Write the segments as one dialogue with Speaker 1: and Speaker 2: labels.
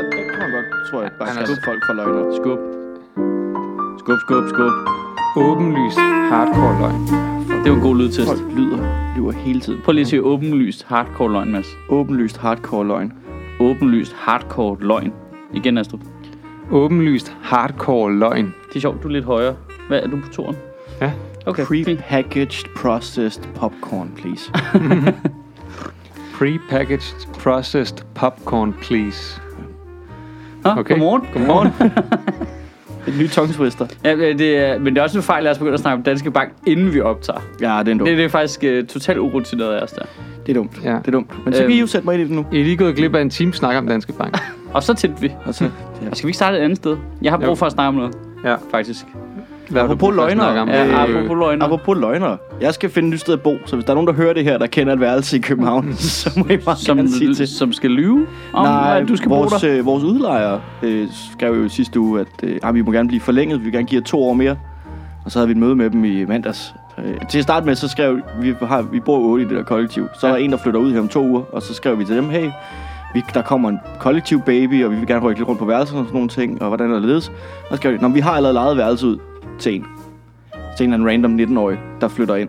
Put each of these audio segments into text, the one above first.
Speaker 1: folk, tror jeg, bare
Speaker 2: Han er
Speaker 1: skub
Speaker 2: s-
Speaker 1: folk for løgner.
Speaker 2: Skub. Skub, skub, skub. Åbenlyst hardcore løgn.
Speaker 3: Det var en god lydtest.
Speaker 1: Folk lyder, lyver hele tiden.
Speaker 3: Prøv lige at sige åbenlyst hardcore løgn, Mads.
Speaker 1: Åbenlyst hardcore løgn.
Speaker 3: Åbenlyst hardcore løgn. Igen, Astrup.
Speaker 2: Åbenlyst hardcore løgn.
Speaker 3: Det er sjovt, du er lidt højere. Hvad er du på toren?
Speaker 2: Ja.
Speaker 3: Okay, fint.
Speaker 1: Pre-packaged processed popcorn, please.
Speaker 2: Prepackaged processed popcorn, please.
Speaker 3: Nå,
Speaker 2: Okay.
Speaker 3: Godmorgen.
Speaker 2: Godmorgen.
Speaker 1: En ny tongue twister.
Speaker 3: Ja, men det er, men det er også en fejl, at os begynder at snakke om Danske Bank, inden vi optager.
Speaker 1: Ja, det er dumt.
Speaker 3: Det, det er faktisk uh, totalt urutineret af os der.
Speaker 1: Det er dumt.
Speaker 2: Ja.
Speaker 1: Det er dumt. Men så kan
Speaker 3: Øhm.
Speaker 1: I jo sætte mig ind i det nu.
Speaker 2: I er lige gået glip af en time snak om Danske Bank.
Speaker 3: Og så tændte vi.
Speaker 1: Og så, ja.
Speaker 3: Og skal vi ikke starte et andet sted? Jeg har brug
Speaker 2: Jo.
Speaker 3: for at snakke om noget,
Speaker 2: Ja.
Speaker 3: faktisk.
Speaker 2: Hvad har du
Speaker 1: Apropos
Speaker 2: brug for at
Speaker 1: løgnere.
Speaker 2: snakke om?
Speaker 3: Ja,
Speaker 2: Øh,
Speaker 3: apropos løgner.
Speaker 1: Apropos løgnere. Jeg skal finde et nyt sted at bo, så hvis der er nogen, der hører det her, der kender et værelse i København, så må I bare
Speaker 3: Som,
Speaker 1: gerne sige til.
Speaker 3: som skal lyve om, Nej, at du skal
Speaker 1: vores,
Speaker 3: bo der.
Speaker 1: øh, vores udlejere øh, skrev jo i sidste uge, at øh, ah, vi må gerne blive forlænget, vi vil gerne give jer to år mere. Og så havde vi et møde med dem i mandags. Øh, til at starte med, så skrev vi, har, vi bor jo otte i det der kollektiv. Så ja. er der en, der flytter ud her om to uger, og så skrev vi til dem, hey, vi, der kommer en kollektiv baby, og vi vil gerne rykke lidt rundt på værelserne og sådan nogle ting, og hvordan er det ledes? Og så skrev de, "Nå, men vi har allerede lejet værelse ud til en. Til en eller anden random 19-årig, der flytter ind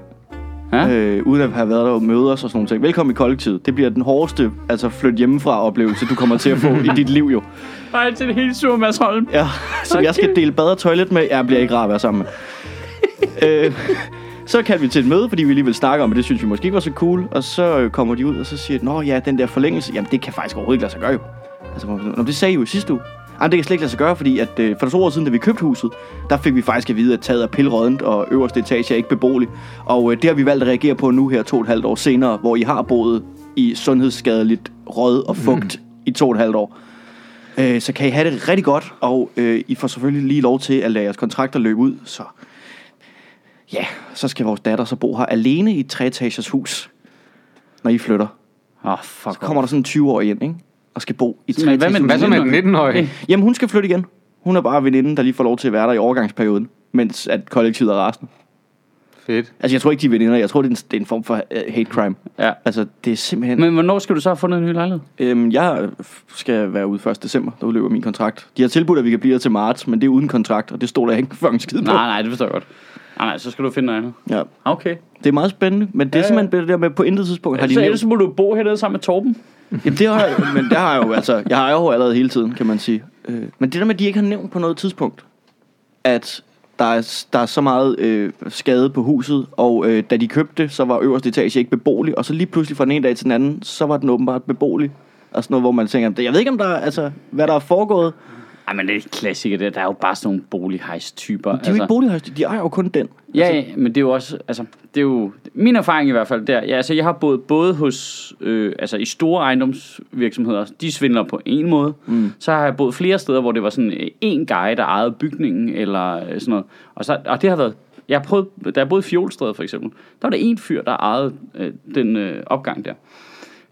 Speaker 3: Ja?
Speaker 1: øh, uden at have været der og møder os og sådan nogle ting. Velkommen i kollektivet. Det bliver den hårdeste altså flyt hjemmefra oplevelse, du kommer til at få i dit liv jo.
Speaker 3: Nej, til det hele sur, Mads Holm.
Speaker 1: Ja, som jeg skal dele bad og toilet med. Jeg bliver ikke rar at være sammen med. øh, så kaldte vi til et møde, fordi vi lige ville snakke om, at det synes vi måske ikke var så cool. Og så øh, kommer de ud, og så siger de, Nå ja, den der forlængelse, jamen det kan faktisk overhovedet ikke lade sig gøre jo. Altså, hvor man sådan, Nå, men det sagde I jo i sidste uge. Jamen, det kan slet ikke lade sig gøre, fordi at, øh, for to år siden, da vi købte huset, der fik vi faktisk at vide, at taget er pilrådent, og øverste etage er ikke beboelig. Og øh, det har vi valgt at reagere på nu her to og et halvt år senere, hvor I har boet i sundhedsskadeligt rød og fugt mm. i to og et halvt år. Øh, så kan I have det rigtig godt, og øh, I får selvfølgelig lige lov til at lade jeres kontrakter løbe ud, så ja, så skal vores datter så bo her alene i et treetagers hus, når I flytter.
Speaker 3: Åh, oh, fuck.
Speaker 1: Så kommer der sådan en 20-årig ind, ikke? Og skal bo i et
Speaker 3: Men hvad med
Speaker 1: treetagers
Speaker 2: Hvad Ah, så med
Speaker 3: Nitten-
Speaker 2: den 19-årige?
Speaker 1: Jamen, hun skal flytte igen. Hun er bare veninden, der lige får lov til at være der i overgangsperioden, mens at kollektivet er resten.
Speaker 2: Fedt.
Speaker 1: Altså, jeg tror ikke, de er veninder. Jeg tror, det er en, det er en form for øh, hate crime.
Speaker 3: Ja.
Speaker 1: Altså, det er simpelthen...
Speaker 3: Men hvornår skal du så have fundet en ny lejlighed?
Speaker 1: Øhm, jeg skal være ude 1. december, der udløber min kontrakt. De har tilbudt, at vi kan blive der til marts, men det er uden kontrakt, og det står der ikke fucking skid på.
Speaker 3: Nej, nej, det forstår jeg godt. Nej, nej, så skal du finde noget andet.
Speaker 1: Ja.
Speaker 3: Okay.
Speaker 1: Det er meget spændende, men det er
Speaker 3: Ja, ja.
Speaker 1: simpelthen det der med, på intet tidspunkt har de
Speaker 3: Så ellers
Speaker 1: nævnt.
Speaker 3: må du bo hernede sammen med Torben.
Speaker 1: Jamen, det har jeg, men det har jeg jo, altså, jeg har jo allerede hele tiden, kan man sige. Øh, men det der med, at de ikke har nævnt på noget tidspunkt, at der er, der er så meget øh, skade på huset, og øh, da de købte det, så var øverste etage ikke beboelig, og så lige pludselig fra den ene dag til den anden, så var den åbenbart beboelig. Og sådan noget, hvor man tænker, jeg ved ikke, om der, er- altså, hvad der er foregået,
Speaker 3: Ej, men det er klassiker, det. Der er jo bare sådan nogle bolighejs-typer.
Speaker 1: De er jo ikke bolighøjste, de ejer jo kun den.
Speaker 3: Ja, ja, men det er jo også, altså, det er jo, min erfaring i hvert fald der, ja, altså, jeg har boet både hos, øh, altså, i store ejendomsvirksomheder, de svindler på en måde, mm. så har jeg boet flere steder, hvor det var sådan øh, en guy, der ejede bygningen, eller øh, sådan noget, og, så, og det har været, jeg har prøvet, da jeg boede i Fjolstræde for eksempel, der var der en fyr, der ejede øh, den øh, opgang der.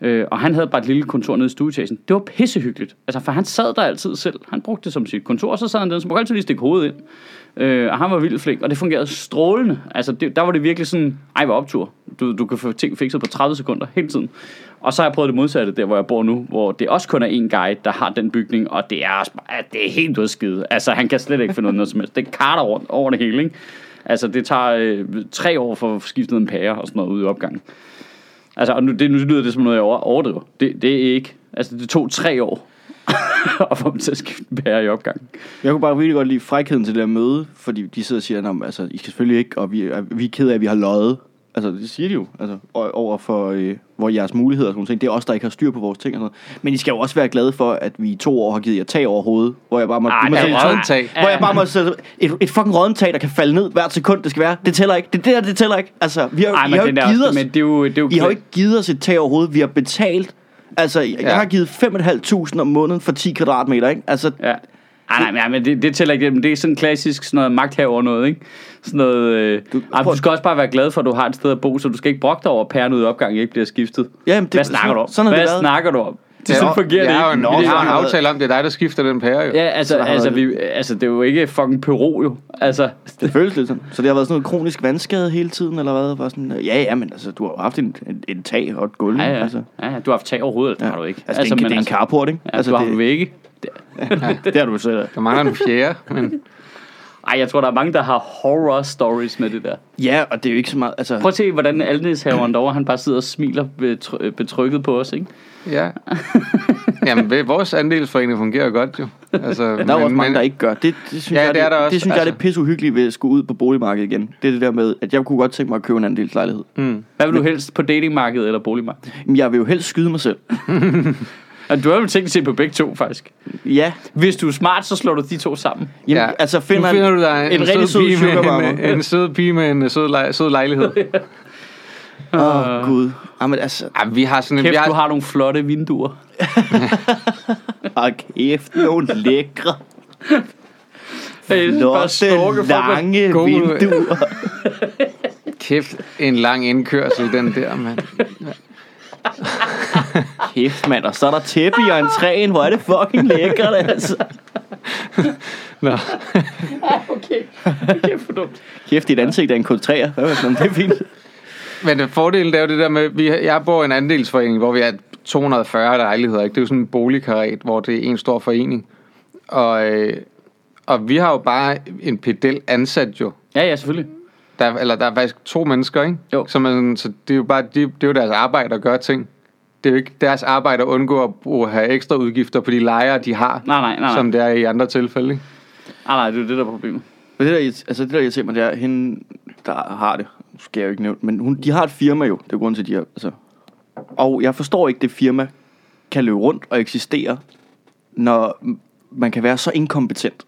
Speaker 3: Øh, og han havde bare et lille kontor nede i stueetagen. Det var pissehyggeligt. Altså, for han sad der altid selv. Han brugte det som sit kontor, og så sad han der, så man kunne altid lige stikke hovedet ind. Øh, og han var vildt flink, og det fungerede strålende. Altså, det, der var det virkelig sådan, ej, hvor optur. Du, du kan få ting fikset på 30 sekunder hele tiden. Og så har jeg prøvet det modsatte, der hvor jeg bor nu, hvor det også kun er én guide, der har den bygning, og det er, også bare, at det er helt udskidt. Altså, han kan slet ikke finde ud af noget som helst. Det karter over, over det hele, ikke? Altså, det tager øh, tre år for at få skiftet en pære og sådan noget ud i opgangen. Altså, og nu, det, nu lyder det som noget, jeg over- overdriver. Det, det er ikke. Altså, det tog tre år at få dem til at skifte en pære i opgangen.
Speaker 1: Jeg kunne bare virkelig godt lide frækheden til det der møde, fordi de sidder og siger, at altså, I skal selvfølgelig ikke, og vi er, vi er ked af, at vi har løjet. Altså, det siger de jo, altså, o- over for øh, hvor jeres muligheder og sådan nogle ting. Det er os, der ikke har styr på vores ting og sådan noget. Men I skal jo også være glade for, at vi i to år har givet jer tag over hovedet, hvor jeg bare må...
Speaker 3: Ej,
Speaker 1: du må
Speaker 3: der
Speaker 1: se-
Speaker 3: er
Speaker 2: Rådent tag.
Speaker 1: hvor jeg bare må sætte et, et fucking rådent tag, der kan falde ned hvert sekund, det skal være. Det tæller ikke. Det der, det tæller ikke. Altså, vi har,
Speaker 3: Ej,
Speaker 1: Ej, I
Speaker 3: men,
Speaker 1: har jo
Speaker 3: den
Speaker 1: ikke
Speaker 3: der,
Speaker 1: givet
Speaker 3: også-
Speaker 1: os...
Speaker 3: men det er jo, det er jo
Speaker 1: I har jo ikke givet os et tag overhovedet. Vi har betalt. Altså, jeg, ja.
Speaker 2: Ja.
Speaker 1: jeg har givet 5.500 om måneden for 10 kvadratmeter, ikke? Altså,
Speaker 3: Ja. Ej, nej, men- nej, men det, det tæller ikke. Men det er sådan klassisk sådan noget magthaver noget, ikke? Sådan noget, øh, du, ej,
Speaker 1: prøv-
Speaker 3: du skal også bare være glad for, at du har et sted at bo, så du skal ikke brokke dig over, at pæren ud i opgangen ikke bliver skiftet.
Speaker 1: Jamen, det-
Speaker 3: Hvad snakker du om?
Speaker 1: sådan har det
Speaker 3: Hvad
Speaker 1: været.
Speaker 3: snakker du om? Det er sådan fungerer
Speaker 2: jeg
Speaker 3: det ikke.
Speaker 2: Jeg har
Speaker 1: har
Speaker 2: en
Speaker 1: været-
Speaker 2: aftale om, det er dig, der skifter den pære, jo.
Speaker 3: Ja, altså,
Speaker 1: der har
Speaker 3: altså,
Speaker 1: været
Speaker 3: vi, altså, det er jo ikke fucking Peru, jo. Altså,
Speaker 1: Det føles lidt sådan. Så det har været sådan noget kronisk vandskade hele tiden, eller hvad? Bare sådan, ja, ja, men altså, du har jo haft en, en, en tag og et gulv.
Speaker 3: ja, ja,
Speaker 1: Altså,
Speaker 3: ja, ja, du har haft tag overhovedet, det
Speaker 1: ja.
Speaker 3: har du ikke. Altså,
Speaker 1: Altså, altså det, er en, det er en carport, ikke?
Speaker 3: Ja, altså, du har haft
Speaker 1: det,
Speaker 3: vægge. Det,
Speaker 1: det har du selv af.
Speaker 2: Der mangler en fjerde, men
Speaker 3: Ej, jeg tror, der er mange, der har horror stories med det der.
Speaker 1: Ja, og det er jo ikke så meget... Altså,
Speaker 3: Prøv at se, hvordan Alnæshaveren derovre, han bare sidder og smiler betry- øh, betrykket på os, ikke?
Speaker 2: ja. Jamen, ved- vores andelsforening fungerer godt jo. Altså,
Speaker 1: der er jo også mange, der ikke gør. Det, det synes,
Speaker 2: Ja,
Speaker 1: jeg,
Speaker 2: det er der
Speaker 1: det,
Speaker 2: også,
Speaker 1: det synes jeg er lidt
Speaker 2: altså.
Speaker 1: pisseuhyggeligt ved at skulle ud på boligmarkedet igen. Det er det der med, at jeg kunne godt tænke mig at købe en andelslejlighed.
Speaker 2: Mm.
Speaker 3: Hvad vil du helst på datingmarkedet eller boligmarkedet?
Speaker 1: Men jeg vil jo helst skyde mig selv.
Speaker 3: Og du har jo tænkt sig på begge to, faktisk.
Speaker 1: Ja,
Speaker 3: Hvis du er smart, så slår du de to sammen.
Speaker 1: jamen,
Speaker 2: Ja.
Speaker 1: ja. altså
Speaker 2: Finder
Speaker 1: finder,
Speaker 2: nu
Speaker 1: finder
Speaker 2: finder
Speaker 1: en,
Speaker 2: du dig en,
Speaker 1: en
Speaker 2: en,
Speaker 1: rigtig sød
Speaker 2: sød pige med,
Speaker 1: sugarmamma.
Speaker 2: en, en sød pige med en øh, sød, lej, sød lejlighed.
Speaker 1: Åh, oh, Gud. Jamen, altså...
Speaker 2: Ej, vi har sådan en... vi
Speaker 3: Kæft,
Speaker 2: har,
Speaker 3: du har nogle flotte vinduer.
Speaker 1: Åh, kæft, nogle lækre,
Speaker 3: Øh, bare storke
Speaker 1: flotte,
Speaker 3: folk med-
Speaker 1: lange
Speaker 2: Gode-
Speaker 1: vinduer.
Speaker 2: Kæft, en lang indkørsel, den der, mand.
Speaker 1: Kæft, mand. Og så er der tæppe i entréen. Hvor er det fucking lækkert, altså.
Speaker 2: Nå.
Speaker 3: Okay, okay, for dumt.
Speaker 1: Kæft, dit ansigt er en kontræer. Hvad var det? Det er fint.
Speaker 2: Men øh, fordelen det er jo det der med, vi, jeg bor i en andelsforening, hvor vi er 240 lejligheder. Ikke? Det er jo sådan en boligkarret, hvor det er en stor forening. Og, øh, og vi har jo bare en pedel ansat jo.
Speaker 3: Ja, ja, selvfølgelig.
Speaker 2: Der, er- eller der er faktisk to mennesker, ikke?
Speaker 3: Jo.
Speaker 2: Så, man, så det er jo bare de, det er jo deres arbejde at gøre ting. Det er jo ikke deres arbejde at undgå at, bruge- have ekstra udgifter på de lejere, de har.
Speaker 3: Nej, nej, nej.
Speaker 2: Som
Speaker 3: Som...
Speaker 2: det er i andre tilfælde. ikke?
Speaker 3: Ah, Nej, nej, det er jo det, der er problemet.
Speaker 1: Men det der, irrit- altså det der irriterer mig, det er hende, der har det. Nu skal jeg jo ikke nævne, men hun, de har et firma jo. Det er grunden til, at de har, altså. Og jeg forstår ikke, det firma kan løbe rundt og eksistere, når m- man kan være så inkompetent.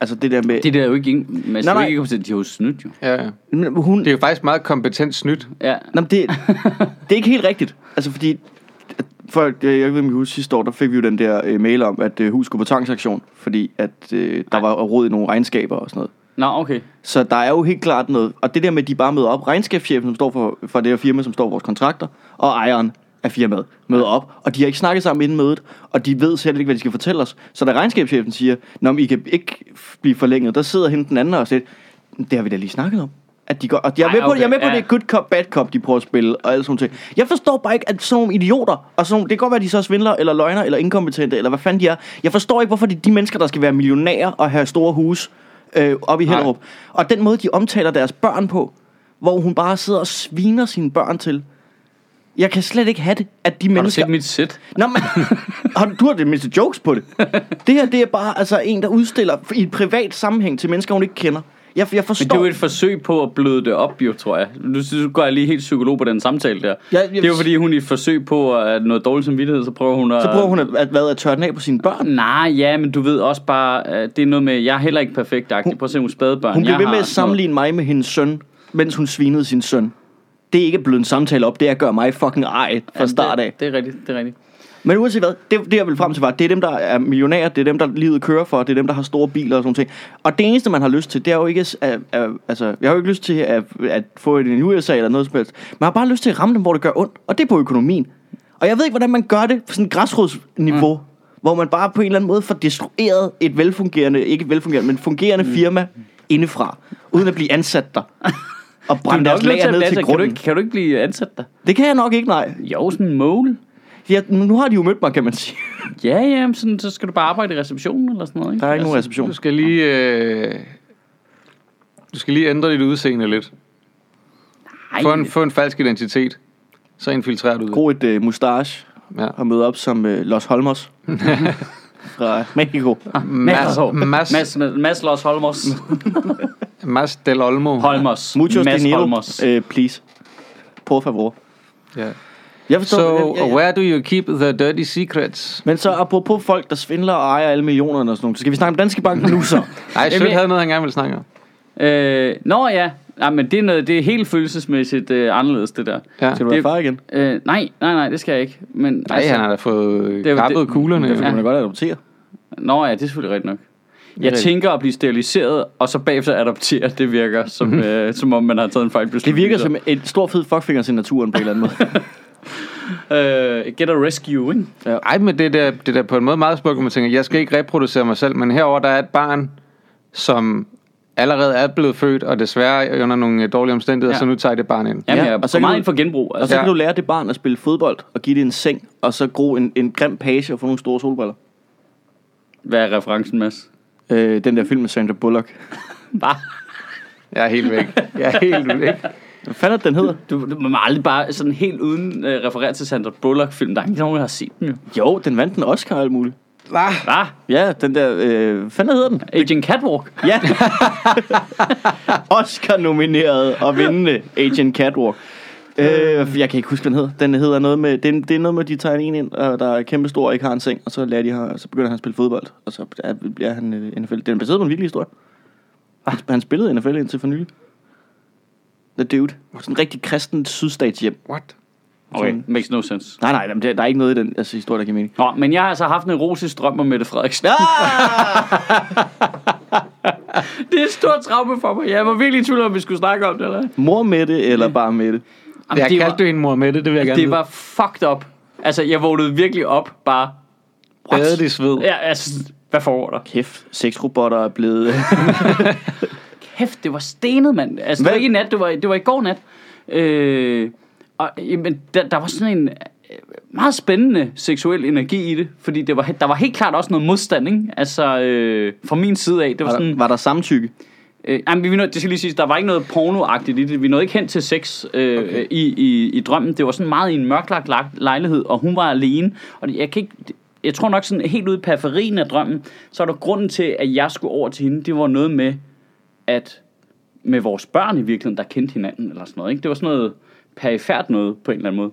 Speaker 1: Altså det der med...
Speaker 3: Det der er jo ikke... en- Man skal jo
Speaker 1: nej.
Speaker 3: ikke komme til, at de har jo snydt, jo.
Speaker 2: Ja, ja.
Speaker 1: Men hun,
Speaker 2: Det er jo faktisk meget kompetent snyt.
Speaker 3: Ja.
Speaker 1: Nå, men det, det er ikke helt rigtigt. Altså, fordi... For, jeg ved ikke, om I husker sidste år, der fik vi jo den der øh, mail om, at øh, huset skulle på tvangsaktion, fordi at øh, der var råd i nogle regnskaber og sådan noget.
Speaker 3: Nå, okay.
Speaker 1: Så der er jo helt klart noget. Og det der med, at de bare møder op. Regnskabschefen, som står for, for det her firma, som står for vores kontrakter, og ejeren af firmaet møder op. Og de har ikke snakket sammen inden mødet, og de ved selv ikke, hvad de skal fortælle os. Så da regnskabschefen siger, Nå, men I kan ikke f- blive forlænget, der sidder hende den anden og siger, det har vi da lige snakket om. At de går, og jeg er
Speaker 3: Ej,
Speaker 1: med på,
Speaker 3: okay,
Speaker 1: jeg er med på
Speaker 3: ja.
Speaker 1: det er good cop, bad cop, de prøver at spille, og alle sådan nogle ting. Jeg forstår bare ikke, at sådan nogle idioter, og sådan nogle, det kan godt være, at de så er svindler, eller løgner, eller inkompetente, eller hvad fanden de er. Jeg forstår ikke, hvorfor det er de mennesker, der skal være millionærer og have store huse øh, oppe i
Speaker 2: Nej.
Speaker 1: Hellerup. Og den måde, de omtaler deres børn på, hvor hun bare sidder og sviner sine børn til. Jeg kan slet ikke have det, at de
Speaker 3: Har du
Speaker 1: mennesker...
Speaker 3: set mit sæt?
Speaker 1: Nå, men, har du, du har det mindste jokes på det. Det her, det er bare altså, en, der udstiller i et privat sammenhæng til mennesker, hun ikke kender. Jeg, jeg forstår...
Speaker 3: Men det er jo et forsøg på at bløde det op, jo, tror jeg. Nu synes- går jeg lige helt psykolog på den samtale der.
Speaker 1: Ja, jeg-
Speaker 3: det er jo fordi, hun i et forsøg på at noget dårligt samvittighed, så prøver hun at...
Speaker 1: Så prøver hun at, at, hvad, at tørre den af på sine børn.
Speaker 3: Nej, ja, men du ved også bare, at det er noget med, jeg er heller ikke perfekt agtig. Prøv at se nogle spædbørn.
Speaker 1: Hun blev
Speaker 3: jeg
Speaker 1: ved med
Speaker 3: har
Speaker 1: at sammenligne mig med hendes søn, mens hun svinede sin søn. Det er ikke blevet en samtale op, det er at gøre mig fucking ej
Speaker 3: sådan
Speaker 1: fra
Speaker 3: noget.
Speaker 1: start af.
Speaker 3: Det, det er rigtigt, det er rigtigt.
Speaker 1: Men uanset hvad, det, det jeg vil frem til var, det er dem, der er millionærer, det er dem, der livet kører for, det er dem, der har store biler og sådan noget. Og det eneste, man har lyst til, det er jo ikke, at- at, at, altså, jeg har jo ikke lyst til at, at få en USA eller noget som helst. Man har bare lyst til at ramme dem, hvor det gør ondt, og det er på økonomien. Og jeg ved ikke, hvordan man gør det på sådan et græsrodsniveau, mm. hvor man bare på en eller anden måde får destrueret et velfungerende, ikke velfungerende, men fungerende mm. firma indefra, uden at blive ansat der. Og
Speaker 3: Du er
Speaker 1: brænde
Speaker 3: nok
Speaker 1: deres
Speaker 3: nødt
Speaker 1: lager
Speaker 3: at
Speaker 1: ned
Speaker 3: blande
Speaker 1: til
Speaker 3: dig. kan, du
Speaker 1: grunden.
Speaker 3: ikke, kan du ikke blive ansat der?
Speaker 1: Det kan jeg nok ikke, nej.
Speaker 3: Jo, sådan en mål.
Speaker 1: Ja, nu har de jo mødt mig, kan man sige.
Speaker 3: Ja, ja, men sådan, så skal du bare arbejde i receptionen eller sådan noget, ikke?
Speaker 1: Der er ikke nogen
Speaker 3: Altså,
Speaker 1: reception.
Speaker 2: Du skal lige... Øh, du skal lige ændre dit udseende lidt.
Speaker 3: nej.
Speaker 2: Få en, få en falsk identitet. Så infiltrerer du det.
Speaker 1: Gro et øh, mustache
Speaker 2: Ja.
Speaker 1: og møde op som øh, Los Holmos fra Mexico.
Speaker 2: Mas, mas, mas,
Speaker 3: Mads, Mads Lars Holmers.
Speaker 2: mas del Olmo.
Speaker 3: Holmers.
Speaker 1: Muchos
Speaker 3: Mads
Speaker 1: dinero,
Speaker 3: Holmers.
Speaker 1: øh, please. Por favor.
Speaker 2: Ja.
Speaker 1: Jeg forstår
Speaker 2: So,
Speaker 1: jeg, jeg, jeg,
Speaker 2: where do you keep the dirty secrets?
Speaker 1: Men så apropos folk, der svindler og ejer alle millionerne og sådan noget, så skal vi snakke om Danske Bank nu så.
Speaker 2: Nej, Sødt
Speaker 3: Jamen, jeg-
Speaker 2: havde noget, han gerne ville snakke om.
Speaker 3: Øh, nå ja, nej, men det er, noget, det er helt følelsesmæssigt øh, anderledes, det der.
Speaker 2: Ja.
Speaker 1: Skal du være
Speaker 3: Det-
Speaker 1: far igen?
Speaker 3: Øh, nej, nej, nej, det skal jeg ikke. Men, altså,
Speaker 2: Nej, han har da fået
Speaker 3: det-
Speaker 2: kappet kuglerne.
Speaker 1: Det kan
Speaker 2: jo.
Speaker 1: man da godt adoptere.
Speaker 3: Nå ja, det er selvfølgelig rigtigt nok. Jeg
Speaker 2: rigtigt.
Speaker 3: tænker at blive steriliseret, og så bagefter adoptere. Det virker, som, øh, som om man har taget en fejl
Speaker 1: Det
Speaker 3: beslutning.
Speaker 1: virker som en stor fed fuckfinger til naturen på en eller anden måde.
Speaker 3: Øh, get a rescue, ikke?
Speaker 2: Ej, men det er da- det er da på en måde meget smukt, hvor man tænker, jeg skal ikke reproducere mig selv, men herover der er et barn, som allerede er blevet født, og desværre under nogle øh, dårlige omstændigheder,
Speaker 3: Ja.
Speaker 2: så nu tager jeg det barn ind.
Speaker 3: Jamen,
Speaker 1: Ja,
Speaker 3: ja, jeg er
Speaker 1: og så
Speaker 3: så
Speaker 1: kan
Speaker 3: meget
Speaker 1: du-
Speaker 3: ind for genbrug.
Speaker 1: Og
Speaker 3: Altså.
Speaker 1: så
Speaker 2: Ja.
Speaker 1: kan du lære det barn at spille fodbold og give det en seng, og så gro en, en grim page og få nogle store solbriller.
Speaker 3: Hvad er referencen, Mads?
Speaker 1: Øh, den der film med Sandra Bullock.
Speaker 3: Bare.
Speaker 2: Jeg er helt væk. Jeg er helt væk.
Speaker 1: Hvad fanden er det, den hedder?
Speaker 3: Du, du man må aldrig bare sådan helt uden øh, referere til Sandra Bullock-film. Der er ikke nogen, der har set den jo.
Speaker 1: Jo, den vandt en Oscar og alt muligt.
Speaker 2: Ah,
Speaker 3: Hvad?
Speaker 1: Ja, den der... Øh, hvad fanden hedder den?
Speaker 3: Agent Catwalk.
Speaker 1: Ja. Oscar-nomineret og vindende Agent Catwalk. Øh, jeg kan ikke huske, hvad den hedder. Den hedder noget med, det, er, det er noget med, at de tager en ind, og der er kæmpe stor og ikke har en seng, og så, lærer de her, så begynder han at spille fodbold, og så er- bliver han øh, NFL. Den er baseret på en virkelig historie. Han, han spillede NFL indtil for nylig. The Dude. Sådan en rigtig kristen sydstatshjem.
Speaker 2: what?
Speaker 3: Okay, makes no sense.
Speaker 1: Nej, nej, jamen, der, der er ikke noget i den altså, historie, der giver mening.
Speaker 3: Nå, men jeg har altså haft en erotisk drøm om Mette Frederiksen.
Speaker 1: Ah!
Speaker 3: Det er et stort traume for mig. Jeg var virkelig i tvivl om, vi skulle snakke om det, eller hvad?
Speaker 1: Mor med det, eller bare med det?
Speaker 3: Jamen,
Speaker 2: Jeg
Speaker 3: det
Speaker 2: kaldte det en mor med det, det vil jeg
Speaker 3: var,
Speaker 2: gerne
Speaker 3: det var fucked up. Altså, jeg vågnede virkelig op, bare...
Speaker 2: vide. Badet i sved.
Speaker 3: Ja, altså, hvad foregår der?
Speaker 1: Kæft, sexrobotter er blevet...
Speaker 3: Kæft, det var stenet, mand. Altså, det
Speaker 1: Hvad?
Speaker 3: var ikke i nat, det var, det var i går nat. Øh, og, jamen, der, der var sådan en øh, meget spændende seksuel energi i det, fordi det var, he- der var helt klart også noget modstand, ikke? Altså, øh, fra min side af. Det var
Speaker 1: var, der,
Speaker 3: sådan,
Speaker 1: var der samtykke?
Speaker 3: Øh, jamen, vi, vi nåede, det skal lige sige, der var ikke noget pornoagtigt i det. Vi nåede ikke hen til sex øh, okay. i, i, i drømmen. Det var sådan meget i en mørklagt lej- lejlighed, og hun var alene. Og det- jeg kan ikke... Jeg tror nok sådan helt ude i periferien af drømmen, så er der grunden til, at jeg skulle over til hende, det var noget med, at med vores børn i virkeligheden, der kendte hinanden eller sådan noget. Ikke? Det var sådan noget perifært noget på en eller anden måde.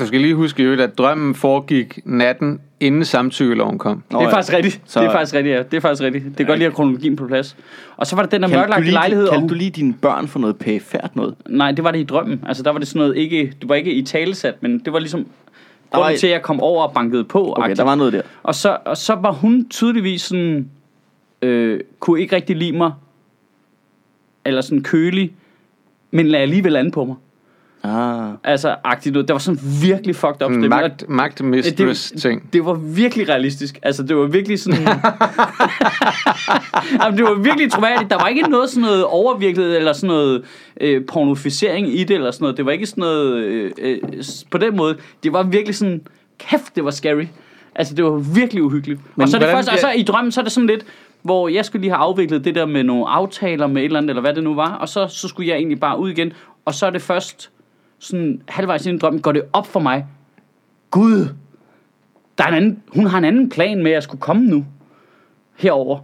Speaker 2: Du skal lige huske, i øvrigt, at drømmen foregik natten, inden samtykkeloven kom.
Speaker 1: Nå,
Speaker 3: det er
Speaker 1: ja.
Speaker 3: faktisk rigtigt.
Speaker 1: Så-
Speaker 3: det er faktisk rigtigt, ja. Det er faktisk rigtigt. Det er godt lige at have kronologien på plads. Og så var der den der
Speaker 1: Kaldte du
Speaker 3: mørklagte
Speaker 1: lige,
Speaker 3: lejlighed. og
Speaker 1: kaldte
Speaker 3: hun-
Speaker 1: du lige dine børn for noget pæfærd noget?
Speaker 3: Nej, det var det i drømmen. Altså, der var det sådan noget ikke... Det var ikke i talesat, men det var ligesom...
Speaker 1: var
Speaker 3: Grunden
Speaker 1: i-
Speaker 3: til, at jeg kom over og bankede på.
Speaker 1: Okay,
Speaker 3: agtigt.
Speaker 1: der var noget der.
Speaker 3: og, så, og så var hun tydeligvis sådan... Øh, kunne ikke rigtig lide mig. Eller sådan kølig. Men lagde alligevel an på mig.
Speaker 1: Ah.
Speaker 3: Altså, agtigt noget. Det var sådan virkelig fucked up.
Speaker 2: En
Speaker 3: stemning. Og-
Speaker 2: magt, magt mistress ting.
Speaker 3: det var virkelig realistisk. Altså, det var virkelig sådan... Jamen, det var virkelig troværdigt. Der var ikke noget sådan noget overvirkelighed, eller sådan noget øh, pornoficering i det, eller sådan noget. Det var ikke sådan noget... Øh, øh, s- på den måde, det var virkelig sådan... Kæft, det var scary. Altså, det var virkelig uhyggeligt. Men og så, er det
Speaker 2: hvordan-
Speaker 3: først, og så i drømmen, så er det sådan lidt hvor jeg skulle lige have afviklet det der med nogle aftaler med et eller andet, eller hvad det nu var, og så, så skulle jeg egentlig bare ud igen, og så er det først sådan halvvejs ind i drømmen, går det op for mig, Gud, der er en anden, hun har en anden plan med, at jeg skulle komme nu. Herover.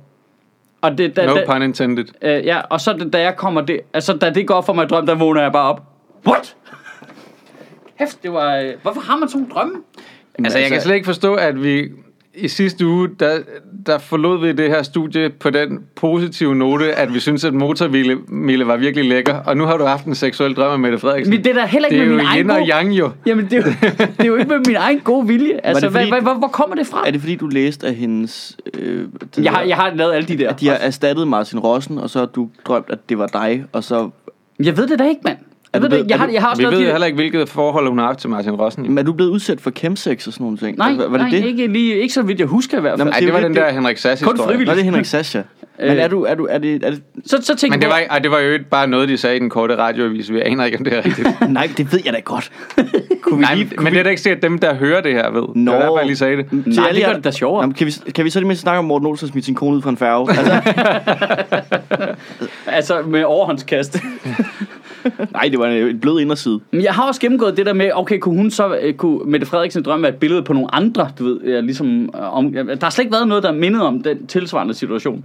Speaker 3: Og det, da,
Speaker 2: No
Speaker 3: da,
Speaker 2: pun intended.
Speaker 3: øh, ja, og så da jeg kommer det, altså da det går op for mig i drøm, der vågner jeg bare op. What? Hæft, det var... Øh, hvorfor har man sådan nogle drømme?
Speaker 2: Altså, jeg kan slet ikke forstå, at vi i sidste uge, der, der forlod vi det her studie på den positive note, at vi synes at motorville Mille var virkelig lækker, og nu har du haft en seksuel drøm med Mette Frederiksen.
Speaker 3: Men det er da heller ikke
Speaker 2: det er
Speaker 3: med
Speaker 2: jo yin
Speaker 3: min egen
Speaker 2: og
Speaker 3: gode-
Speaker 2: yang jo.
Speaker 3: Jamen, det er, jo, det er jo ikke med min egen gode vilje. Altså,
Speaker 1: det fordi-
Speaker 3: fordi, hvad, hvad, hvor kommer det fra?
Speaker 1: Er det fordi, du læste af hendes... Øh, det
Speaker 3: jeg, har,
Speaker 1: der-
Speaker 3: jeg har lavet alle de der.
Speaker 1: At de har erstattet Martin Rossen, og så har du drømt, at det var dig, og så...
Speaker 3: Jeg ved det da ikke, mand.
Speaker 1: Er
Speaker 3: Jeg,
Speaker 1: du
Speaker 3: ved
Speaker 1: blevet-
Speaker 3: det, ikke. jeg,
Speaker 1: er
Speaker 3: har,
Speaker 1: du-
Speaker 3: jeg har også
Speaker 2: Vi
Speaker 3: lavet
Speaker 2: ved
Speaker 3: de der-
Speaker 2: heller ikke, hvilket forhold hun har haft til Martin Rossen.
Speaker 1: Men er du blevet udsat for chemsex og sådan nogle ting?
Speaker 3: Nej,
Speaker 1: var, var det
Speaker 3: nej
Speaker 1: det?
Speaker 3: Ikke, lige, ikke så vidt jeg husker i hvert fald.
Speaker 1: Nå, men
Speaker 2: Ej,
Speaker 1: det er jo
Speaker 2: det var
Speaker 1: lidt
Speaker 2: den
Speaker 1: det-
Speaker 2: der Henrik Sass
Speaker 3: Kun
Speaker 2: historie.
Speaker 3: frivilligt.
Speaker 1: Nå, det er Henrik Sascha.
Speaker 3: Øh.
Speaker 1: Men er du... Er du, er det, er det
Speaker 3: Så, så tænkte
Speaker 2: Men det
Speaker 3: jeg-
Speaker 2: var, ej, det var jo ikke bare noget, de sagde i den korte radioavis. Vi aner ikke, om det er rigtigt.
Speaker 1: nej, det ved jeg da godt. Kunne vi
Speaker 2: Nej,
Speaker 1: lige,
Speaker 2: men det er da ikke sikkert, at dem, der hører det her, ved. Det
Speaker 1: Nå.
Speaker 2: var derfor, jeg lige sagde det.
Speaker 1: Til
Speaker 3: Nej,
Speaker 1: alle
Speaker 3: det gør
Speaker 1: jer-
Speaker 3: det da sjovere.
Speaker 1: Jamen, kan, vi, kan vi så lige mindst snakke om Morten Olsen smidt sin kone ud fra en færge? Altså,
Speaker 3: Altså med overhåndskast.
Speaker 1: nej, det var en, en blød inderside.
Speaker 3: Men jeg har også gennemgået det der med, okay, kunne hun så, øh, kunne Mette Frederiksen drømme være et billede på nogle andre, du ved, øh, ligesom, øh, om, ja, der har slet ikke været noget, der mindede om den tilsvarende situation.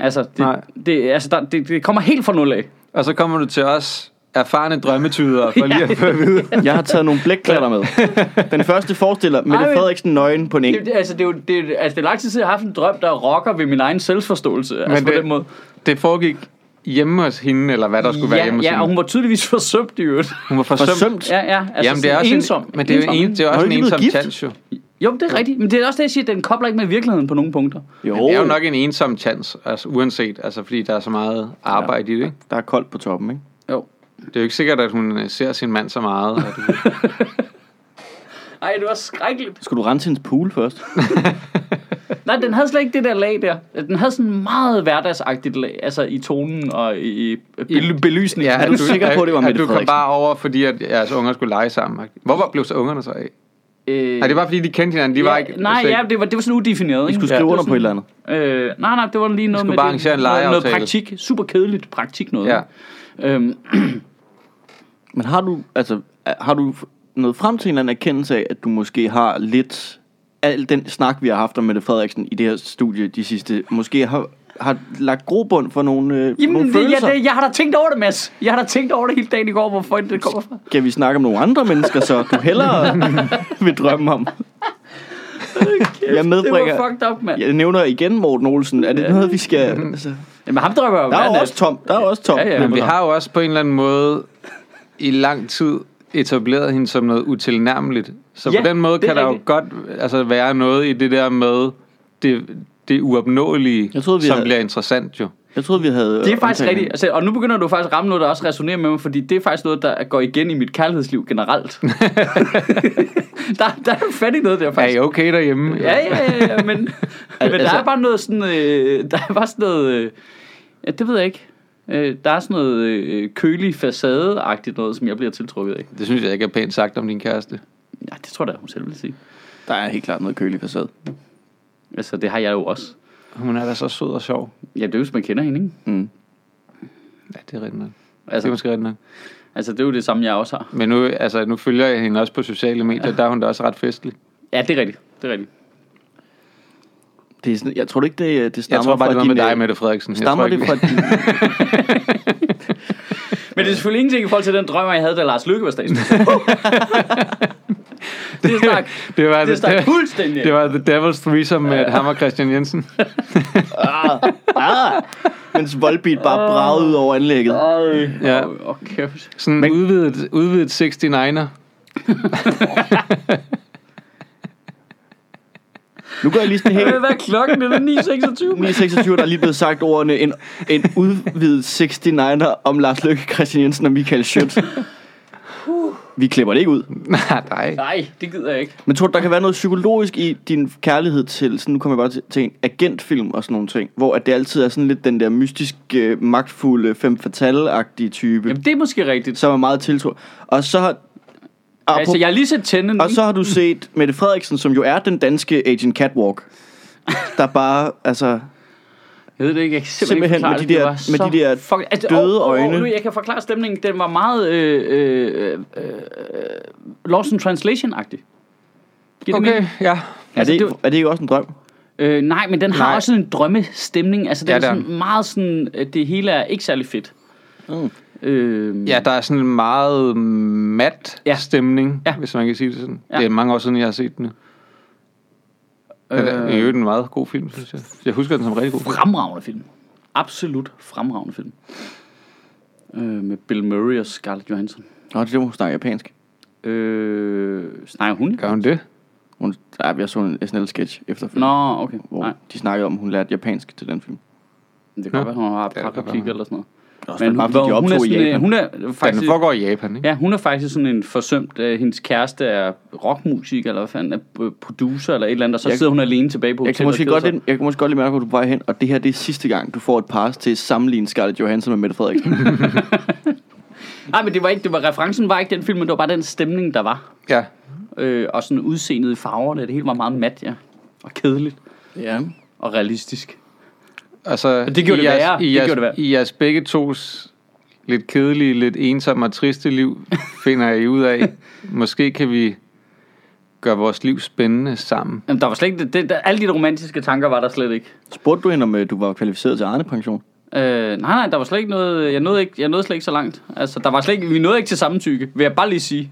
Speaker 3: Altså, det,
Speaker 2: Nej.
Speaker 3: det, altså der, det, det kommer helt fra nul af.
Speaker 2: Og så kommer du til os erfarne drømmetyder, for lige at få at vide.
Speaker 1: Jeg har taget nogle blækklatter med. Den første forestiller Mette
Speaker 3: Ej, men-
Speaker 1: Frederiksen nøgen på en
Speaker 3: Det,
Speaker 1: eng.
Speaker 3: det, altså, det, er jo- det, altså, det er lang tid siden, jeg har haft en drøm, der rokker ved min egen selvforståelse. Men altså, det, på
Speaker 2: det-
Speaker 3: den måde.
Speaker 2: Det foregik hjemme hos hende, eller hvad der skulle være
Speaker 3: Ja,
Speaker 2: hjemme hos
Speaker 3: ja, og
Speaker 2: hende.
Speaker 3: hun var tydeligvis forsømt i øvrigt.
Speaker 2: Hun var forsømt.
Speaker 1: Forsømt.
Speaker 3: Ja, ja. Altså,
Speaker 2: Jamen, det er
Speaker 3: sådan
Speaker 2: også
Speaker 3: ensom.
Speaker 2: en, men det er jo en, det er
Speaker 1: Har
Speaker 2: også
Speaker 1: du
Speaker 2: en
Speaker 1: ikke blevet
Speaker 2: ensom
Speaker 1: gift?
Speaker 2: chans, jo.
Speaker 3: Jo, det er rigtigt. Men det er også det, jeg siger, den kobler ikke med virkeligheden på nogle punkter.
Speaker 1: Jo,
Speaker 2: Det er jo nok en ensom chans, altså, uanset, altså, fordi der er så meget arbejde ja. i det. Ikke?
Speaker 1: der er koldt på toppen, ikke?
Speaker 3: Jo.
Speaker 2: Det er jo ikke sikkert, at hun øh, ser sin mand så meget. og det-
Speaker 3: Ej, det var skrækkeligt.
Speaker 1: Skulle du rense hendes pool først?
Speaker 3: Mm. Nej, den havde slet ikke det der lag der. Den havde sådan meget hverdagsagtigt lag, altså i tonen og i, i bel- belysningen.
Speaker 1: Er du sikker på, det var
Speaker 2: at-
Speaker 1: Mette
Speaker 2: at du kom
Speaker 1: Frederiksen?
Speaker 2: bare over, fordi at jeres unger skulle lege sammen? Hvor var, blev så ungerne så af?
Speaker 3: Øh,
Speaker 2: Nej, det var fordi, de kendte hinanden. De var
Speaker 3: ja,
Speaker 2: ikke... altså-
Speaker 3: Nej, ja, det var, det var sådan udefineret. Ikke?
Speaker 1: Du skulle skrive
Speaker 3: Det var
Speaker 1: under på et eller andet.
Speaker 3: Øh, nej, nej, det var lige noget
Speaker 2: skulle
Speaker 3: med
Speaker 2: bare
Speaker 3: det,
Speaker 2: arrangere en
Speaker 3: noget, noget
Speaker 2: legeaftale.
Speaker 3: praktik, super kedeligt praktik noget.
Speaker 2: Ja.
Speaker 3: Øhm,
Speaker 1: Men har du, altså, er- har du noget frem til en eller anden erkendelse af, at du måske har lidt... Al den snak, vi har haft om Mette Frederiksen i det her studie de sidste... Måske har, har lagt grobund for nogle, øh,
Speaker 3: jamen,
Speaker 1: nogle
Speaker 3: det,
Speaker 1: følelser.
Speaker 3: ja, det, jeg har da tænkt over det, Mads. Jeg har da tænkt over det hele dagen i går, hvor folk det kommer fra.
Speaker 1: Kan vi snakke om nogle andre mennesker, så du hellere vil drømme om? Jeg
Speaker 3: Det
Speaker 1: medbringer...
Speaker 3: var fucked up, mand.
Speaker 1: Jeg nævner igen Morten Olsen. Er det
Speaker 3: Ja.
Speaker 1: noget, vi skal... Altså,
Speaker 3: Jamen, ham drømmer jeg jo
Speaker 1: der er
Speaker 3: hver
Speaker 1: jo
Speaker 3: nat.
Speaker 1: også Tom. Der er også Tom.
Speaker 3: Ja, ja.
Speaker 2: Men vi har jo også på en eller anden måde i lang tid etableret hende som noget utilnærmeligt. Så
Speaker 3: Ja,
Speaker 2: på den måde
Speaker 3: det er
Speaker 2: kan der jo
Speaker 3: rigtigt.
Speaker 2: godt altså, være noget i det der med det, det uopnåelige,
Speaker 1: Jeg troede, vi
Speaker 2: som
Speaker 1: havde-
Speaker 2: bliver interessant jo.
Speaker 1: Jeg troede, vi havde...
Speaker 3: Det er faktisk
Speaker 1: omtalt
Speaker 3: rigtigt. Altså, og nu begynder du faktisk at ramme noget, der også resonerer med mig, fordi det er faktisk noget, der går igen i mit kærlighedsliv generelt. der, der er fat i noget der,
Speaker 2: Er
Speaker 3: faktisk.
Speaker 2: I okay derhjemme?
Speaker 3: Ja, ja, ja, ja men, men der
Speaker 1: altså-
Speaker 3: er bare noget sådan, øh, der er bare sådan noget, øh, ja, det ved jeg ikke. Øh, der er sådan noget øh, kølig facadeagtigt noget, som jeg bliver tiltrukket af.
Speaker 2: Det synes jeg ikke er pænt sagt om din kæreste.
Speaker 3: Ja, det tror jeg da, hun selv vil sige.
Speaker 1: Der er helt klart noget kølig facade.
Speaker 3: Altså, det har jeg jo også.
Speaker 2: Hun er da så sød og sjov.
Speaker 3: Ja, det er jo, hvis man kender hende, ikke?
Speaker 1: Mm.
Speaker 2: Ja, det er rigtigt nok. Det er
Speaker 3: Altså,
Speaker 2: måske rigtigt nok.
Speaker 3: altså, det er jo det samme, jeg også har.
Speaker 2: Men nu, altså, nu følger jeg hende også på sociale medier, der er hun da også ret festlig.
Speaker 3: Ja, det er rigtigt. Det er rigtigt.
Speaker 1: Det er sådan, jeg tror ikke, det, det
Speaker 2: Jeg
Speaker 1: stammer
Speaker 2: tror bare,
Speaker 1: fra
Speaker 2: det var
Speaker 1: din,
Speaker 2: med dig,
Speaker 1: øh,
Speaker 2: Mette Frederiksen. Jeg
Speaker 1: Stammer
Speaker 2: tror
Speaker 1: det
Speaker 2: ikke-
Speaker 1: fra din...
Speaker 3: Men
Speaker 1: Øh.
Speaker 3: det er selvfølgelig ingenting i forhold til den drøm, jeg havde, da Lars Lykke var statsminister. det er snak,
Speaker 2: det var,
Speaker 3: det er snak fuldstændig.
Speaker 2: det var The Devil's Threesome med ham og Christian Jensen.
Speaker 1: ah, mens Volbeat bare bragede ud over anlægget.
Speaker 3: Øj,
Speaker 2: Ja.
Speaker 3: Åh, åh, kæft.
Speaker 2: Sådan en udvidet, udvidet 69'er.
Speaker 1: Nu går jeg lige sådan helt...
Speaker 3: Hvad er klokken? Det er 9.26.
Speaker 1: 926, der er lige blevet sagt ordene en, en udvidet 69'er om Lars Løkke, Christian Jensen og Michael Schødt. Vi klipper det ikke ud.
Speaker 2: Nej, nej.
Speaker 3: Nej, det gider jeg ikke.
Speaker 1: Men tror du, der kan være noget psykologisk i din kærlighed til, sådan, nu kommer jeg bare til, til en agentfilm og sådan nogle ting, hvor at det altid er sådan lidt den der mystiske, magtfulde, fem fatale-agtige type, Jamen.
Speaker 3: Jamen, det er måske rigtigt.
Speaker 1: som er meget tiltro. Og så har... Apropos,
Speaker 3: Altså, jeg har lige set tænden.
Speaker 1: Og så har du set Mette Frederiksen, som jo er den danske Agent Catwalk. Der bare, altså...
Speaker 3: Jeg ved det ikke, jeg kan
Speaker 1: Simpelthen
Speaker 3: ikke forklare
Speaker 1: med de
Speaker 3: det. Det
Speaker 1: der-
Speaker 3: var
Speaker 1: med
Speaker 3: så
Speaker 1: de der
Speaker 3: fucking- altså,
Speaker 1: døde
Speaker 3: åh, åh,
Speaker 1: øjne.
Speaker 3: nu, jeg kan forklare stemningen. Den var meget øh, øh, øh, øh, Lost in Translation-agtig. Giver det
Speaker 2: Okay,
Speaker 3: mening?
Speaker 2: ja.
Speaker 1: Er,
Speaker 3: Altså,
Speaker 1: det,
Speaker 3: det-
Speaker 1: er det ikke også en drøm?
Speaker 3: Øh, nej, men den har
Speaker 2: Nej.
Speaker 3: også en drømmestemning. Altså, den
Speaker 2: Ja,
Speaker 3: er
Speaker 2: det er
Speaker 3: sådan meget sådan, at det hele er ikke særlig fedt.
Speaker 1: Mm.
Speaker 3: Øh,
Speaker 2: Ja, der er sådan en meget mat
Speaker 3: Ja.
Speaker 2: stemning,
Speaker 3: Ja.
Speaker 2: hvis man kan sige det sådan.
Speaker 3: Ja.
Speaker 2: Det er mange år siden, jeg har set den. nu. Den er øh... i øvrigt en meget god film, synes jeg. Jeg husker den som rigtig god film.
Speaker 3: Fremragende film. Absolut fremragende film. Øh, med Bill Murray og Scarlett Johansson.
Speaker 1: Nå, det er det, hun snakker japansk.
Speaker 3: Øh, snakker hun?
Speaker 2: Gør hun det?
Speaker 1: Hun, nej, jeg så en SNL-sketch efterfølgende,
Speaker 3: Nå, okay.
Speaker 1: hvor
Speaker 3: Nej,
Speaker 1: de snakkede om, at hun lærte japansk til den film.
Speaker 3: det kan
Speaker 2: Nå.
Speaker 3: godt være, hun har
Speaker 2: kan godt
Speaker 3: praktik
Speaker 2: være.
Speaker 3: eller sådan noget.
Speaker 1: Også
Speaker 3: Men hun,
Speaker 1: Altså, bare, fordi de
Speaker 3: hvor, hun, er
Speaker 1: optog i
Speaker 3: sådan, øh,
Speaker 1: Japan.
Speaker 3: hun er
Speaker 2: Faktisk... Den
Speaker 3: faktisk...
Speaker 2: foregår i Japan, ikke?
Speaker 3: Ja, hun er faktisk sådan en forsømt, øh, hendes kæreste er rockmusik, eller hvad fanden, er øh, producer eller et eller andet, og så
Speaker 1: Jeg-
Speaker 3: sidder hun alene tilbage på
Speaker 1: Jeg kan,
Speaker 3: hotellet.
Speaker 1: måske
Speaker 3: og keder
Speaker 1: godt, lidt- jeg kan måske godt lige mærke, hvor du er på vej hen, og det her det er sidste gang, du får et pass til at sammenligne Scarlett Johansson med Mette Frederiksen.
Speaker 3: sig. Nej, men det var ikke, det var, referencen var ikke den film, men det var bare den stemning, der var.
Speaker 2: ja.
Speaker 3: Øh, og sådan udseendet i farverne, det hele var meget mat, ja. Og kedeligt.
Speaker 1: ja.
Speaker 3: Og realistisk.
Speaker 2: Og så
Speaker 3: det gjorde
Speaker 2: Altså, i jeres,
Speaker 3: det værre.
Speaker 2: I
Speaker 3: Det
Speaker 2: jeres,
Speaker 3: gjorde det værre.
Speaker 2: I jeres begge tos lidt kedelige, lidt ensomme og triste liv, finder I ud af. Måske kan vi gøre vores liv spændende sammen.
Speaker 3: Jamen, der var slet ikke, det, det, der, alle de romantiske tanker var der slet ikke.
Speaker 1: Spurgte du hende, om øh, du var kvalificeret til Arne-pension?
Speaker 3: Øh, nej, nej, der var slet ikke noget, jeg nåede, ikke, jeg nåede slet ikke så langt. Altså, der var slet ikke, vi nåede ikke til samtykke, vil jeg bare lige sige.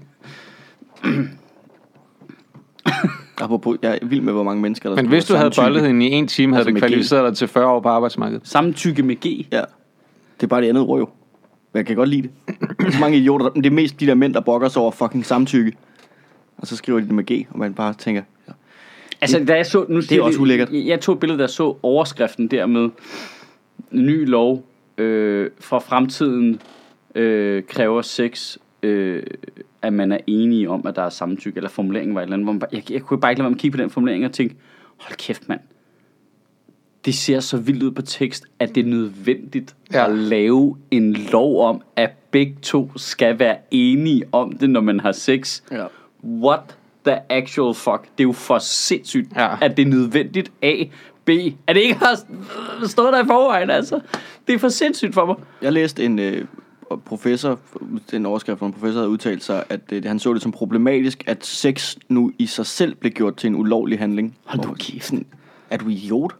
Speaker 1: Apropos, jeg er vild med, hvor mange mennesker, der
Speaker 2: Men
Speaker 1: skriver
Speaker 2: hvis du havde
Speaker 1: samtykke.
Speaker 2: boldet hende i en time, havde
Speaker 1: Altså
Speaker 2: altså
Speaker 1: med G.
Speaker 2: det kvalificeret dig til 40 år på arbejdsmarkedet.
Speaker 3: Samtykke med G.
Speaker 1: Ja. Det er bare det andet røv. Men jeg kan godt lide det. Der er Så mange idioter, der- men det er mest de der mænd, der brokker sig over fucking samtykke. Og så skriver de det med G, og man bare tænker, ja.
Speaker 3: Altså, da jeg så... Nu det
Speaker 1: også ulækkert.
Speaker 3: Jeg, jeg tog et billede, der så overskriften der med ny lov øh, fra fremtiden øh, kræver sex, øh, at man er enige om, at der er samtykke, eller formuleringen var et eller andet. Hvor man bare, jeg, jeg kunne bare ikke lade være med at kigge på den formulering og tænke, hold kæft, mand. Det ser så vildt ud på tekst, at det er nødvendigt ja.
Speaker 2: Ja.
Speaker 3: at lave en lov om, at begge to skal være enige om det, når man har sex.
Speaker 1: Ja.
Speaker 3: What the actual fuck. Det er jo for sindssygt,
Speaker 2: Ja.
Speaker 3: ja. at det er nødvendigt. A, B, at det ikke har stået der i forvejen, altså. Det er for sindssygt for mig.
Speaker 1: Jeg læste en øh, professor, en overskrift, hvor en professor havde udtalt sig, at øh, han så det som problematisk, at sex nu i sig selv blev gjort til en ulovlig handling. Hold
Speaker 3: nu kæft.
Speaker 1: Er du idiot?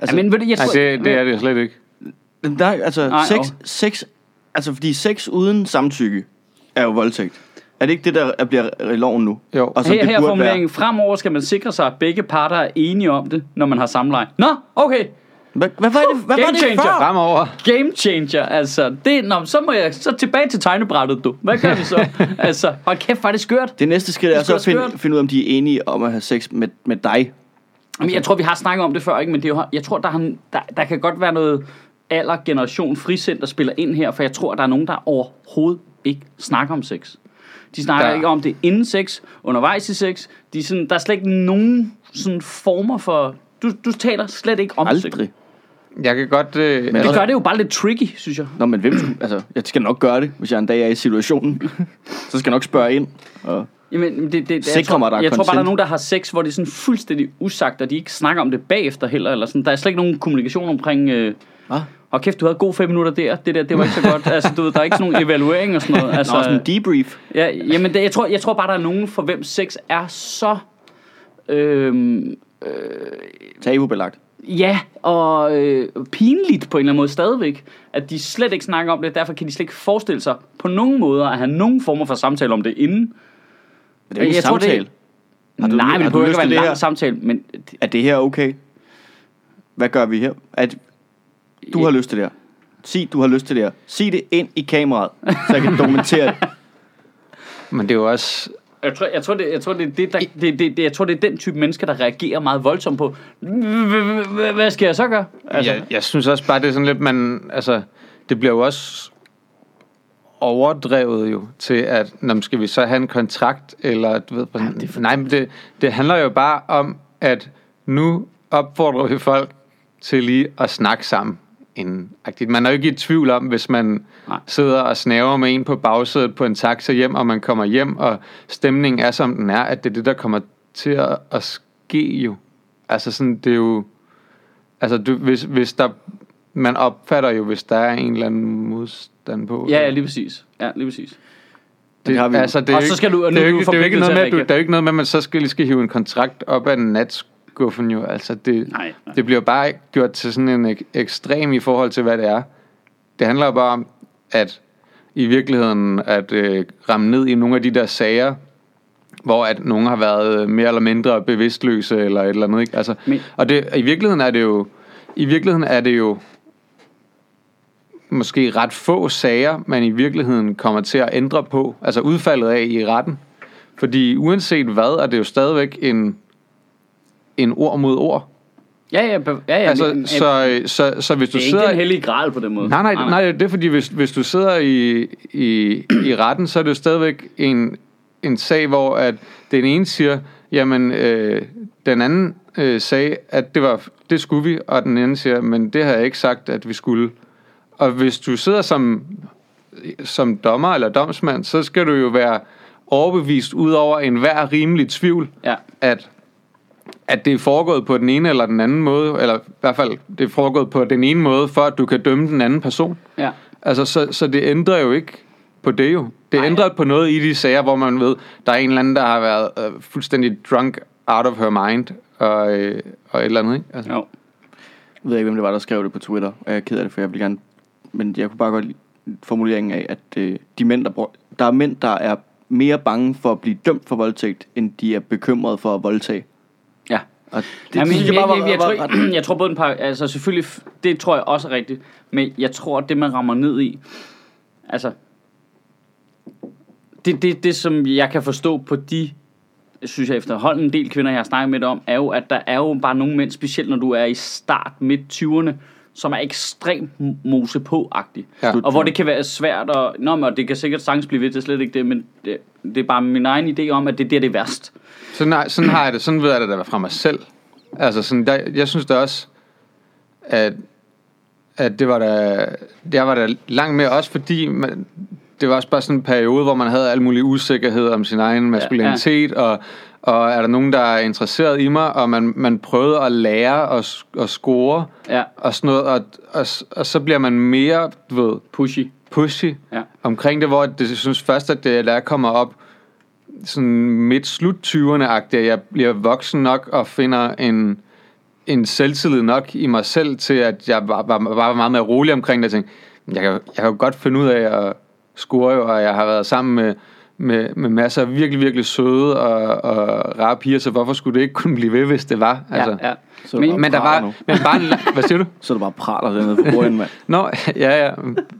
Speaker 3: Altså, men, ved du, jeg tror,
Speaker 2: Nej, det, det er det slet ikke.
Speaker 1: Nej, altså
Speaker 3: Nej,
Speaker 1: Ej, sex,
Speaker 3: jo.
Speaker 1: sex, altså fordi sex uden samtykke er jo voldtægt. Er det ikke det, der er- bliver i loven nu?
Speaker 2: Jo.
Speaker 1: Og som
Speaker 3: Her,
Speaker 1: det
Speaker 3: her er
Speaker 1: burde
Speaker 3: formuleringen. Fremover skal man sikre sig, at begge parter er enige om det, når man har samleje. Nå, okay.
Speaker 1: Være. Hvad, hvad var det, hvad var
Speaker 3: Game
Speaker 1: det
Speaker 3: changer.
Speaker 1: før?
Speaker 2: Fremover.
Speaker 3: Game changer, altså. Det, nå, så må jeg så tilbage til tegnebrættet, du. Hvad gør vi så? altså, hold kæft, var det skørt.
Speaker 1: Det næste skridt er
Speaker 3: Det
Speaker 1: så
Speaker 3: skulle
Speaker 1: at
Speaker 3: være
Speaker 1: finde,
Speaker 3: skørt.
Speaker 1: finde ud af, om de er enige om at have sex med, med dig.
Speaker 3: Jamen,
Speaker 1: Altså-
Speaker 3: jeg tror, vi har snakket om det før, ikke? men det er jo, jeg tror, der, er, en- der, der kan godt være noget alder, generation, frisind, der spiller ind her, for jeg tror, der er nogen, der overhovedet ikke snakker om sex. De snakker
Speaker 2: Ja.
Speaker 3: ja. ikke om det inden sex, undervejs i sex. De er sådan, der er slet ikke nogen sådan former for... Du, du taler slet ikke om sex.
Speaker 1: Aldrig.
Speaker 2: Jeg kan godt... Øh,
Speaker 1: Men-
Speaker 3: Det gør det jo bare lidt tricky, synes jeg.
Speaker 1: Nå, men hvem skulle, altså, jeg skal nok gøre det, hvis jeg en dag er i situationen. så skal jeg nok spørge ind. Og
Speaker 3: Jamen, det, det, det,
Speaker 1: Sikre
Speaker 3: jeg tror,
Speaker 1: mig, der er
Speaker 3: jeg tror bare, der er
Speaker 1: consent.
Speaker 3: nogen, der har sex, hvor det er sådan fuldstændig usagt, og de ikke snakker om det bagefter heller. Eller sådan. Der er slet ikke nogen kommunikation omkring... Øh,
Speaker 1: Hva?
Speaker 3: og kæft, du havde gode fem minutter der. Det der, det var ikke så godt. Altså, du ved, der er ikke sådan nogen evaluering og sådan noget.
Speaker 1: så også
Speaker 3: Altså,
Speaker 1: en debrief.
Speaker 3: ja, jamen, det, jeg, tror, jeg tror bare, der er nogen, for hvem sex er så... Øhm,
Speaker 1: Tabubelagt.
Speaker 3: ja, og øh, pinligt på en eller anden måde stadigvæk, at de slet ikke snakker om det, derfor kan de slet ikke forestille sig på nogen måder at have nogen former for samtale om det inden.
Speaker 1: Men det er jo ikke en
Speaker 3: Jeg tror, det-
Speaker 1: samtale. Har du-
Speaker 3: Nej, men
Speaker 1: har
Speaker 3: det
Speaker 1: du
Speaker 3: behøver
Speaker 1: lyst
Speaker 3: ikke at
Speaker 1: til
Speaker 3: være
Speaker 1: det
Speaker 3: en
Speaker 1: her?
Speaker 3: lang samtale, men
Speaker 1: Er det her okay? Hvad gør vi her? At du har lyst til det her. Sig, du har lyst til det her. Sig det ind i kameraet, så jeg kan dokumentere det.
Speaker 2: men det er jo også...
Speaker 3: Jeg tror, jeg tror, det, jeg tror, det, er det, der, det, det, det, jeg tror, det er den type mennesker, der reagerer meget voldsomt på, "Hva- hvad skal jeg så gøre?
Speaker 2: Altså. Jeg, jeg synes også bare, det er sådan lidt, man... Altså, det bliver jo også overdrevet jo til, at når skal vi så have en kontrakt, eller du ved, Jamen, det nej, men det, det handler jo bare om, at nu opfordrer vi folk til lige at snakke sammen inden. agtigt. Man er jo ikke i tvivl om, hvis man nej.
Speaker 3: Nej.
Speaker 2: sidder og snaver med en på bagsædet på en taxa hjem, og man kommer hjem, og stemningen er, som den er, at det er det, der kommer til at, at ske jo. Altså sådan, det er jo... Altså, du, hvis, hvis der... Man opfatter jo, hvis der er en eller anden modstand på.
Speaker 3: Ja, ja, lige præcis. Ja, lige præcis.
Speaker 1: Det har vi jo.
Speaker 2: altså, det er
Speaker 3: Og
Speaker 2: jo
Speaker 3: så
Speaker 2: ikke-
Speaker 3: skal du- og
Speaker 2: det
Speaker 3: nu
Speaker 2: er jo
Speaker 3: er du
Speaker 2: ikke- det er jo ikke
Speaker 3: forpligtet
Speaker 2: noget
Speaker 3: til at
Speaker 2: med, at du-
Speaker 3: reagere.
Speaker 2: der er jo ikke noget med, at man så skal, lige skal hive en kontrakt op af natskuffen jo. Altså, det,
Speaker 3: Nej, nej.
Speaker 2: det bliver bare ikke gjort til sådan en ek- ekstrem i forhold til, hvad det er. Det handler jo bare om, at i virkeligheden at øh, ramme ned i nogle af de der sager, hvor at nogen har været øh, mere eller mindre bevidstløse eller et eller andet. Ikke? Altså,
Speaker 3: Men-
Speaker 2: og det, i virkeligheden er det jo, i virkeligheden er det jo måske ret få sager, man i virkeligheden kommer til at ændre på, altså udfaldet af i retten. Fordi uanset hvad, er det jo stadigvæk en, en ord mod ord.
Speaker 3: Ja, ja, be- ja, ja
Speaker 2: Altså,
Speaker 3: men, øh,
Speaker 2: så, så, så hvis du
Speaker 3: det er ikke
Speaker 2: sidder...
Speaker 3: den hellige gral på den måde.
Speaker 2: Nej, nej, nej, det er fordi, hvis, hvis du sidder i, i, i retten, så er det jo stadigvæk en, en sag, hvor at den ene siger, jamen, øh, den anden øh, sagde, at det, var, det skulle vi, og den anden siger, men det har jeg ikke sagt, at vi skulle. Og hvis du sidder som, som dommer eller domsmand, så skal du jo være overbevist ud over enhver rimelig tvivl,
Speaker 3: Ja.
Speaker 2: at at det er foregået på den ene eller den anden måde, eller i hvert fald, det er foregået på den ene måde, for at du kan dømme den anden person.
Speaker 3: Ja.
Speaker 2: Altså, så, så det ændrer jo ikke på det jo. Det
Speaker 3: Nej.
Speaker 2: ændrer på noget i de sager, hvor man ved, der er en eller anden, der har været øh, fuldstændig drunk out of her mind, og, øh, og et eller andet, ikke? Altså,
Speaker 3: Jo.
Speaker 1: Jeg ved ikke, hvem det var, der skrev det på Twitter, og jeg er ked af det, for jeg vil gerne... Men jeg kunne bare godt lide formuleringen af, at øh, de mænd, der, brug... der er mænd, der er mere bange for at blive dømt for voldtægt, end de er bekymrede for at voldtage.
Speaker 3: Ja.
Speaker 1: Og
Speaker 3: Det, Jamen,
Speaker 1: synes
Speaker 3: jeg, jeg,
Speaker 1: var-
Speaker 3: jeg, jeg,
Speaker 1: var
Speaker 3: tror,
Speaker 1: ret-
Speaker 3: ikke- jeg tror både en par, altså selvfølgelig, f- det tror jeg også er rigtigt, men jeg tror, at det man rammer ned i, altså, det, det, det som jeg kan forstå på de, synes jeg efterhånden en del kvinder, jeg har snakket med om, er jo, at der er jo bare nogle mænd, specielt når du er i start midt 20'erne, som er ekstremt mose på -agtig.
Speaker 2: Ja.
Speaker 3: Og hvor det kan være svært, og, nå, men, og det kan sikkert sagtens blive ved, det er slet ikke det, men det, det er bare min egen idé om, at det er der, det er værst.
Speaker 2: sådan, har- sådan har jeg det, sådan ved jeg det da fra mig selv. Altså, sådan, der, jeg synes da også, at, at det var da, jeg var da langt mere, også fordi man, det var også bare sådan en periode, hvor man havde alle mulige usikkerhed om sin egen maskulinitet, ja, ja. og og er der nogen, der er interesseret i mig, og man, man prøvede at lære og, s- og score,
Speaker 3: Ja.
Speaker 2: og sådan noget, og, og, s- og så bliver man mere, du ved,
Speaker 3: Pushy.
Speaker 2: pushy
Speaker 3: Ja.
Speaker 2: omkring det, hvor det, jeg synes først, at det, der kommer op sådan midt slut 20'erne-agtigt, at jeg bliver voksen nok og finder en, en selvtillid nok i mig selv til, at jeg var, var, var meget mere rolig omkring det. Jeg tænkte, jeg kan, jeg kan jo godt finde ud af at score, jo, og jeg har været sammen med, med, med masser af virkelig, virkelig søde og, og rare piger, så hvorfor skulle det ikke kunne blive ved, hvis det var?
Speaker 3: Altså. Ja, ja.
Speaker 1: Så
Speaker 3: Men-
Speaker 1: bare
Speaker 2: Men der
Speaker 1: praler
Speaker 2: var,
Speaker 1: nu.
Speaker 2: men bare en, hvad siger du?
Speaker 1: Så er det bare praler dernede på bordet, mand.
Speaker 2: Nå, ja, ja,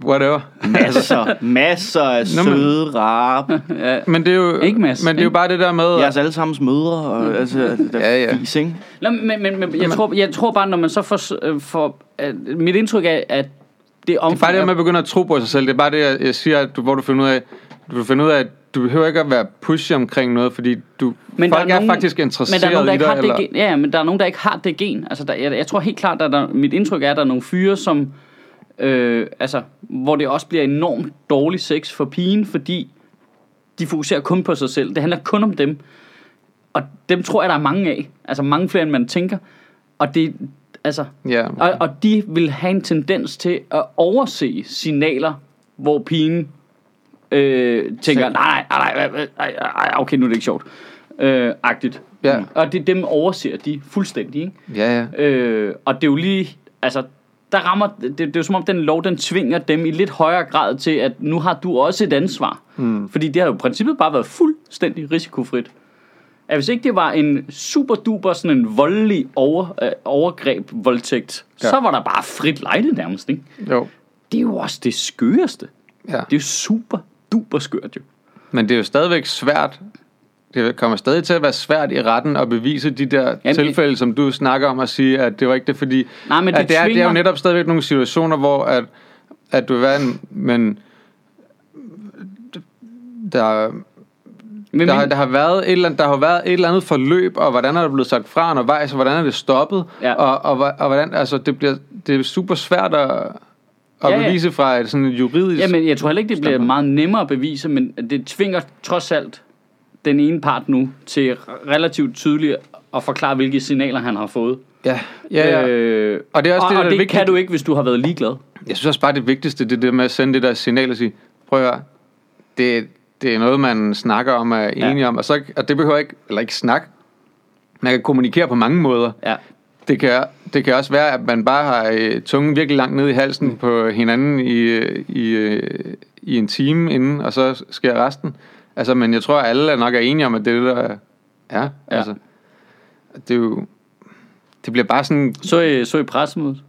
Speaker 2: whatever.
Speaker 1: Masser, masser af
Speaker 2: Nå, men-
Speaker 1: søde, rare
Speaker 2: Men det er jo,
Speaker 3: Ikke, Mads?
Speaker 2: men det er jo
Speaker 3: Ikke?
Speaker 2: bare det der med...
Speaker 1: jeres allesammens mødre, og, altså, der
Speaker 2: Ja,
Speaker 1: ja,
Speaker 2: ja.
Speaker 1: ja. Fis, ikke?
Speaker 3: Nå, men, men, men jeg, tror, jeg tror bare, når man så får... øh, får øh, mit indtryk er, at det
Speaker 2: Det er bare
Speaker 3: omfang...
Speaker 2: det, at man begynder at tro på sig selv. Det er bare det, jeg, jeg siger, at du, hvor du finder ud af, du finder ud af, at du behøver ikke at være pushy omkring noget, fordi du, men folk er, er faktisk interesseret
Speaker 3: men der er nogen,
Speaker 2: i
Speaker 3: der ikke
Speaker 2: dig.
Speaker 3: har
Speaker 2: Eller,
Speaker 3: det gen, ja, men der er nogen, der ikke har det gen. Altså, der, jeg, jeg tror helt klart, at der, mit indtryk er, at der er nogle fyre, som... Øh, altså, hvor det også bliver enormt dårlig sex for pigen, fordi de fokuserer kun på sig selv. Det handler kun om dem. Og dem tror jeg, der er mange af. Altså mange flere, end man tænker. Og det, altså,
Speaker 2: ja.
Speaker 3: og, og de vil have en tendens til at overse signaler, hvor pigen øh, tænker,
Speaker 2: Selv-
Speaker 3: nej, nej, nej, nej, nej, nej, okay, nu er det ikke sjovt. Øh, agtigt.
Speaker 2: Ja.
Speaker 3: Og det, dem overser de fuldstændig. Ikke?
Speaker 2: ja, ja.
Speaker 3: Øh, og det er jo lige, altså, der rammer, det, det er jo som om den lov, den tvinger dem i lidt højere grad til, at nu har du også et ansvar. Mm. Fordi det har jo i princippet bare været fuldstændig risikofrit. At hvis ikke det var en super duper sådan en voldelig over, øh, overgreb, voldtægt,
Speaker 2: Ja.
Speaker 3: ja. så var der bare frit lejde nærmest, ikke?
Speaker 2: Jo.
Speaker 3: Det er jo også det skøreste.
Speaker 2: Ja.
Speaker 3: Det er jo super duper skørt, jo.
Speaker 2: Men det er jo stadigvæk svært. Det kommer stadig til at være svært i retten at bevise de der Jamen,
Speaker 3: det-
Speaker 2: tilfælde, som du snakker om at sige, at det var ikke det, fordi...
Speaker 3: Nej, men
Speaker 2: at
Speaker 3: det
Speaker 2: det, er, det er jo
Speaker 3: tvinger-
Speaker 2: netop stadigvæk nogle situationer, hvor at, at du vil være en... Men der,
Speaker 3: Men
Speaker 2: Der,
Speaker 3: min-
Speaker 2: der, har været et eller andet, der har været et eller andet forløb, og hvordan er der blevet sagt fra undervejs, og hvordan er det stoppet,
Speaker 3: Ja.
Speaker 2: og, og, hva- og hvordan, altså, det, bliver, det er super svært at, at ja,
Speaker 3: Ja,
Speaker 2: ja.
Speaker 3: ja.
Speaker 2: bevise fra et sådan et juridisk...
Speaker 3: Jamen, jeg tror heller ikke, det bliver meget nemmere at bevise, men det tvinger trods alt den ene part nu til relativt tydeligt at forklare, hvilke signaler han har fået.
Speaker 2: ja, ja, ja.
Speaker 3: Øh,
Speaker 2: Og det er også
Speaker 3: og,
Speaker 2: det, der
Speaker 3: og
Speaker 2: er
Speaker 3: det
Speaker 2: vigtigt.
Speaker 3: kan du ikke, hvis du har været ligeglad.
Speaker 2: Jeg synes også bare, det vigtigste, det er det med at sende det der signal og sige, prøv at høre, det, det er noget, man snakker om og er
Speaker 3: Ja.
Speaker 2: enige om, og, så, og det behøver ikke, eller ikke snak. Man kan kommunikere på mange måder.
Speaker 3: Ja.
Speaker 2: Det kan, det kan også være, at man bare har øh, tungen virkelig langt ned i halsen mm. på hinanden i, øh, i, øh, i en time inden, og så sker resten. Altså, men jeg tror, at alle er nok er enige om, at det er det, der er. Ja. Altså, det er jo... Det bliver bare sådan...
Speaker 3: Så i, så i pressemødet.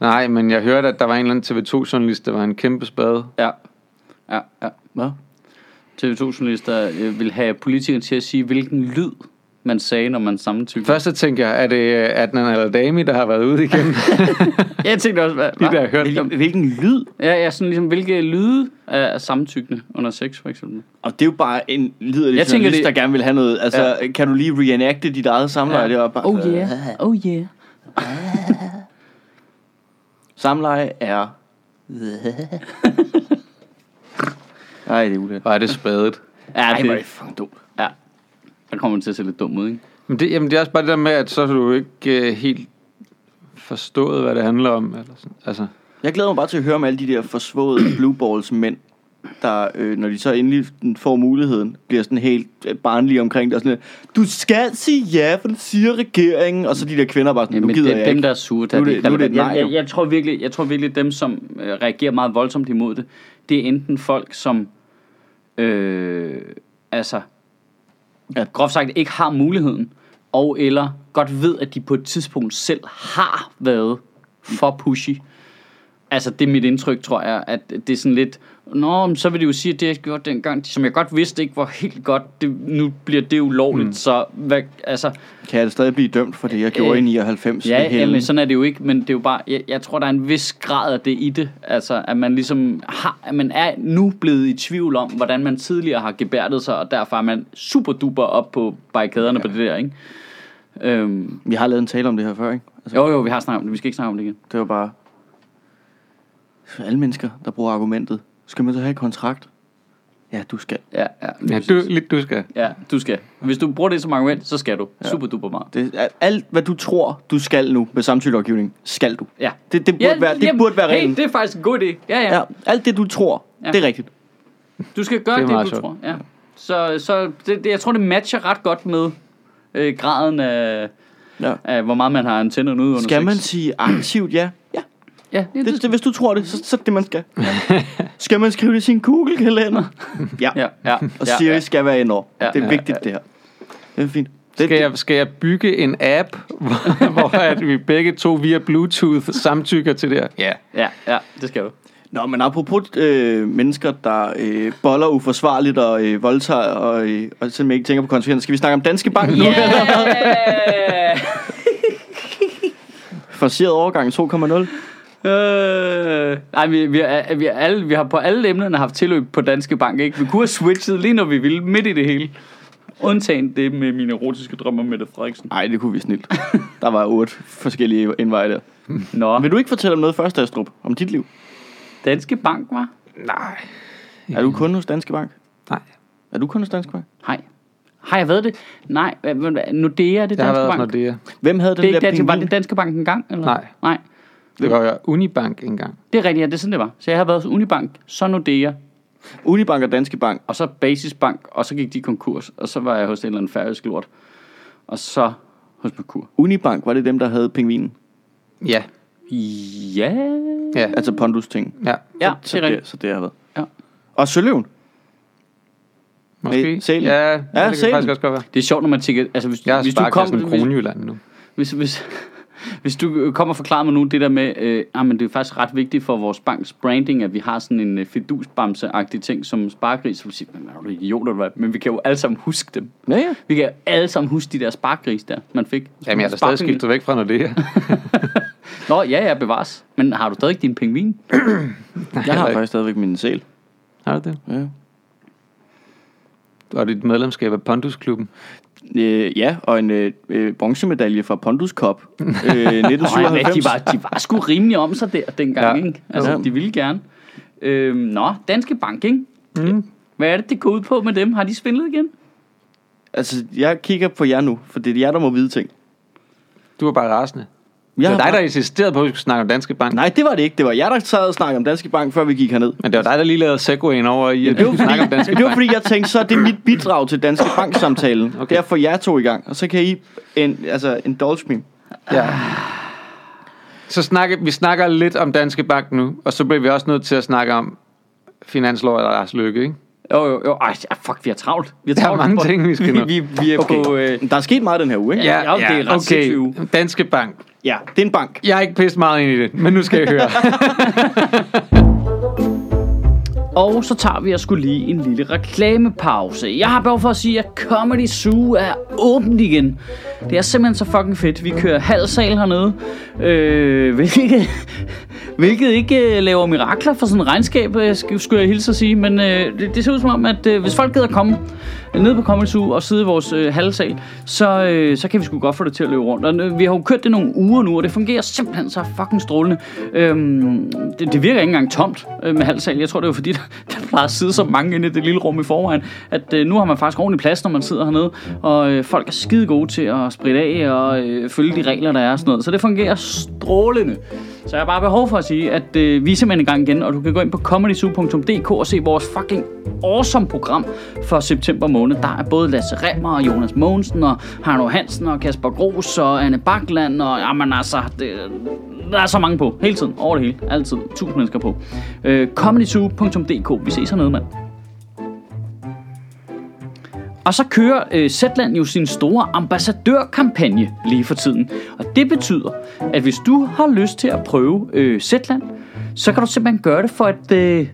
Speaker 2: Nej, men jeg hørte, at der var en eller anden TV2-journalist, der var en kæmpe spade.
Speaker 3: Ja. Ja, ja.
Speaker 1: Hvad?
Speaker 3: TV2-journalister øh, vil have politikere til at sige, hvilken lyd man sagde, når man samtykker.
Speaker 2: Først så tænker jeg, er det øh, Adnan Al-Dami, der har været ude igen?
Speaker 3: Jeg tænkte også, hvad?
Speaker 2: De
Speaker 3: hva?
Speaker 2: der har hørt dem.
Speaker 1: Hvilken, hvilken lyd?
Speaker 3: Ja, ja, sådan ligesom, hvilke lyde er samtykkende under sex, for eksempel.
Speaker 1: Og det er jo bare en liderlig
Speaker 3: Jeg tænker,
Speaker 1: journalist, det... der
Speaker 3: det-
Speaker 1: gerne vil have noget. Altså, ja. kan du lige reenacte dit eget samleje ja. deroppe?
Speaker 3: Oh yeah, oh yeah.
Speaker 1: Samleje er... Nej, det er ulækkert.
Speaker 2: Og er det spadet?
Speaker 3: Ja,
Speaker 1: Ej, hvor er
Speaker 3: det,
Speaker 1: det fucking dumt.
Speaker 3: Ja. Der kommer man til at se lidt dum ud, ikke?
Speaker 2: Men det, jamen, det er også bare det der med, at så har du ikke øh, helt forstået, hvad det handler om. Eller sådan. Altså,
Speaker 1: Jeg glæder mig bare til at høre om alle de der forsvåede blue balls mænd, der, øh, når de så endelig får muligheden, bliver sådan helt øh, barnlige omkring det. Og sådan, lidt, du skal sige ja, for det siger regeringen. Og så de der kvinder bare sådan, nu
Speaker 3: Jamen,
Speaker 1: gider
Speaker 3: det er
Speaker 1: jeg
Speaker 3: dem,
Speaker 1: ikke.
Speaker 3: der er sure.
Speaker 1: Nu er
Speaker 3: de
Speaker 1: det-
Speaker 3: ikke
Speaker 1: nu er det et
Speaker 3: relevant.
Speaker 1: nej,
Speaker 3: jeg,
Speaker 1: jo.
Speaker 3: jeg, jeg, tror virkelig, jeg tror virkelig, dem, som øh, reagerer meget voldsomt imod det, det er enten folk, som øh, altså,
Speaker 1: Ja.
Speaker 3: groft sagt ikke har muligheden, og eller godt ved, at de på et tidspunkt selv har været for pushy. Altså, det er mit indtryk, tror jeg, at det er sådan lidt... Nå, men så vil det jo sige, at det jeg gjorde dengang, som jeg godt vidste ikke var helt godt, det, nu bliver det ulovligt, mm. så hvad, altså...
Speaker 1: Kan jeg da stadig blive dømt for det, jeg gjorde
Speaker 3: Øh,
Speaker 1: i 99?
Speaker 3: Ja,
Speaker 1: med hende?
Speaker 3: jamen, sådan er det jo ikke, men det er jo bare, jeg, jeg tror, der er en vis grad af det i det. Altså, at man ligesom har, at man er nu blevet i tvivl om, hvordan man tidligere har gebærdet sig, og derfor er man super duper op på barrikaderne ja. på det der, ikke? Øhm,
Speaker 1: Vi har lavet en tale om det her før, ikke? Altså,
Speaker 3: jo, jo, vi har snakket om det. Vi skal ikke snakke om det igen.
Speaker 1: det var bare... Alle mennesker, der bruger argumentet. Skal man så have et kontrakt? Ja, du skal.
Speaker 3: Ja, ja,
Speaker 2: Ja,
Speaker 3: præcis.
Speaker 2: du, lidt du skal.
Speaker 3: ja, du skal. Hvis du bruger det som argument, så skal du. Ja. Super duper meget.
Speaker 1: Det, er- alt, hvad du tror, du skal nu med samtykkelovgivning, skal du.
Speaker 3: Ja.
Speaker 1: Det, det burde
Speaker 3: ja,
Speaker 1: være, det burde være
Speaker 3: hey,
Speaker 1: reglen.
Speaker 3: det er faktisk en god idé. Ja, ja.
Speaker 1: Ja, alt det, du tror,
Speaker 3: Ja.
Speaker 1: ja. det er rigtigt.
Speaker 3: Du skal gøre
Speaker 2: Det er
Speaker 3: det, det
Speaker 2: meget
Speaker 3: du
Speaker 2: sjovt.
Speaker 3: tror. Ja. Så, så det, det, jeg tror, det matcher ret godt med øh, graden af,
Speaker 1: Ja.
Speaker 3: af, hvor meget man har antennerne ude under
Speaker 1: Skal man
Speaker 3: sex.
Speaker 1: sige aktivt ja? Ja,
Speaker 3: Ja, det,
Speaker 1: det, det, hvis du tror det, så, så er det det, man skal. skal man skrive det i sin Google-kalender? Ja.
Speaker 3: Ja, ja.
Speaker 1: Og
Speaker 3: ja,
Speaker 1: Siri
Speaker 3: ja.
Speaker 1: skal være ind over.
Speaker 3: Ja,
Speaker 1: det er
Speaker 3: ja,
Speaker 1: vigtigt, det her. Det er fint. Det,
Speaker 2: Skal jeg, skal jeg bygge en app, hvor, hvor at vi begge to via Bluetooth samtykker til det her? Ja.
Speaker 3: Ja, ja, det skal du.
Speaker 1: Nå, men apropos øh, mennesker, der øh, boller uforsvarligt og øh, voldtager og, øh, og simpelthen ikke tænker på konsekvenser, skal vi snakke om Danske Bank nu?
Speaker 3: Yeah!
Speaker 1: Forseret overgang 2,0.
Speaker 3: Øh, nej, vi, vi, er, vi, er alle, vi har på alle emnerne haft tilløb på Danske Bank, ikke? Vi kunne have switchet lige når vi ville, midt i det hele. Undtagen det med mine erotiske drømmer med Mette Frederiksen.
Speaker 1: Nej, det kunne vi snilt. Der var otte forskellige indveje der.
Speaker 3: Nå,
Speaker 1: Vil du ikke fortælle om noget først, Astrup? Om dit liv?
Speaker 3: Danske Bank, var?
Speaker 2: Nej.
Speaker 1: Er du kunde hos Danske Bank?
Speaker 2: Nej.
Speaker 1: Er du kunde hos Danske Bank?
Speaker 3: Nej. Har jeg været det? Nej, hvad- hvad- hvad- Nordea er det
Speaker 2: Jeg har
Speaker 3: Danske
Speaker 2: været
Speaker 3: Bank.
Speaker 2: sådan
Speaker 3: det,
Speaker 2: det.
Speaker 1: Hvem havde
Speaker 3: er
Speaker 1: den
Speaker 3: ikke
Speaker 1: der
Speaker 3: Danske, var det
Speaker 1: pingvin?
Speaker 3: Danske Bank engang? Eller?
Speaker 2: Nej.
Speaker 3: Nej,
Speaker 2: Det var jo Unibank engang.
Speaker 3: det er rigtigt, ja, det er sådan, det var. Så jeg har været hos Unibank, så Nordea,
Speaker 1: Unibank og Danske Bank.
Speaker 3: og så Basisbank, og så gik de konkurs, og så var jeg hos en eller anden færøsk lort, og så hos Merkur.
Speaker 1: Unibank, var det dem, der havde pingvinen?
Speaker 2: Ja.
Speaker 3: Ja,
Speaker 2: Ja.
Speaker 1: Altså Pondus-ting.
Speaker 2: ja.
Speaker 3: ja
Speaker 1: så,
Speaker 3: det er rigtigt.
Speaker 1: det, så det har været.
Speaker 3: Ja.
Speaker 1: Og Søløven.
Speaker 2: Måske.
Speaker 1: Med selen.
Speaker 2: Ja, ja, det kan
Speaker 1: selen.
Speaker 2: faktisk også godt være.
Speaker 3: Det er sjovt, når man tænker, altså hvis, du-
Speaker 2: Jeg har
Speaker 3: hvis du
Speaker 2: sparkassen
Speaker 3: kommer, hvis,
Speaker 2: Kronjylland nu.
Speaker 3: hvis, hvis, hvis du kommer og forklarer mig nu det der med, øh, ah, men det er faktisk ret vigtigt for vores banks branding, at vi har sådan en øh, fidusbamse-agtig ting som sparegris, så vil jeg sige, men er du idiot eller hvad? Men vi kan jo alle sammen huske dem.
Speaker 1: Ja, ja.
Speaker 3: Vi kan jo alle sammen huske de der sparegris der, man fik.
Speaker 2: Jamen, jeg har da stadig
Speaker 3: Sparepengene.
Speaker 2: skiftet væk fra Nordea.
Speaker 3: Nå, ja, ja, bevares. Men har du stadig din pingvin?
Speaker 1: Jeg har
Speaker 2: ikke.
Speaker 1: faktisk stadigvæk min sæl.
Speaker 2: Har du det?
Speaker 1: Ja.
Speaker 2: Og dit medlemskab af Pondusklubben.
Speaker 1: Øh, ja, og en øh, øh, bronzemedalje fra Pondus Cup øh,
Speaker 3: Nå, ja, men de
Speaker 1: 1997.
Speaker 3: var, de var sgu rimelig om sig der dengang,
Speaker 2: Ja.
Speaker 3: ja. ikke? Altså,
Speaker 1: Jo.
Speaker 3: de ville gerne. Øhm, nå, Danske Bank, ikke? Mm. Hvad er det, det går ud på med dem? Har de svindlet igen?
Speaker 1: Altså, jeg kigger på jer nu, for det er jer, der må vide ting.
Speaker 2: Du var bare rasende.
Speaker 1: Jeg
Speaker 2: det var
Speaker 1: har
Speaker 2: dig, der
Speaker 1: bare-
Speaker 2: insisterede på, at vi skulle snakke om Danske Bank.
Speaker 1: Nej, det var det ikke. Det var jeg, der sad og snakkede om Danske Bank, før vi gik herned.
Speaker 2: Men det var dig, der lige lavede segwayen over i, at vi
Speaker 1: Det var,
Speaker 2: skulle snakke om
Speaker 1: fordi,
Speaker 2: Danske
Speaker 1: det var
Speaker 2: Bank.
Speaker 1: fordi, jeg tænkte, så er det mit bidrag til Danske Bank-samtalen. Okay.
Speaker 2: Okay.
Speaker 1: Derfor jeg to i gang, og så kan I en, altså, indulge me.
Speaker 2: Ja. Så snakke, vi snakker lidt om Danske Bank nu, og så bliver vi også nødt til at snakke om finanslov eller Lars Løkke, ikke?
Speaker 3: Jo, jo, jo. Ej, ja, fuck, vi har travlt. Vi har
Speaker 2: Der er
Speaker 3: travlt.
Speaker 2: mange ting, vi skal nå.
Speaker 3: Vi, vi, vi er okay. på... Øh,
Speaker 1: Der er sket meget den her uge, ikke?
Speaker 3: Ja, ja, det er ret sindssygt uge.
Speaker 2: Danske Bank.
Speaker 1: ja det er en bank.
Speaker 2: Jeg er ikke pisse meget ind i det, men nu skal jeg høre.
Speaker 3: Og så tager vi og skulle lige en lille reklamepause. Jeg har behov for at sige, at Comedy Zoo er åbent igen. Det er simpelthen så fucking fedt. Vi kører halv sal hernede, øh, hvilket, hvilket ikke øh, laver mirakler for sådan en regnskab, øh, sk- skulle jeg hilse at sige. Men øh, det, det ser ud som om, at øh, hvis folk gider komme ned på Comedy Zoo og sidde i vores øh, halvsal, så, øh, så kan vi sgu godt få det til at løbe rundt. Og, øh, vi har jo kørt det nogle uger nu, og det fungerer simpelthen så fucking strålende. Øhm, det, det virker ikke engang tomt øh, med halvsal. Jeg tror, det er jo fordi, der, der plejer at sidde så mange inde i det lille rum i forvejen, at øh, nu har man faktisk ordentlig plads, når man sidder hernede, og øh, folk er skide gode til at spritte af og øh, følge de regler, der er og sådan noget. Så det fungerer strålende. Så jeg har bare behov for at sige, at øh, vi er simpelthen i gang igen, og du kan gå ind på comedyzoo.dk og se vores fucking awesome program for september måned. Der er både Lasse Remmer og Jonas Mogensen og Harno Hansen og Kasper Gros og Anne Bakland og jamen altså, det, der er så mange på. Hele tiden, over det hele. Altid. Tusind mennesker på. Øh, comedyzoo.dk. Vi ses hernede, mand. Og så kører øh, Zetland jo sin store ambassadørkampagne lige for tiden. Og det betyder, at hvis du har lyst til at prøve øh, Zetland, så kan du simpelthen gøre det for et øh,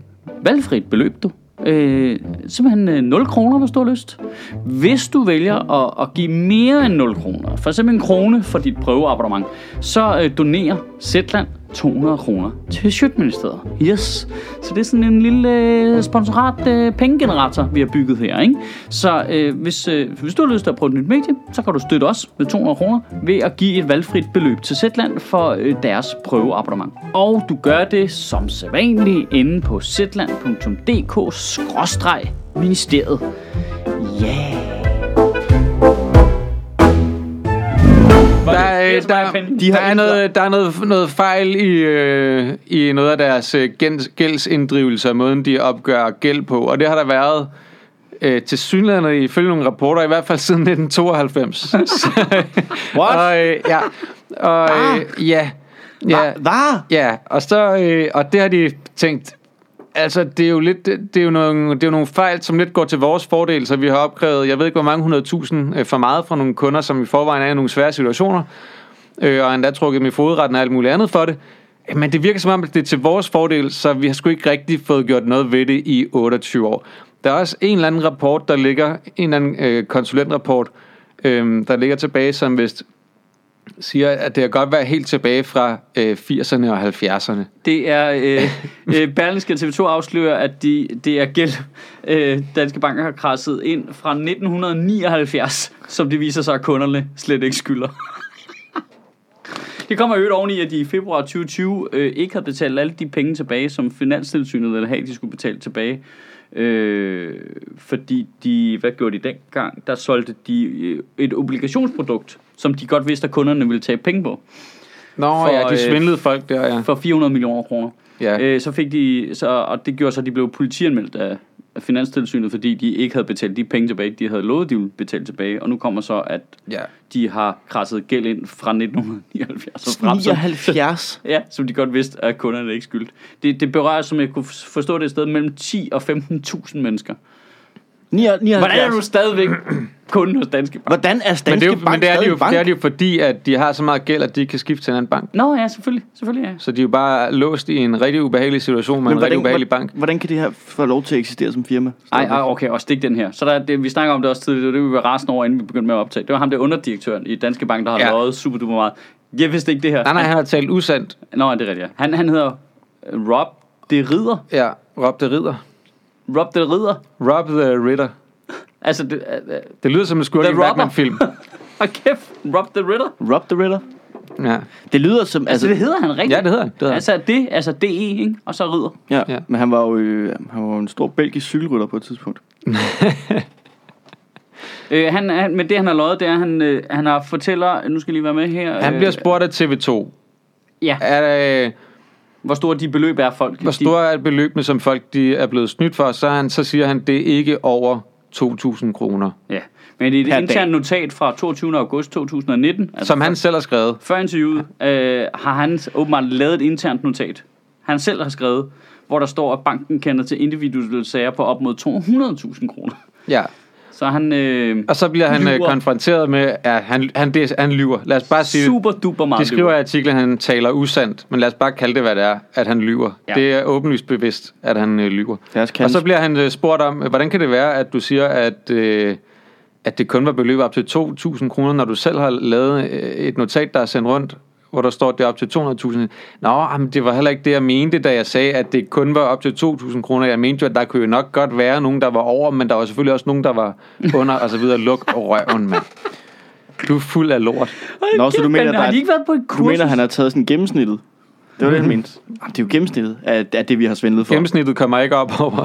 Speaker 3: valgfrit beløb, du. Øh, simpelthen øh, 0 kroner, hvis du har lyst. Hvis du vælger at, at give mere end 0 kroner, for eksempel en krone for dit prøveabonnement, så øh, donerer Zetland 200 kroner til Sjøtministeriet. Yes. Så det er sådan en lille øh, sponsorat øh, pengegenerator, vi har bygget her. Ikke? Så øh, hvis, øh, hvis du har lyst til at prøve et nyt medie, så kan du støtte os med 200 kroner ved at give et valgfrit beløb til Zetland for øh, deres prøveabonnement. Og du gør det som sædvanligt inde på zetland.dk-ministeriet. Ja. Yeah.
Speaker 2: Der, er, der,
Speaker 1: De
Speaker 2: de
Speaker 1: har
Speaker 2: der, er
Speaker 1: ikke-
Speaker 2: noget, der er noget, noget fejl i, øh, i noget af deres øh, gæld- gældsinddrivelse og måden, de opgør gæld på. Og det har der været øh, til synligheden ifølge nogle rapporter, i hvert fald siden 1992. Så,
Speaker 1: What?
Speaker 2: og, øh, ja, og, øh, ja, ja,
Speaker 1: Hvad?
Speaker 2: ja, og, så, øh, og det har de tænkt, altså det er jo lidt, det er jo nogle, det er jo nogle fejl, som lidt går til vores fordel, så vi har opkrævet, jeg ved ikke hvor mange hundredtusind øh, for meget fra nogle kunder, som i forvejen er i nogle svære situationer, øh, og endda trukket dem i fodretten og alt muligt andet for det. Men det virker som om, at det er til vores fordel, så vi har sgu ikke rigtig fået gjort noget ved det i 28 år. Der er også en eller anden rapport, der ligger, en eller anden øh, konsulentrapport, øh, der ligger tilbage, som vist siger, at det kan godt være helt tilbage fra øh, 80'erne og 70'erne.
Speaker 3: Det er øh, øh, Berlingske og TV2 afslører, at de, det er gæld, øh, danske banker har krasset ind fra 1979, som det viser sig, at kunderne slet ikke skylder. Det kommer jo oven i, at de i februar 2020 øh, ikke har betalt alle de penge tilbage, som Finanstilsynet ville have, de skulle betale tilbage. Øh, fordi de, hvad gjorde de dengang? Der solgte de øh, et obligationsprodukt, som de godt vidste, at kunderne ville tage penge på,
Speaker 2: Nå
Speaker 3: For,
Speaker 2: for, ja, de
Speaker 3: øh,
Speaker 2: svindlede folk der, ja.
Speaker 3: for 400 millioner kroner.
Speaker 2: ja.
Speaker 3: Øh, så fik de, så, og det gjorde så, at de blev politianmeldt af, af Finanstilsynet, fordi de ikke havde betalt de penge tilbage, de havde lovet, de ville betale tilbage. Og nu kommer så, at
Speaker 2: ja.
Speaker 3: de har krasset gæld ind fra 1979 og frem, som,
Speaker 1: 79.
Speaker 3: ja, som de godt vidste, at kunderne ikke skyldte. Det, det berører, som jeg kunne forstå det, et sted mellem 10 og 15.000 mennesker.
Speaker 1: 79.
Speaker 3: Hvordan er du stadigvæk kunde hos Danske Bank?
Speaker 1: Hvordan er
Speaker 2: Men, det
Speaker 1: Danske
Speaker 2: er jo,
Speaker 1: Bank
Speaker 2: men det, er de
Speaker 1: stadig
Speaker 2: jo,
Speaker 1: en bank?
Speaker 2: det er de jo fordi, at de har så meget gæld, at de ikke kan skifte til en anden bank.
Speaker 3: Nå ja, selvfølgelig. selvfølgelig ja.
Speaker 2: Så de er jo bare låst i en rigtig ubehagelig situation med en rigtig ubehagelig bank.
Speaker 1: Hvordan kan det her få lov til at eksistere som firma?
Speaker 3: Ej, ej, okay, og stik den her. Så der, det, vi snakker om det også tidligere, det var det, vi var rasende over, inden vi begyndte med at optage. Det var ham, der underdirektøren i Danske Bank, der har ja.
Speaker 2: Ja.
Speaker 3: løjet super duper meget. Jeg vidste ikke det her.
Speaker 2: Nej, nej, han har talt usandt.
Speaker 3: Nå, det er rigtigt. ja. Han, han hedder øh, Rob det Ridder.
Speaker 2: Ja, Rob the Ridder.
Speaker 3: Rob det Ridder.
Speaker 2: Rob the Ridder.
Speaker 3: Altså, det, øh, øh,
Speaker 2: Det lyder som en skurk i en
Speaker 3: The Robber.
Speaker 2: Batman-film.
Speaker 3: og kæft, Rob the Ridder.
Speaker 1: Rob the Ritter?
Speaker 2: Ja.
Speaker 1: Det lyder som...
Speaker 3: Altså,
Speaker 1: Altså,
Speaker 3: det hedder han rigtigt.
Speaker 2: ja, det hedder han. Det hedder han.
Speaker 3: Altså, det, altså DE, ikke? Og så Ridder.
Speaker 1: ja,
Speaker 2: ja.
Speaker 1: Men han var jo øh, han var jo en stor belgisk cykelrytter på et tidspunkt.
Speaker 3: Øh, han, han, men det, han har løjet, det er, han, øh, han har fortæller, nu skal jeg lige være med her.
Speaker 2: Han
Speaker 3: øh,
Speaker 2: bliver spurgt af TV2.
Speaker 3: Ja,
Speaker 2: Er, øh,
Speaker 3: hvor store de beløb er folk.
Speaker 2: hvor store er beløbene, som folk de er blevet snydt for? Så, er han, så siger han, det er ikke over 2.000 kroner.
Speaker 3: Ja, men i et
Speaker 1: Per
Speaker 3: internt
Speaker 1: dag.
Speaker 3: notat fra 22. august 2019, altså
Speaker 2: Som han selv har skrevet.
Speaker 3: før interviewet, øh, har han åbenbart lavet et internt notat. Han selv har skrevet, hvor der står, at banken kender til individuelle sager på op mod 200.000 kroner.
Speaker 2: Ja.
Speaker 3: Så han øh,
Speaker 2: Og så bliver han øh,
Speaker 3: Lyver.
Speaker 2: konfronteret med, at han, han, det, er- han lyver. Lad os bare
Speaker 1: Altså,
Speaker 2: sige,
Speaker 3: super duper meget
Speaker 2: de skriver i
Speaker 3: lyver.
Speaker 2: artiklen, at han taler usandt, men lad os bare kalde det, hvad det er, at han lyver.
Speaker 3: Ja.
Speaker 2: Ja. Det er åbenlyst bevidst, at han øh, lyver.
Speaker 1: Lad os kalde
Speaker 2: Og så
Speaker 1: det-
Speaker 2: bliver han øh, spurgt om, øh, hvordan kan det være, at du siger, at, øh, at det kun var beløb op til 2.000 kroner, når du selv har lavet øh, et notat, der er sendt rundt, hvor der står, at det er op til 200.000. Nå, jamen, det var heller ikke det, jeg mente, da jeg sagde, at det kun var op til 2.000 kroner. Jeg mente jo, at der kunne jo nok godt være nogen, der var over, men der var selvfølgelig også nogen, der var under, og så videre. Luk røven, mand. Du er fuld af lort.
Speaker 1: Nå, så du mener,
Speaker 3: men
Speaker 1: der
Speaker 3: har
Speaker 1: er-
Speaker 3: de ikke været på et
Speaker 1: Du
Speaker 3: kursus?
Speaker 1: mener, han har taget sådan gennemsnittet? Det var det, han mente. Jamen, det er jo gennemsnittet af, af det, vi har svindlet for.
Speaker 2: Gennemsnittet kommer ikke op over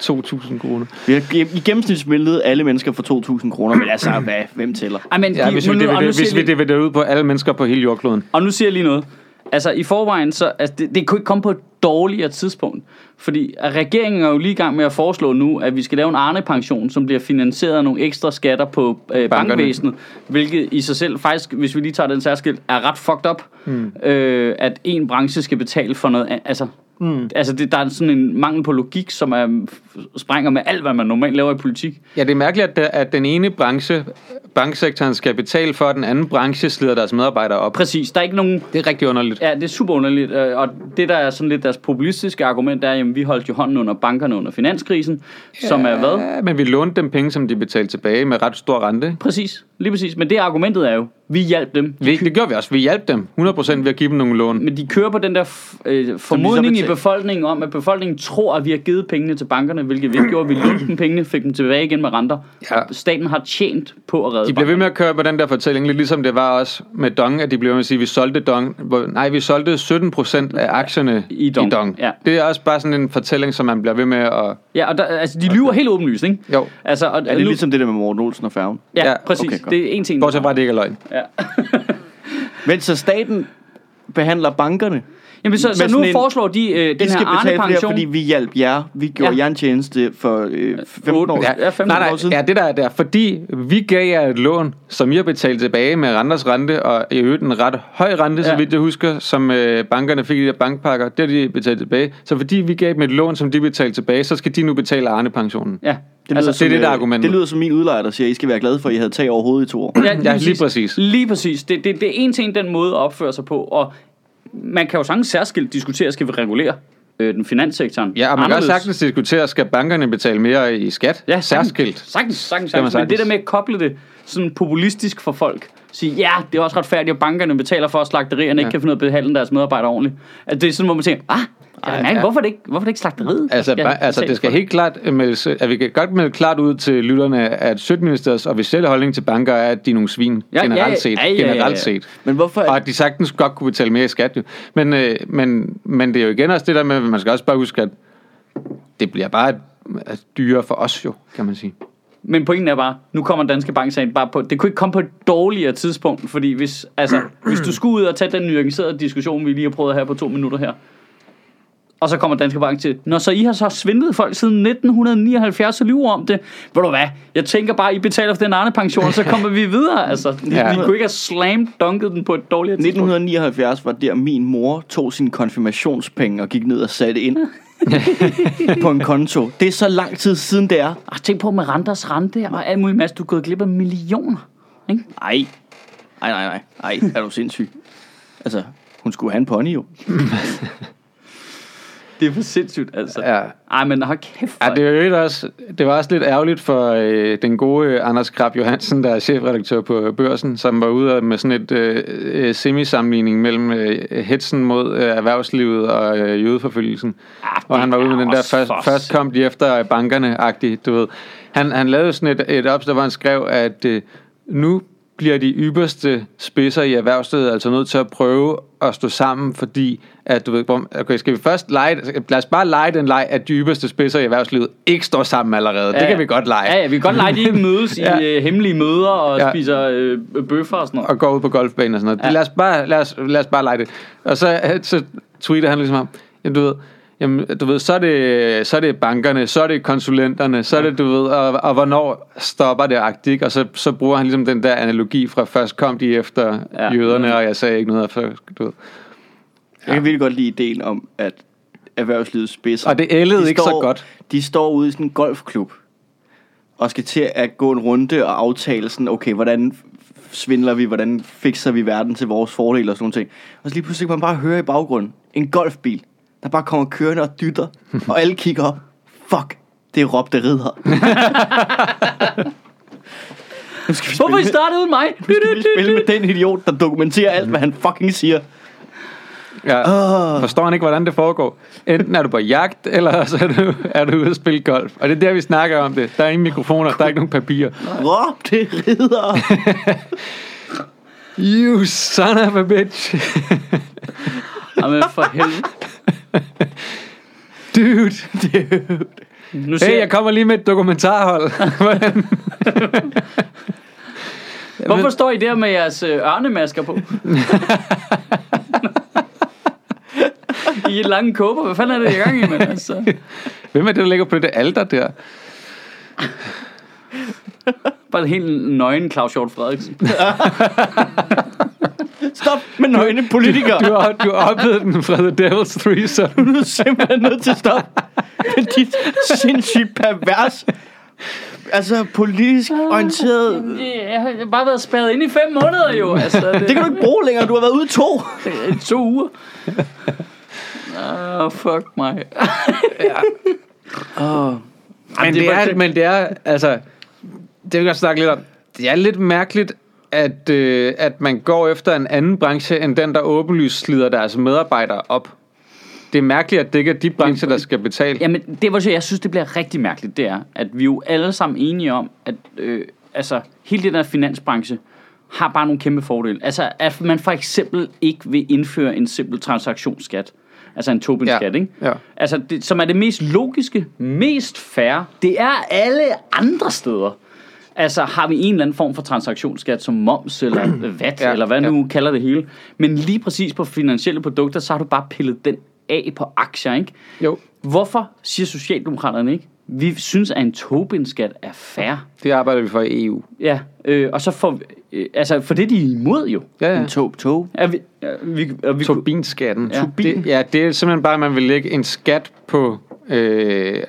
Speaker 2: 2.000 kroner.
Speaker 1: Vi har ge- i gennemsnit svindlet alle mennesker for 2.000 kroner, men altså, hvad, hvem tæller?
Speaker 3: Ej, men
Speaker 2: Ja,
Speaker 3: de,
Speaker 2: hvis
Speaker 3: nu,
Speaker 2: vi,
Speaker 3: nu, og, nu
Speaker 2: dividerer,
Speaker 3: siger
Speaker 2: hvis
Speaker 3: jeg
Speaker 2: vi
Speaker 3: lige,
Speaker 2: dividerer ud på alle mennesker på hele jordkloden.
Speaker 3: og nu siger jeg lige noget. Altså, i forvejen, så, altså, det, det kunne ikke komme på et dårligere tidspunkt. Fordi at regeringen er jo lige i gang med at foreslå nu, at vi skal lave en Arne-pension, som bliver finansieret af nogle ekstra skatter på øh, bankvæsenet. Hvilket i sig selv faktisk, hvis vi lige tager den særskilt, er ret fucked up. Mm. Øh, at en branche skal betale for noget an- Altså, mm. altså det, der er sådan en mangel på logik, som er, sprænger med alt, hvad man normalt laver i politik.
Speaker 2: Ja, det er mærkeligt, at, der- at den ene branche, banksektoren, skal betale for, at den anden branche slider deres medarbejdere op.
Speaker 3: Præcis, der er ikke nogen
Speaker 2: Det er rigtig underligt.
Speaker 3: Ja, det er super underligt, øh, og det der er sådan lidt deres populistiske argument, det er, at vi holdt jo hånden under bankerne under finanskrisen, som er hvad?
Speaker 2: Ja, men vi lånte dem penge, som de betalte tilbage med ret stor rente.
Speaker 3: Præcis. lige præcis. Men det argumentet er jo, vi hjalp dem.
Speaker 2: Vi, det gjorde vi også. Vi hjalp dem 100% ved at give dem nogle lån.
Speaker 3: Men de kører på den der f- øh, formodning
Speaker 1: betal-
Speaker 3: i befolkningen om, at befolkningen tror, at vi har givet pengene til bankerne, hvilket vi ikke gjorde. Vi lånte dem pengene, fik dem tilbage igen med renter.
Speaker 2: Ja.
Speaker 3: Staten har tjent på at redde
Speaker 2: De bliver ved med at køre på den der fortælling, lidt ligesom det var også med Dong, at de blev ved med at sige, at vi solgte Dong. Hvor- Nej, vi solgte 17% af aktierne
Speaker 3: I Dong,
Speaker 2: I Dong.
Speaker 3: ja.
Speaker 2: Det er også bare sådan en fortælling, som man bliver ved med at...
Speaker 3: Ja, og der, altså, de lyver helt åbenlyst, ikke?
Speaker 2: Jo.
Speaker 3: Altså, og,
Speaker 1: Er det ligesom det der med Morten Olsen og færgen?
Speaker 3: Ja,
Speaker 2: Ja,
Speaker 3: præcis.
Speaker 1: okay, godt.
Speaker 3: det er en ting.
Speaker 2: Bortset fra, at det ikke er løgn.
Speaker 3: Ja.
Speaker 1: Men så staten behandler bankerne.
Speaker 3: Jamen, så, så
Speaker 1: Men
Speaker 3: nu
Speaker 1: sådan en-
Speaker 3: foreslår de øh, den
Speaker 1: De
Speaker 3: her
Speaker 1: skal betale for det her,
Speaker 3: Arne-pension.
Speaker 1: fordi vi hjalp jer. Vi gjorde
Speaker 3: Ja.
Speaker 1: ja. jer en tjeneste for øh, 15
Speaker 3: Otte-
Speaker 1: år.
Speaker 3: Ja.
Speaker 1: siden.
Speaker 3: 15
Speaker 2: nej, nej,
Speaker 1: år siden.
Speaker 2: Ja, det der er der. Fordi vi gav jer et lån, som I har betalt tilbage med renters rente, og i øvrigt en ret høj rente, ja.
Speaker 3: Ja.
Speaker 2: så vidt jeg husker, som øh, bankerne fik i de der bankpakker. Det har de betalt tilbage. Så fordi vi gav dem et lån, som de betalte tilbage, så skal de nu betale Arne-pensionen.
Speaker 3: Ja.
Speaker 1: lyder
Speaker 3: altså,
Speaker 1: som,
Speaker 2: det er det, der er
Speaker 1: øh,
Speaker 2: argumentet.
Speaker 1: Det lyder som min udlejer, der siger, at I skal være glade for, at I havde tag over hovedet i to år.
Speaker 3: Ja,
Speaker 2: Ja, lige præcis.
Speaker 3: Lige præcis. Det, det, det er en ting, den måde at opføre sig på, og man kan jo sagtens særskilt diskutere, skal vi regulere øh, den finanssektoren
Speaker 2: Ja, og man kan også
Speaker 3: anderledes?
Speaker 2: sagtens diskutere, skal bankerne betale mere i skat?
Speaker 3: Ja, sagtens.
Speaker 2: Særskilt.
Speaker 3: Sagtens, sagtens,
Speaker 2: Skal man
Speaker 3: sagtens. Men det
Speaker 2: sagtens.
Speaker 3: der med at koble det sådan populistisk for folk, sige, ja, det er også retfærdigt, at bankerne betaler for, at slagterierne ikke
Speaker 2: Ja.
Speaker 3: kan finde ud af at behandle deres medarbejdere ordentligt. Altså, det er sådan, hvor man tænker, ah, Ej, nej,
Speaker 2: ja.
Speaker 3: ja. hvorfor, er det ikke, hvorfor er det ikke slagteriet? der
Speaker 2: Altså,
Speaker 3: skal
Speaker 2: ja, altså
Speaker 3: betale
Speaker 2: det skal
Speaker 3: for
Speaker 2: helt klart meldes, at vi kan godt melde klart ud til lytterne, at Sødministeriets officielle holdning til banker er, at de er nogle svin,
Speaker 3: Ja, ja,
Speaker 2: generelt
Speaker 3: ja,
Speaker 2: set.
Speaker 3: ja, ja, ja.
Speaker 2: Generelt set.
Speaker 1: Men hvorfor er
Speaker 2: Og at de sagtens godt kunne betale mere i skat. Jo. Men, øh, men, men det er jo igen også det der med, at man skal også bare huske, at det bliver bare altså, dyrere for os jo, kan man sige.
Speaker 3: Men pointen er bare, nu kommer Danske Bank sagen bare på, det kunne ikke komme på et dårligere tidspunkt, fordi hvis, altså, hvis du skulle ud og tage den nuancerede diskussion, vi lige har prøvet at have på to minutter her, og så kommer Danske Bank til, når så I har så svindlet folk siden 1979 og lyver om det, ved du hvad, jeg tænker bare, I betaler for den anden pension, så kommer vi videre, altså. Ja. Vi kunne ikke have slam dunket den på et dårligere tidspunkt.
Speaker 1: 1979 var der, min mor tog sine konfirmationspenge og gik ned og satte ind på en konto. Det er så lang tid siden, det er.
Speaker 3: Ah, tænk på med renters rente og alt muligt, Mads, du er gået glip af millioner. Ikke?
Speaker 1: Ej. Ej, nej, nej. Ej, er du sindssyg? Altså, hun skulle have en pony jo.
Speaker 3: Det er for sindssygt, altså. Ja.
Speaker 2: Ja.
Speaker 3: Ej, men hold kæft.
Speaker 2: Ja, det, er jo lidt også, det var også lidt ærgerligt for øh, den gode øh, Anders Krab Johansen, der er chefredaktør på Børsen, som var ude med sådan et øh, øh, semisammenligning mellem øh, hetsen mod øh, erhvervslivet og øh, jødeforfølgelsen.
Speaker 3: Ah,
Speaker 2: Og han var
Speaker 3: det
Speaker 2: ude med
Speaker 3: er
Speaker 2: den der,
Speaker 3: også
Speaker 2: først,
Speaker 3: for
Speaker 2: først kom de efter bankerne-agtigt, du ved. Han, han lavede sådan et, et opslag, hvor han skrev, at øh, nu bliver de ypperste spidser i erhvervslivet altså nødt til at prøve at stå sammen, fordi at du ved, hvor- okay, skal vi først lege, lad os bare lege den leg, at de ypperste spidser i erhvervslivet ikke står sammen allerede. Ja, det kan vi godt lege.
Speaker 3: Ja, ja, vi kan godt lege, at de ikke mødes ja.
Speaker 2: Ja.
Speaker 3: i øh, hemmelige møder og
Speaker 2: Ja.
Speaker 3: ja. spiser øh, bøffer og sådan noget.
Speaker 2: og går ud på golfbanen og sådan noget.
Speaker 3: Ja.
Speaker 2: Ja. Lad, os bare, lad, os, lad os bare lege det. Og så, så tweeter han ligesom ham, jamen du ved, jamen, du ved så, er det, så er det bankerne, så er det konsulenterne, så er det, du ved, og, og hvornår stopper det agtigt, ikke? Og så, så bruger han ligesom den der analogi fra, først kom de efter
Speaker 3: Ja.
Speaker 2: ja. jøderne, og jeg sagde ikke noget, og så, du ved.
Speaker 1: Jeg kan virkelig godt lide ideen om, at erhvervslivets spidser...
Speaker 2: Og det ældede
Speaker 1: de
Speaker 2: ikke så godt.
Speaker 1: De står ude i sådan en golfklub og skal til at gå en runde og aftale sådan, okay, hvordan f- svindler vi, hvordan fikser vi verden til vores fordel og sådan noget ting. Og så lige pludselig kan man bare høre i baggrunden en golfbil, der bare kommer kørende og dytter, og alle kigger op. Fuck, det er Rob, der ridder. nu skal vi spille,
Speaker 3: Hvorfor I
Speaker 1: med,
Speaker 3: startede uden mig?
Speaker 1: nu skal vi spille med den idiot, der dokumenterer alt, hvad han fucking siger.
Speaker 2: Ja. Forstår han ikke, hvordan det foregår? Enten er du på jagt, eller så er du, er du ude at spille golf. Og det er der, vi snakker om det. Der er ingen mikrofoner, der er ikke nogen papirer.
Speaker 1: Rob, det ridder.
Speaker 2: You son of a bitch.
Speaker 3: Jamen, for helvede.
Speaker 2: Dude.
Speaker 3: Nu siger
Speaker 2: Hey, jeg
Speaker 3: jeg,
Speaker 2: kommer lige med et dokumentarhold. Hvordan-
Speaker 3: hvorfor står I der med jeres øh, ørnemasker på? I er lange kåber. Hvad fanden er det, jeg er i gang i, med? Altså,
Speaker 2: Hvem er det, der ligger på det alter der?
Speaker 3: bare helt nøgen Claus Hjort Frederiksen.
Speaker 1: Stop med nøgne politikere.
Speaker 2: Du har, du har oplevet den fra The Devil's Threesome.
Speaker 1: Du er simpelthen nødt til at stoppe med dit sindssygt pervers, altså politisk
Speaker 2: Ah.
Speaker 1: orienteret.
Speaker 3: Jeg har bare været spærret ind i fem måneder jo. Altså,
Speaker 1: Det kan du ikke bruge længere, du har været ude i to.
Speaker 3: Øh, To uger. Åh, oh, fuck mig.
Speaker 2: Men
Speaker 3: det
Speaker 2: det
Speaker 3: var-
Speaker 1: Ah,
Speaker 2: er, men det er, altså, det vil jeg godt snakke lidt om. det er lidt mærkeligt, at, øh, at man går efter en anden branche, end den, der åbenlyst slider deres medarbejdere op. Det er mærkeligt, at det ikke er de brancher, der skal betale.
Speaker 3: Jamen, det var jeg synes, det bliver rigtig mærkeligt, det er, at vi er jo alle sammen enige om, at øh, altså, hele den der finansbranche har bare nogle kæmpe fordele. Altså, at man for eksempel ikke vil indføre en simpel transaktionsskat. Altså en Tobin-skat,
Speaker 2: Ja,
Speaker 3: ikke?
Speaker 2: ja.
Speaker 3: Altså, det, som er det mest logiske, mest fair, det er alle andre steder. Altså, har vi en eller anden form for transaktionsskat, som moms eller VAT, ja,
Speaker 2: Ja,
Speaker 3: eller hvad
Speaker 2: ja.
Speaker 3: nu du kalder det hele. Men lige præcis på finansielle produkter, så har du bare pillet den af på aktier, ikke?
Speaker 2: Jo,
Speaker 3: Hvorfor siger Socialdemokraterne ikke? Vi synes, at en Tobin-skat er fair.
Speaker 2: det arbejder vi for i E EU.
Speaker 3: Ja, øh, og så får vi- øh, altså, for det er de imod jo.
Speaker 2: Ja, ja.
Speaker 1: En tog, tog.
Speaker 3: Er vi, er vi, er vi,
Speaker 2: Turbinskatten.
Speaker 3: Ja.
Speaker 2: Det, ja, det er simpelthen bare, at man vil lægge en skat på øh,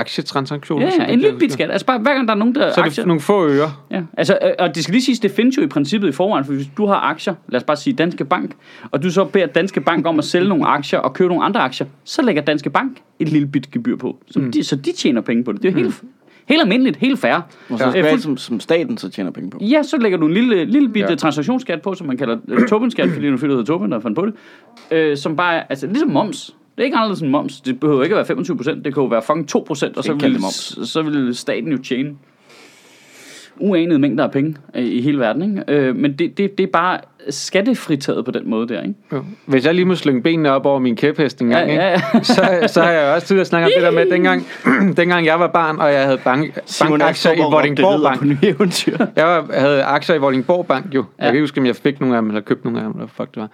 Speaker 2: aktietransaktioner.
Speaker 3: ja,
Speaker 2: som
Speaker 3: ja,
Speaker 2: det
Speaker 3: en
Speaker 2: bliver-
Speaker 3: lille bit skat. Altså bare hver gang der er nogen, der
Speaker 2: Så er
Speaker 3: aktier.
Speaker 2: det nogle få øre.
Speaker 3: Ja. Altså, øh, og det skal lige siges, det findes jo i princippet i forvejen, for hvis du har aktier, lad os bare sige Danske Bank, og du så beder Danske Bank om at sælge nogle aktier og købe nogle andre aktier, så lægger Danske Bank et lille bit gebyr på. Så, mm. de, så de tjener penge på det. Det
Speaker 2: Mm.
Speaker 3: er jo helt, helt almindeligt, helt fair.
Speaker 1: Og så
Speaker 3: Øh,
Speaker 1: skal
Speaker 3: fuld-
Speaker 1: som, som staten så tjener penge på.
Speaker 3: Ja, så lægger du en lille, lille bitte ja.
Speaker 2: Ja.
Speaker 3: transaktionsskat på, som man kalder øh, Tobin-skat, fordi nu fylder hedder Tobin, der fandt på det. Øh, som bare er, altså, ligesom moms. Det er ikke anderledes end moms. Det behøver ikke at være 25 procent. Det kan jo være fucking 2 procent, og så
Speaker 1: Ikke kalde
Speaker 3: vil,
Speaker 1: det
Speaker 3: s- så vil staten jo tjene uanede mængder af penge øh, i hele verden. Ikke? Øh, men det, det, det er bare skattefritaget på den måde der, ikke?
Speaker 2: Jo. Hvis jeg lige må slynge benene op over min kæphest en gang,
Speaker 3: Ja, ja, ja.
Speaker 2: Ikke? Så, så har jeg jo også tidligere snakket om det der med, at dengang, dengang jeg var barn, og jeg havde bank, bankaktier i Vordingborg Bank.
Speaker 1: på nye eventyr.
Speaker 2: Jeg var- havde aktier i Vordingborg Bank jo. Jeg
Speaker 3: Ja.
Speaker 2: kan ikke huske, om jeg fik nogle af dem, eller købte nogle af dem, eller hvad fuck det var.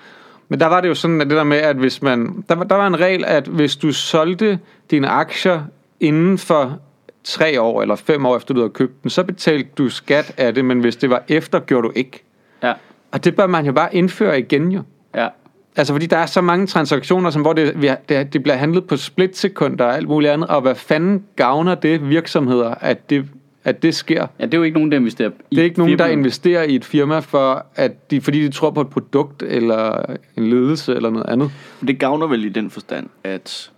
Speaker 2: Men der var det jo sådan, at det der med, at hvis man... Der var, der var en regel, at hvis du solgte dine aktier inden for tre år eller fem år efter du havde købt den, så betalte du skat af det, men hvis det var efter, gjorde du ikke.
Speaker 3: Ja,
Speaker 2: Og det bør man jo bare indføre igen jo.
Speaker 3: ja.
Speaker 2: Altså fordi der er så mange transaktioner, som, hvor det, vi har- det, det bliver handlet på splitsekunder og alt muligt andet, og hvad fanden gavner det virksomheder, at det, at det sker?
Speaker 3: Ja, det er jo ikke nogen, der investerer i
Speaker 2: Det er ikke nogen, der
Speaker 3: firmaet.
Speaker 2: investerer i et firma, for at de, fordi de tror på et produkt, eller en ledelse, eller noget andet.
Speaker 1: Men det gavner vel i den forstand, at,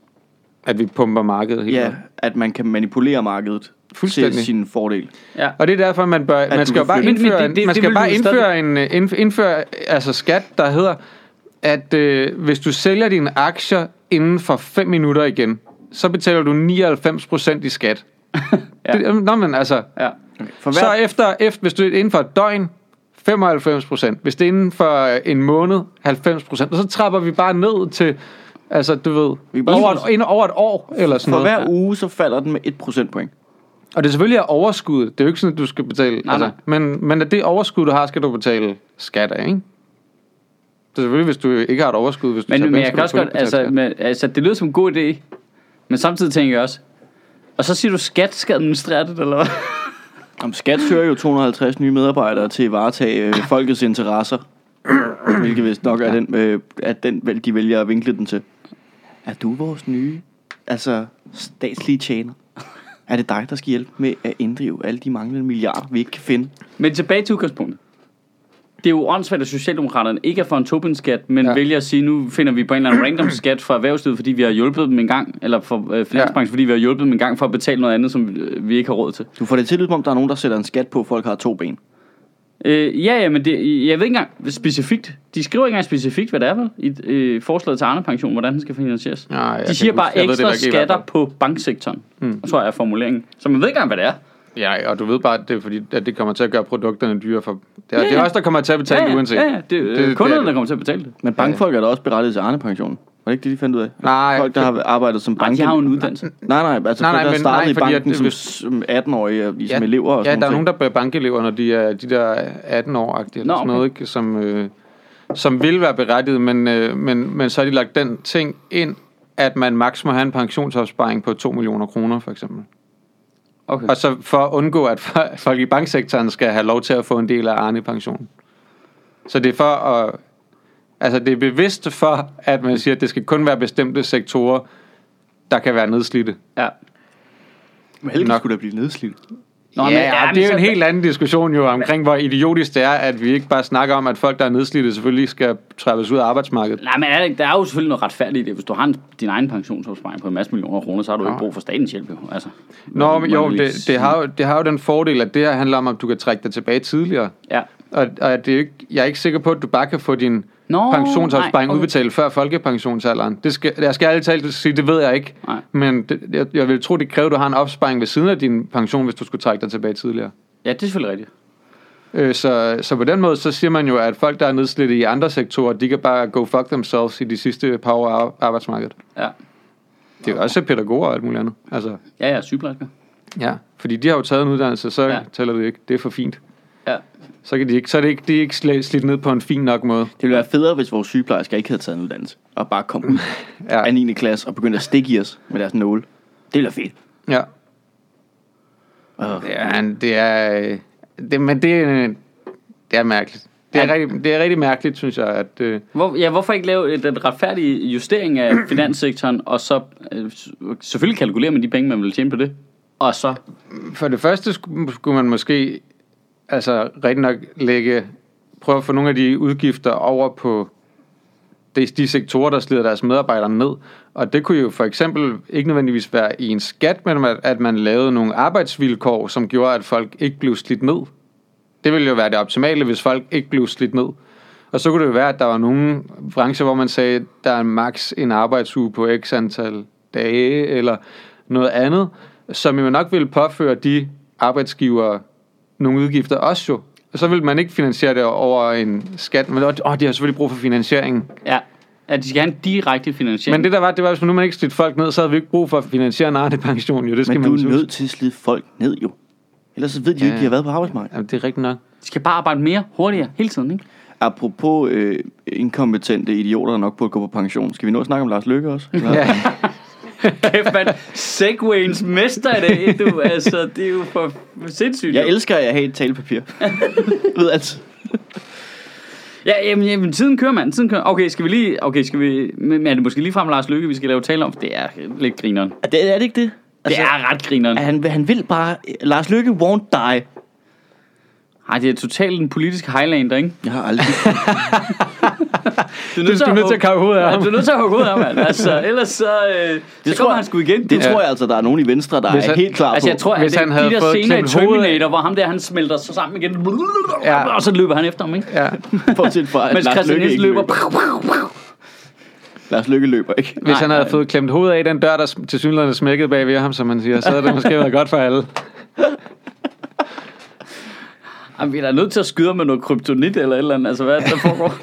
Speaker 2: At vi pumper markedet helt
Speaker 1: ja,
Speaker 2: op.
Speaker 1: at man kan manipulere markedet til
Speaker 2: Fuldstændig.
Speaker 1: sin fordel.
Speaker 3: Ja.
Speaker 2: Og det er derfor, man, bør, man
Speaker 1: du
Speaker 2: skal jo
Speaker 1: kan
Speaker 2: bare
Speaker 1: flytte-
Speaker 2: indføre,
Speaker 3: Men- men det-
Speaker 2: en- man
Speaker 3: det
Speaker 2: skal
Speaker 3: vil
Speaker 2: bare
Speaker 3: du jo
Speaker 2: indføre, en, øh, indf- indføre altså skat, der hedder, at øh, hvis du sælger dine aktier inden for 5 minutter igen, så betaler du 99% i skat. ja.
Speaker 3: Ja.
Speaker 2: det, nå, men altså,
Speaker 3: ja.
Speaker 1: For
Speaker 2: Så
Speaker 1: hver,
Speaker 2: efter, efter, hvis du er inden for et døgn, 95 procent. Hvis det er inden for øh, en måned, 90 procent. Og så trapper vi bare ned til, altså du ved,
Speaker 1: Vi kan bare-
Speaker 2: over et, inden over et år eller sådan
Speaker 1: for
Speaker 2: noget.
Speaker 1: hver uge, så falder den med 1 procentpoint.
Speaker 2: Og det selvfølgelig er overskud. Det er jo ikke sådan, at du skal betale. altså.
Speaker 3: Nej, nej.
Speaker 2: Men, men af det overskud, du har, skal du betale skat af, ikke? Det er selvfølgelig, hvis du ikke har et overskud. Hvis du tager
Speaker 3: Men, men
Speaker 2: penge,
Speaker 3: jeg
Speaker 2: skal
Speaker 3: kan
Speaker 2: du
Speaker 3: også godt,
Speaker 2: selvfølgelig betale
Speaker 3: altså, men, altså, det lyder som en god idé, men samtidig tænker jeg også, og så siger du, skat skal administrere det, eller hvad?
Speaker 1: Om skat søger jo 250 nye medarbejdere til at varetage øh, folkets interesser. Hvilket vist nok er den, øh, at den, vel, de vælger at vinkle den til. Er du vores nye, altså statslige tjener? Er det dig, der skal hjælpe med at inddrive alle de manglende milliarder, vi ikke kan finde?
Speaker 3: Men tilbage til udgangspunktet. Det er jo åndssvagt, at Socialdemokraterne ikke er for en Tobin-skat, men ja.
Speaker 2: Ja.
Speaker 3: vælger at sige, nu finder vi på en eller anden random skat fra erhvervslivet, fordi vi har hjulpet dem en gang, eller for øh, finansbranchen, ja. fordi vi har hjulpet dem en gang for at betale noget andet, som øh, vi ikke har råd til.
Speaker 1: Du får det til at lyde, som om der er nogen, der sætter en skat på, at folk har to ben.
Speaker 3: Øh, ja, ja, men det, jeg ved ikke engang specifikt, de skriver ikke engang specifikt, hvad det er vel, i øh, forslaget til Arne-pension, hvordan den skal finansieres.
Speaker 2: Nej, jeg kan
Speaker 3: de
Speaker 2: ikke
Speaker 3: siger
Speaker 2: huske-
Speaker 3: bare
Speaker 2: jeg ved det
Speaker 3: ekstra
Speaker 2: ikke i hvert
Speaker 3: skatter
Speaker 2: fald. Hmm.
Speaker 3: på banksektoren, mm. tror jeg er formuleringen. Så man ved ikke engang, hvad det er.
Speaker 2: Ja, og du ved bare, at det, er fordi, at det kommer til at gøre produkterne dyre. For, det, er,
Speaker 3: Ja,
Speaker 2: ja, det
Speaker 3: ja.
Speaker 2: er også der kommer til at betale
Speaker 3: ja, ja,
Speaker 2: uanset.
Speaker 3: Ja, ja. Det, det,
Speaker 2: det
Speaker 3: øh,
Speaker 2: er
Speaker 3: kunderne,
Speaker 2: det.
Speaker 3: der kommer til at betale det.
Speaker 1: Men bankfolk er da også berettiget til Arne-pension. Var det ikke det, de fandt ud af? Altså,
Speaker 2: Nej.
Speaker 1: Folk, der har arbejdet som
Speaker 3: Nej,
Speaker 1: bank.
Speaker 3: de har jo en uddannelse.
Speaker 1: Nej, nej, altså
Speaker 2: Nej,
Speaker 1: nej, nej, folk,
Speaker 2: nej,
Speaker 1: der
Speaker 2: men
Speaker 1: startede
Speaker 2: nej,
Speaker 1: i
Speaker 2: fordi
Speaker 1: banken
Speaker 2: at
Speaker 1: som,
Speaker 2: hvis-
Speaker 1: som 18-årige, og ligesom elever og
Speaker 2: ja,
Speaker 1: sådan
Speaker 2: der er nogen,
Speaker 1: nogle
Speaker 2: der bliver bankelever, når de er de der 18 år eller
Speaker 3: Nå,
Speaker 2: sådan noget, ikke? Som, øh, som vil være berettiget, men, øh, men, men så har de lagt den ting ind, at man maks må have en pensionsopsparing på 2 millioner kroner, for eksempel.
Speaker 3: Okay.
Speaker 2: Og så for at undgå, at fo- folk i banksektoren skal have lov til at få en del af Arne-pensionen. Så det er for at... Altså, det er bevidst for, at man siger, at det skal kun være bestemte sektorer, der kan være nedslidte.
Speaker 3: Ja.
Speaker 1: ting. Helge
Speaker 2: Nok.
Speaker 1: skulle da blive nedslidt.
Speaker 2: Nå, ja, men, ja, det er jo en helt anden diskussion jo omkring, hvor idiotisk det er, at vi ikke bare snakker om, at folk, der er nedslidte, selvfølgelig skal træffes ud af arbejdsmarkedet.
Speaker 3: Nej, men er det- der er jo selvfølgelig noget retfærdigt i det. Hvis du har en, din egen pensionsopsparing på en masse millioner kroner, så har du ikke brug for statens hjælp. Jo. Altså,
Speaker 2: Nå,
Speaker 3: Må
Speaker 2: men
Speaker 3: man
Speaker 2: jo,
Speaker 3: lige
Speaker 2: det,
Speaker 3: sige.
Speaker 2: det, har jo, det har jo den fordel, at det her handler om, at du kan trække dig tilbage tidligere.
Speaker 3: Ja.
Speaker 2: Og, og det er jo ikke, jeg er ikke sikker på, at du bare kan få din
Speaker 3: Nå,
Speaker 2: Nå, pensionsopsparing
Speaker 3: nej,
Speaker 2: okay.
Speaker 3: okay.
Speaker 2: udbetalt før folkepensionsalderen. Det skal, jeg skal ærligt talt sige, det ved jeg ikke.
Speaker 3: Nej.
Speaker 2: Men det, jeg, jeg vil tro, det kræver, at du har en opsparing ved siden af din pension, hvis du skulle trække dig tilbage tidligere.
Speaker 3: ja, det er selvfølgelig rigtigt.
Speaker 2: Øh, så, så på den måde, så siger man jo, at folk, der er nedslidte i andre sektorer, de kan bare go fuck themselves i de sidste par år af arbejdsmarkedet.
Speaker 3: Ja,
Speaker 2: Det er jo også pædagoger og alt muligt andet. Altså,
Speaker 3: ja, ja sygeplejersker.
Speaker 2: ja. Fordi de har jo taget en uddannelse, så
Speaker 3: Ja.
Speaker 2: ja. tæller det ikke. Det er for fint.
Speaker 3: Ja.
Speaker 2: Så, kan de ikke, så er det ikke, de er ikke sli- slidt ned på en fin nok måde.
Speaker 1: Det ville være federe, hvis vores sygeplejersker ikke havde taget en uddannelse, og bare kom ud
Speaker 2: Ja.
Speaker 1: af 9. klasse og begyndte at stikke i os med deres nåle. Det ville være fedt.
Speaker 2: Ja.
Speaker 1: Uh.
Speaker 2: Ja, men det er... øh, Det, men det, er- det er mærkeligt. Det er,
Speaker 3: Ja.
Speaker 2: rigtig, det er rigtig mærkeligt, synes jeg, at... Øh,
Speaker 3: Hvor, ja, hvorfor ikke lave øh, den retfærdige justering af finanssektoren, og så øh, s- selvfølgelig kalkulere med de penge, man vil tjene på det, og så...
Speaker 2: for det første skulle skulle man måske altså rigtig nok lægge, prøve at få nogle af de udgifter over på de, de sektorer, der slider deres medarbejdere ned. Og det kunne jo for eksempel ikke nødvendigvis være i en skat, men at, at man lavede nogle arbejdsvilkår, som gjorde, at folk ikke blev slidt ned. Det ville jo være det optimale, hvis folk ikke blev slidt ned. Og så kunne det jo være, at der var nogle brancher, hvor man sagde, der er maks en arbejdsuge på x antal dage, eller noget andet, som jo nok ville påføre de arbejdsgivere nogle udgifter også jo. Og så vil man ikke finansiere det over en skat. Men åh, de har selvfølgelig brug for finansieringen.
Speaker 3: Ja, at de skal have en direkte finansiering.
Speaker 2: Men det der var, det var, hvis nu man ikke slidte folk ned, så havde vi ikke brug for at finansiere en Arne-pension. Jo, det skal
Speaker 1: Men du
Speaker 2: man
Speaker 1: er
Speaker 2: huske.
Speaker 1: nødt til at slide folk ned, jo. Ellers så ved de ja.
Speaker 2: Ja,
Speaker 1: ikke, at de har
Speaker 2: ja.
Speaker 1: været på arbejdsmarkedet.
Speaker 2: Jamen, det er rigtigt nok.
Speaker 3: De skal bare arbejde mere, hurtigere, hele tiden, ikke?
Speaker 1: Apropos øh, inkompetente idioter, der nok burde gå på pension. Skal vi nå at snakke om Lars Løkke også?
Speaker 2: Ja.
Speaker 3: Kæft, mand. Segwayens mester i dag, du. Altså, det er jo for sindssygt.
Speaker 1: Jeg elsker, at jeg har et talepapir. ved alt.
Speaker 3: Ja, jamen, jamen, tiden kører, mand. Tiden kører. Okay, skal vi lige... Okay, skal vi... Men er det måske lige frem Lars Lykke, vi skal lave tale om? Det er lidt grineren.
Speaker 1: Er det, er det ikke det?
Speaker 3: Altså, det er ret grineren.
Speaker 1: at han, han vil bare... Lars Løkke won't die.
Speaker 3: Nej, det er totalt en politisk highlander, ikke?
Speaker 1: Jeg har aldrig...
Speaker 3: Du er
Speaker 2: Du skal nødt til at kappe hovedet af
Speaker 3: Ja,
Speaker 2: ham.
Speaker 3: du er nødt til at hugge ud af, mand. Altså, ellers så, øh, det så
Speaker 1: tror
Speaker 3: kommer
Speaker 1: jeg-
Speaker 3: han sgu igen.
Speaker 1: Det
Speaker 3: Det,
Speaker 1: ja. tror jeg altså, der er nogen i Venstre, der
Speaker 2: Hvis
Speaker 1: er
Speaker 2: han-
Speaker 1: helt klar
Speaker 3: altså,
Speaker 1: på.
Speaker 3: jeg tror,
Speaker 2: Hvis
Speaker 3: at det,
Speaker 2: han havde
Speaker 3: de der
Speaker 2: fået
Speaker 3: scener i
Speaker 2: klemt hovedet-
Speaker 3: Terminator, hvor ham der, han smelter sig sammen igen.
Speaker 2: Ja.
Speaker 3: Og så løber han efter ham, ikke?
Speaker 2: ja.
Speaker 1: Bortset fra, at
Speaker 3: Mens
Speaker 1: Lars
Speaker 3: Christian
Speaker 1: Løkke
Speaker 3: Nielsen
Speaker 1: ikke
Speaker 3: løber.
Speaker 1: løber. Lars Løkke løber ikke.
Speaker 2: Hvis
Speaker 3: Nej,
Speaker 2: han havde
Speaker 3: nej.
Speaker 2: fået klemt hovedet af den dør, der sm- til synligheden smækkede bag ved ham, som man siger, så havde det måske været godt for alle.
Speaker 3: Jamen, vi er da nødt til at skyde ham med noget kryptonit eller et eller andet. Altså, hvad er det, der foregår?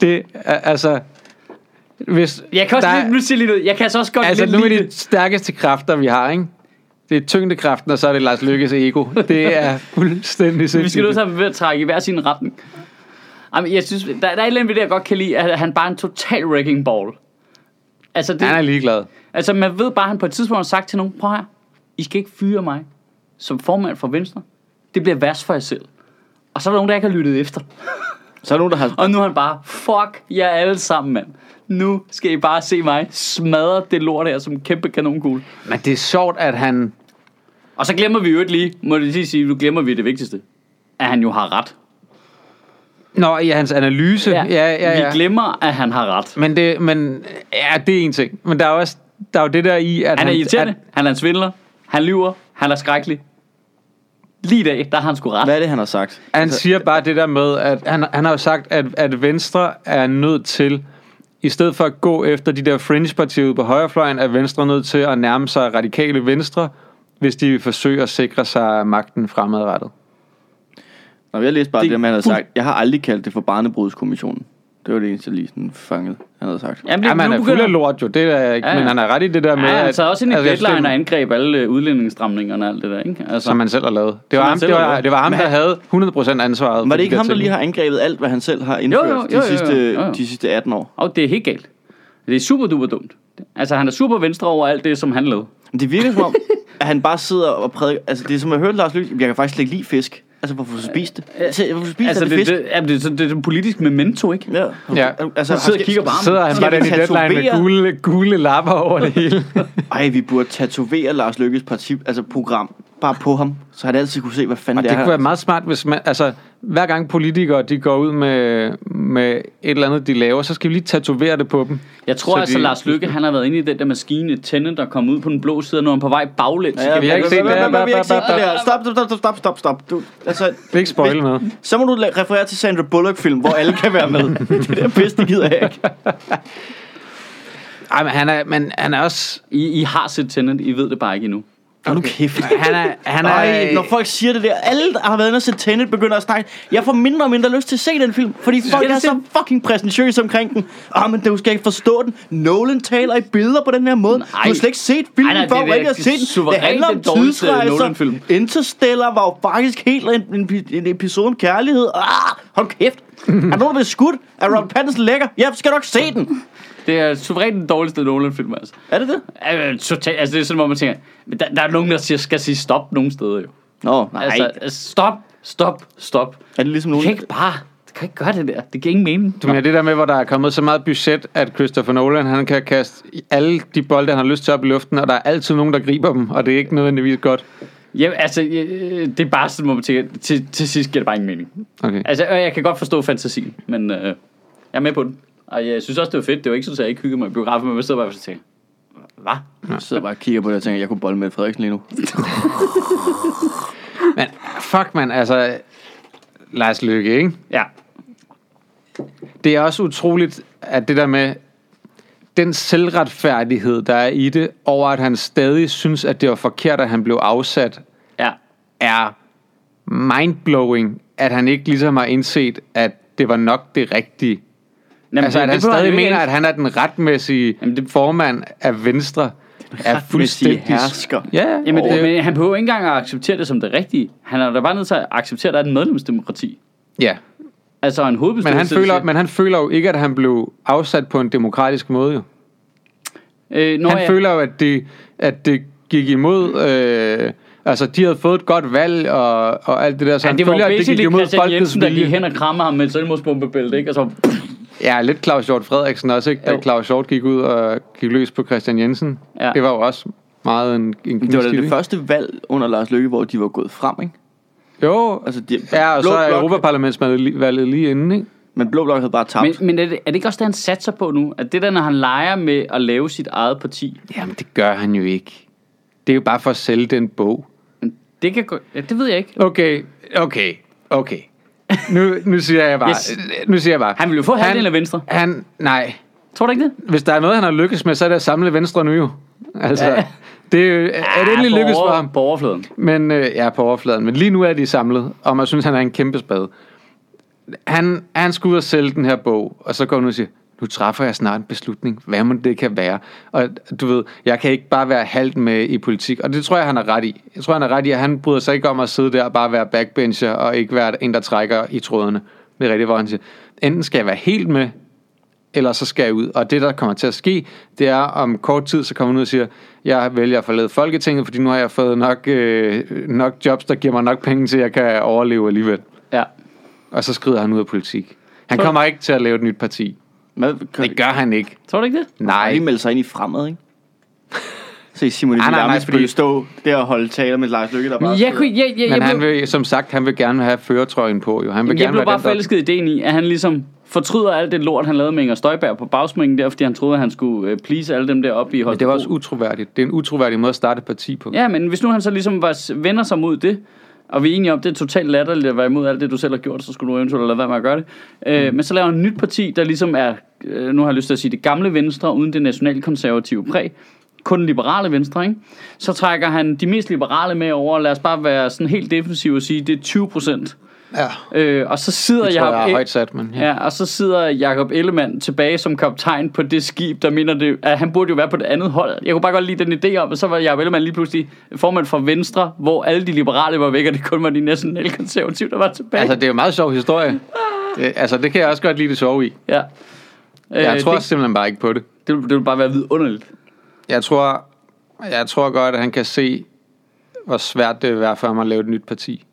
Speaker 2: Det er, altså... Hvis
Speaker 3: Jeg kan også
Speaker 2: der,
Speaker 3: lidt, nu siger jeg lige noget. Jeg kan altså også godt
Speaker 2: Altså,
Speaker 3: lidt
Speaker 2: nu er
Speaker 3: lide
Speaker 2: det de stærkeste kræfter, vi har, ikke? Det er tyngdekraften, og så er det Lars Lykkes ego. Det er fuldstændig
Speaker 3: Vi skal
Speaker 2: sindssygt.
Speaker 3: nødt til at være ved at trække i hver sin retning. Jamen, jeg synes, der, der er et eller andet ved det, jeg godt kan lide, at han bare er en total wrecking ball. Altså, det,
Speaker 2: Han er ligeglad.
Speaker 3: altså man ved bare, at han på et tidspunkt har sagt til nogen, prøv her, I skal ikke fyre mig som formand for Venstre. Det bliver værst for jer selv. Og så er der nogen, der ikke har lyttet efter.
Speaker 1: Så er der nogen, der har...
Speaker 3: Og nu er han bare, fuck jer alle sammen, mand. Nu skal I bare se mig smadre det lort her som en kæmpe kanonkugle.
Speaker 2: Men det er sjovt, at han...
Speaker 3: Og så glemmer vi jo lige, må jeg lige sige, nu glemmer vi det vigtigste. At han jo har ret.
Speaker 2: Nå, i hans analyse. Ja, ja, ja.
Speaker 3: Vi glemmer, at han har ret.
Speaker 2: Men, det, men ja, det er en ting. Men der er også der er jo det der i, at
Speaker 3: Han er irriterende,
Speaker 2: At,
Speaker 3: han er en svindler, han lyver, han er skrækkelig. Lige i dag, der har han sgu ret.
Speaker 1: Hvad er det, han har sagt?
Speaker 2: han siger bare det der med, at han, han har jo sagt, at, at Venstre er nødt til, i stedet for at gå efter de der fringe-partier ude på højrefløjen, er Venstre nødt til at nærme sig radikale Venstre, hvis de vil forsøge at sikre sig magten fremadrettet.
Speaker 1: Nå, jeg læste bare det,
Speaker 3: Det-
Speaker 1: det man havde sagt. Jeg har aldrig kaldt det for barnebrudskommissionen. Det var det eneste, jeg lige sådan fangede, han havde sagt.
Speaker 3: Jamen, det,
Speaker 2: Ja, man er fuld af lort jo, det er jeg ikke, ja,
Speaker 3: Ja, ja.
Speaker 2: ja. men han er ret i det der med,
Speaker 3: Ja, altså også en altså,
Speaker 2: jeg synes, det-
Speaker 3: deadline og angreb alle øh, udlændingsstramningerne og alt det der, ikke? Altså,
Speaker 2: som han selv har lavet. Det var
Speaker 3: han
Speaker 2: ham,
Speaker 3: selv
Speaker 2: det
Speaker 3: har
Speaker 2: var,
Speaker 3: lavet.
Speaker 2: det var ham der havde 100% ansvaret. for
Speaker 1: Var
Speaker 2: de
Speaker 1: det ikke
Speaker 2: der
Speaker 1: ham, der
Speaker 2: ting.
Speaker 1: lige har angrebet alt, hvad han selv har indført
Speaker 3: jo, jo,
Speaker 1: de,
Speaker 3: jo, jo,
Speaker 1: sidste,
Speaker 3: jo, jo.
Speaker 1: de sidste 18 år?
Speaker 3: og det er helt galt. Det er super duper dumt. Altså, han er super venstre over alt det, som han lavede.
Speaker 1: Men det virker som om, at han bare sidder og prædiker... Altså, det er som, jeg hørte Lars Løkke... Jeg kan faktisk slet ikke lide fisk. Altså, hvorfor har du spist det? Altså, hvorfor spiste
Speaker 3: Øh, Altså,
Speaker 1: altså,
Speaker 3: det,
Speaker 1: fisk?
Speaker 3: det, jamen, det, er så- det, det er en politisk memento, ikke?
Speaker 1: Ja.
Speaker 2: Ja.
Speaker 1: Altså,
Speaker 3: Hun sidder og kigger på ham.
Speaker 2: Sidder han
Speaker 1: Skal
Speaker 2: bare den
Speaker 1: vi
Speaker 2: i deadline med
Speaker 1: tatovere?
Speaker 2: gule, gule lapper over det hele.
Speaker 1: Ej, vi burde tatovere Lars Lykkes parti, altså program bare på ham, så han altid kunne se, hvad fanden
Speaker 2: Og
Speaker 1: det,
Speaker 2: det
Speaker 1: er.
Speaker 2: kunne være meget smart, hvis man... Altså, hver gang politikere de går ud med, med et eller andet, de laver, så skal vi lige tatovere det på dem.
Speaker 3: Jeg tror
Speaker 2: Så
Speaker 3: altså,
Speaker 2: de-
Speaker 3: Lars Lykke, han har været inde i den der maskine, Tennant, der kom ud på den blå side, og nu er han på vej baglæns.
Speaker 1: Ja,
Speaker 2: vi har ikke
Speaker 1: hvad-
Speaker 2: set
Speaker 1: hvad-
Speaker 2: det her.
Speaker 1: hvad- hvad- Vi har ikke set
Speaker 2: Bare-
Speaker 1: det der. Stop, stop, stop, stop, stop, stop. Du, altså,
Speaker 2: Det er ikke spoil noget.
Speaker 1: så må du la- referere til Sandra Bullock-film, hvor alle kan være med. det der pis, det gider jeg ikke.
Speaker 2: Ej, men han er, men han er også...
Speaker 3: I, I har set Tennant, I ved det bare ikke endnu.
Speaker 1: Hold nu kæft.
Speaker 2: Han er, han er,
Speaker 1: Nej, når folk siger det der, alle der har været inde og set Tenet begynder at snakke, jeg får mindre og mindre lyst til at se den film, fordi folk er så fucking præsentøse omkring den. Ah, men du skal ikke forstå den. Nolan taler i billeder på den her måde. Du har slet ikke set filmen
Speaker 3: Nej, nej,
Speaker 1: for,
Speaker 3: det er
Speaker 1: hvor ikke har
Speaker 3: det
Speaker 1: set den. Det
Speaker 3: suverænt
Speaker 1: handler om
Speaker 3: den dårligste
Speaker 1: tidsrejser.
Speaker 3: Nolan-film.
Speaker 1: Interstellar var jo faktisk helt en, en, en episode om kærlighed. Ah, hold kæft. er der nogen, der bliver skudt? Er Robert Pattinson lækker? Ja, så skal du ikke se den.
Speaker 3: Det er suverænt den dårligste Nolan-film, altså.
Speaker 1: Er det det?
Speaker 3: Øh, Total, altså, det er sådan, hvor man tænker, men der, der er nogen, der siger, skal sige stop nogle steder jo.
Speaker 1: Nå, nej.
Speaker 3: Altså, altså, stop, stop, stop.
Speaker 1: er det ligesom
Speaker 3: Du
Speaker 1: nogen?
Speaker 3: kan ikke bare, du kan ikke gøre det der. Det giver ingen mening.
Speaker 2: Du mener det der med, hvor der er kommet så meget budget, at Christopher Nolan han kan kaste alle de bolde, han har lyst til op i luften, og der er altid nogen, der griber dem, og det er ikke nødvendigvis godt.
Speaker 3: Ja, altså, øh, det er bare sådan, hvor man tænker, til, til sidst giver det bare ingen mening.
Speaker 2: Okay.
Speaker 3: Altså, øh, jeg kan godt forstå fantasien, men øh, jeg er med på den. Og jeg synes også, det var fedt. Det var ikke sådan, at jeg ikke hyggede mig i biografen, men jeg sidder bare og tænker, hvad?
Speaker 1: Jeg sidder bare og kigger på det og tænker, jeg kunne bolle med Frederiksen lige nu.
Speaker 2: Men fuck, man, altså... Lars Lykke, ikke?
Speaker 3: Ja,
Speaker 2: det er også utroligt, at det der med den selvretfærdighed, der er i det, over at han stadig synes, at det var forkert, at han blev afsat,
Speaker 3: ja.
Speaker 2: er mindblowing, at han ikke ligesom har indset, at det var nok det rigtige.
Speaker 3: Jamen,
Speaker 2: altså, at han
Speaker 3: behøver
Speaker 2: stadig
Speaker 3: jo ikke
Speaker 2: mener,
Speaker 3: ens-
Speaker 2: at han er den retmæssige
Speaker 3: Jamen,
Speaker 2: Jamen,
Speaker 3: det-
Speaker 2: det... formand af Venstre, er
Speaker 1: retmæssige
Speaker 2: fuldstændig...
Speaker 1: hersker.
Speaker 2: Ja,
Speaker 3: Jamen, det,
Speaker 2: det,
Speaker 3: men han behøver ikke engang at acceptere det som det rigtige. Han er da bare nødt til at acceptere, at der er et medlemsdemokrati.
Speaker 2: ja.
Speaker 3: Altså en
Speaker 2: Men, han
Speaker 3: hovedbestyrelse.
Speaker 2: føler, men han føler jo ikke, at han blev afsat på en demokratisk måde, jo.
Speaker 3: øh, når
Speaker 2: Han
Speaker 3: jeg,
Speaker 2: føler jo, at det, at det gik imod... Øh, altså, de havde fået et godt valg og, og alt det der. Så
Speaker 3: ja,
Speaker 2: han
Speaker 3: det var
Speaker 2: føler,
Speaker 3: jo
Speaker 2: at det gik
Speaker 3: basically
Speaker 2: imod
Speaker 3: Christian
Speaker 2: folkets
Speaker 3: Jensen, der gik
Speaker 2: vilje.
Speaker 3: hen og krammer ham med et selvmordsbombebælte, ikke? Og så,
Speaker 2: Ja, lidt Claus Hjort Frederiksen også, ikke? Da
Speaker 3: Jo.
Speaker 2: Claus Hjort gik ud og gik løs på Christian Jensen.
Speaker 3: Ja.
Speaker 2: Ja. Det var jo også meget en,
Speaker 1: Det
Speaker 2: en
Speaker 1: var da
Speaker 2: knivstik,
Speaker 1: det
Speaker 2: ikke?
Speaker 1: første valg under Lars Løkke, hvor de var gået frem, ikke?
Speaker 2: Jo,
Speaker 1: Altså, de,
Speaker 2: ja, og så er
Speaker 1: blok,
Speaker 2: Europaparlamentsvalget lige- valget lige inden, ikke?
Speaker 1: Men Blå Blok havde bare tabt.
Speaker 3: men, men er, det, er det ikke også det, han satser på nu? At det der, når han leger med at lave sit eget parti,
Speaker 2: Jamen, det gør han jo ikke. Det er jo bare for at sælge den bog.
Speaker 3: det kan gå... Ja, det ved jeg ikke.
Speaker 2: Okay, okay, okay. Nu, nu siger jeg bare...
Speaker 3: Yes.
Speaker 2: Nu siger jeg bare...
Speaker 3: Han ville jo få halvdelen af Venstre.
Speaker 2: Han, nej,
Speaker 3: Tror du ikke det?
Speaker 2: hvis der er noget, han har lykkes med, så er det at samle Venstre nu jo. Altså, ja. det er, jo- er det endelig
Speaker 3: på
Speaker 2: lykkes for
Speaker 3: over-
Speaker 2: ham?
Speaker 3: På overfladen.
Speaker 2: Men øh, ja, på overfladen. Men lige nu er de samlet, og man synes, han er en kæmpe spade. Han, han skulle ud og sælge den her bog, og så går han ud og siger, nu træffer jeg snart en beslutning. Hvad må det kan være? Og du ved, jeg kan ikke bare være halvt med i politik. Og det tror jeg, han har ret i. Jeg tror, han har ret i, at han bryder sig ikke om at sidde der og bare være backbencher, og ikke være en, der trækker i trådene. Det er rigtigt, hvor han siger, enten skal jeg være helt med, eller så skal jeg ud. Og det, der kommer til at ske, det er om kort tid, så kommer han ud og siger, jeg vælger at forlade Folketinget, fordi nu har jeg fået nok, øh, nok jobs, der giver mig nok penge til, at jeg kan overleve alligevel.
Speaker 3: Ja.
Speaker 2: Og så skrider han ud af politik. Han
Speaker 3: Så-
Speaker 2: kommer ikke til at lave et nyt parti.
Speaker 1: Hvad, kan,
Speaker 2: Det gør han ikke.
Speaker 3: Tror du ikke det?
Speaker 1: nej.
Speaker 2: Nej.
Speaker 1: Lige melde sig ind i fremad, ikke? Se Simon
Speaker 2: Ah, Nej, nej, nej,
Speaker 1: Emil
Speaker 2: fordi-
Speaker 1: skulle stå der og holde taler med Lars Lykke, der bare...
Speaker 3: Men jeg, kunne, jeg, jeg, jeg,
Speaker 2: Men
Speaker 3: jeg,
Speaker 2: han
Speaker 3: blev,
Speaker 2: vil, som sagt, han vil gerne have føretrøjen på. Jo. Han vil
Speaker 3: jeg
Speaker 2: gerne
Speaker 3: blev
Speaker 2: være
Speaker 3: bare
Speaker 2: den, der...
Speaker 3: forelsket i ideen i, at han ligesom fortryder alt det lort, han lavede med Inger Støjberg på bagsmængen der, fordi han troede, at han skulle øh, please alle dem der oppe i Holstebro.
Speaker 2: Men det var også utroværdigt. Det er en utroværdig måde at starte et parti på.
Speaker 3: Ja, men hvis nu han så ligesom var, vender sig mod det, og vi er enige om, det er totalt latterligt at være imod alt det, du selv har gjort, så skulle du eventuelt lade være med at gøre det. Øh,
Speaker 2: Mm.
Speaker 3: men så laver han et nyt parti, der ligesom er, øh, nu har jeg lyst til at sige, det gamle venstre uden det nationalkonservative præg. Kun liberale venstre, ikke? Så trækker han de mest liberale med over, lad os bare være sådan helt defensiv og sige, det er 20 procent.
Speaker 2: Ja.
Speaker 3: Øh, og så sidder
Speaker 2: Det tror jeg er
Speaker 3: Jacob E-
Speaker 2: højt sat, men... Ja.
Speaker 3: Ja, og så sidder Jakob Ellemann tilbage som kaptajn på det skib, der minder det, at han burde jo være på det andet hold. Jeg kunne bare godt lide den idé om, at så var Jakob Ellemann lige pludselig formand for Venstre, hvor alle de liberale var væk, og det kun var de nationale konservative, der var tilbage.
Speaker 2: Altså, det er jo en meget sjov historie. Det, altså, det kan jeg også godt lide det sjove i.
Speaker 3: Ah. ja. Øh,
Speaker 2: Jeg tror
Speaker 3: det,
Speaker 2: simpelthen bare ikke på det.
Speaker 3: det, det, ville bare være vidunderligt.
Speaker 2: Jeg tror, jeg tror godt, at han kan se, hvor svært det vil være for ham at lave et nyt parti.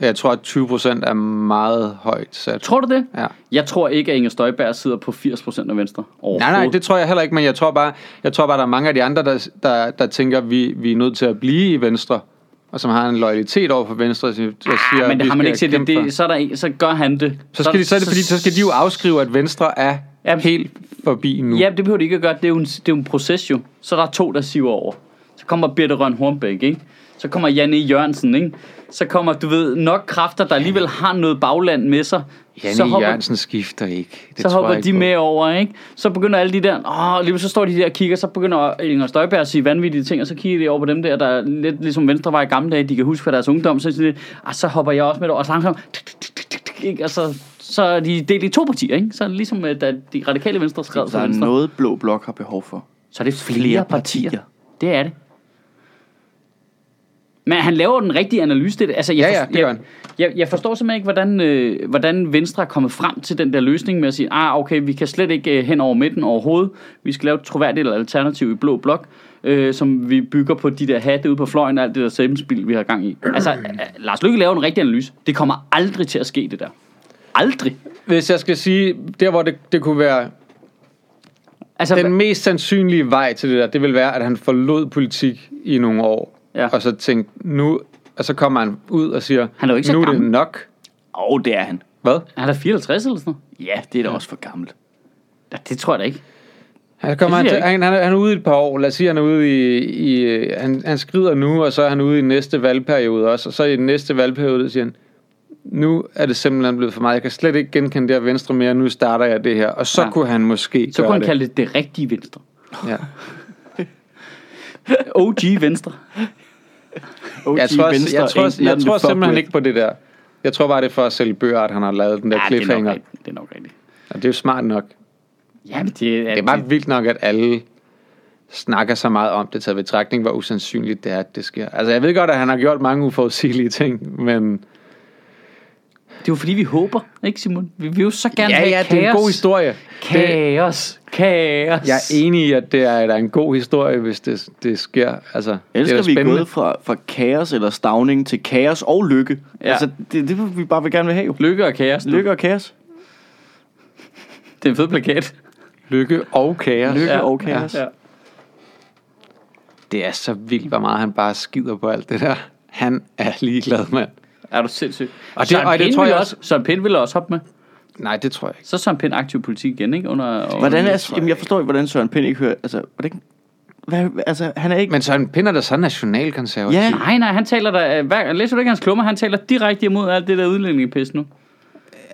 Speaker 2: Jeg tror, at 20 procent er meget højt sat.
Speaker 3: Tror du det?
Speaker 2: Ja.
Speaker 3: Jeg tror ikke, at Inger Støjberg sidder på 80% af venstre.
Speaker 2: Nej, nej, det tror jeg heller ikke, men jeg tror bare, jeg tror bare der er mange af de andre, der, der, der tænker, at vi, vi er nødt til at blive i Venstre, og som har en loyalitet over for Venstre, der siger,
Speaker 3: Ja, Ah, men det
Speaker 2: vi
Speaker 3: har man
Speaker 2: skal
Speaker 3: ikke set. Det,
Speaker 2: kæmpe for.
Speaker 3: det, så, er der en, så gør han det.
Speaker 2: Så, skal de, så, er det, fordi, så skal de jo afskrive, at Venstre er
Speaker 3: Ja, men-
Speaker 2: helt forbi nu.
Speaker 3: Ja, det behøver de ikke at gøre. Det er jo en, det er jo en proces jo. Så er der to, der siver over. Så kommer Birte Røn Hornbæk, ikke? Så kommer Janne Jørgensen, ikke? Så kommer, du ved, nok kræfter, der alligevel har noget bagland med sig.
Speaker 2: Janne
Speaker 3: så hopper,
Speaker 2: Jørgensen skifter ikke. Det
Speaker 3: så
Speaker 2: tror
Speaker 3: hopper
Speaker 2: jeg
Speaker 3: de
Speaker 2: ikke på.
Speaker 3: med over, ikke? Så begynder alle de der, åh, lige så står de der og kigger, så begynder Inger Støjberg at sige vanvittige ting, og så kigger de over på dem der, der er lidt ligesom Venstre var i gamle dage, de kan huske fra deres ungdom, så, er de sådan lidt, ah, så hopper jeg også med det, over, og så langsomt, tuk, tuk, tuk, tuk, tuk, ikke? Og så, så er de delt i to partier, ikke? Så er det ligesom, øh, da de radikale venstre skrev
Speaker 1: Der
Speaker 3: til
Speaker 1: er
Speaker 3: venstre.
Speaker 1: noget, Blå Blok har behov for.
Speaker 3: Så er det flere, flere partier. partier. Det er det. Men han laver den rigtige analyse. Det, er det. altså, jeg
Speaker 2: Ja, ja,
Speaker 3: forst-
Speaker 2: det gør han.
Speaker 3: Jeg, jeg, jeg forstår simpelthen ikke, hvordan, øh, hvordan Venstre er kommet frem til den der løsning med at sige, ah, okay, vi kan slet ikke øh, hen over midten overhovedet. Vi skal lave et troværdigt alternativ i blå blok, øh, som vi bygger på de der hatte ude på fløjen og alt det der samspil, vi har gang i. Altså, øh, Lars Løkke laver en rigtig analyse. Det kommer aldrig til at ske, det der. Aldrig.
Speaker 2: Hvis jeg skal sige, der hvor det, det kunne være
Speaker 3: Altså,
Speaker 2: den mest sandsynlige vej til det der, det vil være, at han forlod politik i nogle år.
Speaker 3: Ja.
Speaker 2: Og så tænkte, nu, og så kommer han ud og siger,
Speaker 3: Han er jo ikke så
Speaker 2: nu er det
Speaker 3: gammel."
Speaker 2: nok.
Speaker 1: Åh, oh, det er han.
Speaker 2: Hvad?
Speaker 3: er der 54 eller sådan noget?
Speaker 1: Ja, det er da også for gammelt.
Speaker 3: Ja, Det tror jeg da ikke.
Speaker 2: Han, kommer,
Speaker 3: Det
Speaker 2: han, til,
Speaker 3: siger jeg
Speaker 2: han, han, er- han er ude i et par år. Lad os sige, han er ude i... i øh, han, han skrider nu, og så er han ude i næste valgperiode også. Og så i den næste valgperiode siger han, nu er det simpelthen blevet for meget. Jeg kan slet ikke genkende det her venstre mere. Nu starter jeg det her. Og så
Speaker 3: Ja.
Speaker 2: ja. kunne han måske
Speaker 3: Så
Speaker 2: gøre
Speaker 3: kunne han
Speaker 2: det.
Speaker 3: kalde det det rigtige Venstre.
Speaker 2: Ja.
Speaker 3: OG Venstre.
Speaker 1: OG
Speaker 2: Jeg tror, også-
Speaker 1: Venstre,
Speaker 2: jeg tror, også-
Speaker 1: ain't
Speaker 2: jeg
Speaker 1: nothing to
Speaker 2: tror
Speaker 1: fuck
Speaker 2: simpelthen
Speaker 1: with.
Speaker 2: ikke på det der. Jeg tror bare, det er for at sælge bøger, at han har lavet den der ja,
Speaker 3: det er, nok
Speaker 2: cliffhanger. Det
Speaker 3: rigtigt. det er nok rigtigt.
Speaker 2: og det er jo smart nok.
Speaker 3: Jamen, det er,
Speaker 2: Det er bare vildt nok, at alle snakker så meget om det, taget i betragtning, hvor usandsynligt det er, at det sker. Altså, jeg ved godt, at han har gjort mange uforudsigelige ting, men...
Speaker 3: det er jo fordi, vi håber, ikke Simon? Vi vil jo så gerne
Speaker 2: Ja,
Speaker 3: have
Speaker 2: ja,
Speaker 3: kaos.
Speaker 2: det er en god historie. Det,
Speaker 3: Kaos. Kaos.
Speaker 2: jeg er enig i, at det er, der er en god historie, hvis det, det sker. Altså, det er da
Speaker 1: Elsker vi er
Speaker 2: spændende.
Speaker 1: gået fra, fra kaos eller stavning til kaos og lykke.
Speaker 3: Ja.
Speaker 1: Ja. Altså, det, det vil vi bare vil gerne vil have jo.
Speaker 3: Lykke og kaos. Lykke.
Speaker 1: Lykke og kaos.
Speaker 3: Det er en fed plakat.
Speaker 2: Lykke og kaos.
Speaker 1: Lykke og kaos.
Speaker 3: Ja.
Speaker 2: Det er så vildt, hvor meget han bare skider på alt det der. Han er ligeglad, mand.
Speaker 3: Er du sindssyg?
Speaker 2: Og det-
Speaker 3: Søren,
Speaker 2: og det
Speaker 3: Pind
Speaker 2: tror jeg
Speaker 3: ville
Speaker 2: også-
Speaker 3: også, Søren Pind ville også hoppe med.
Speaker 2: Nej, det tror jeg ikke.
Speaker 3: Så er Søren Pind aktiv politik igen, ikke? Under, under
Speaker 1: Hvordan
Speaker 2: det
Speaker 1: er,
Speaker 2: tror jeg
Speaker 1: jamen, jeg
Speaker 2: ikke.
Speaker 1: forstår ikke, hvordan Søren Pind ikke hører, altså, hvordan, hvad, altså, han er ikke,
Speaker 2: Men Søren Pind er da så nationalkonservativ.
Speaker 1: Ja.
Speaker 3: Nej, nej, han taler der... Hver, læser du ikke hans klummer? Han taler direkte imod alt det der udlændingepis nu.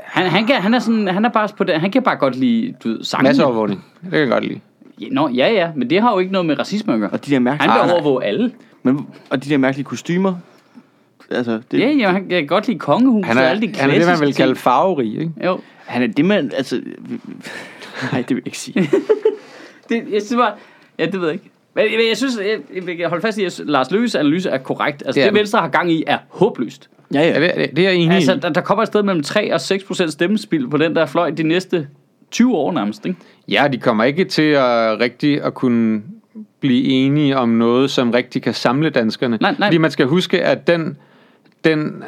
Speaker 3: Han, han, kan, han, er sådan, han er bare på det, han kan bare godt lide du ved, sangen.
Speaker 2: Masseovervågning. Det kan jeg godt lide.
Speaker 3: Ja, Nå, ja, ja, men det har jo ikke noget med racisme at gøre.
Speaker 1: og de der
Speaker 3: Han
Speaker 1: mærkelige,
Speaker 2: Ah,
Speaker 3: vil
Speaker 2: nej.
Speaker 3: overvåge alle.
Speaker 1: men, og de der mærkelige kostymer, altså, det,
Speaker 3: Ja, ja, han kan godt lide kongehuset
Speaker 2: Han
Speaker 3: og
Speaker 2: er,
Speaker 3: alle
Speaker 2: han
Speaker 3: de
Speaker 2: er det, man
Speaker 3: klassiske
Speaker 2: vil
Speaker 3: ting.
Speaker 2: kalde farverig, ikke?
Speaker 3: Jo.
Speaker 1: han er det, man, altså, nej, det vil jeg ikke sige.
Speaker 3: Det, jeg synes bare... Ja, det ved jeg ikke. Men, men jeg synes, jeg, jeg, jeg holder fast i, at Lars Løkkes analyse er korrekt. Altså,
Speaker 2: Det er
Speaker 3: det, det
Speaker 2: den.
Speaker 3: Venstre har gang i, er håbløst.
Speaker 1: Ja, ja.
Speaker 2: Ja, det, det, det er jeg enig
Speaker 3: Altså,
Speaker 2: altså,
Speaker 3: der, der kommer et sted mellem 3 og 6 procent stemmespil på den der fløj de næste 20 år nærmest, ikke?
Speaker 2: Ja, de kommer ikke til at rigtig at kunne blive enige om noget, som rigtig kan samle danskerne.
Speaker 3: Nej, nej.
Speaker 2: Fordi man skal huske, at den, den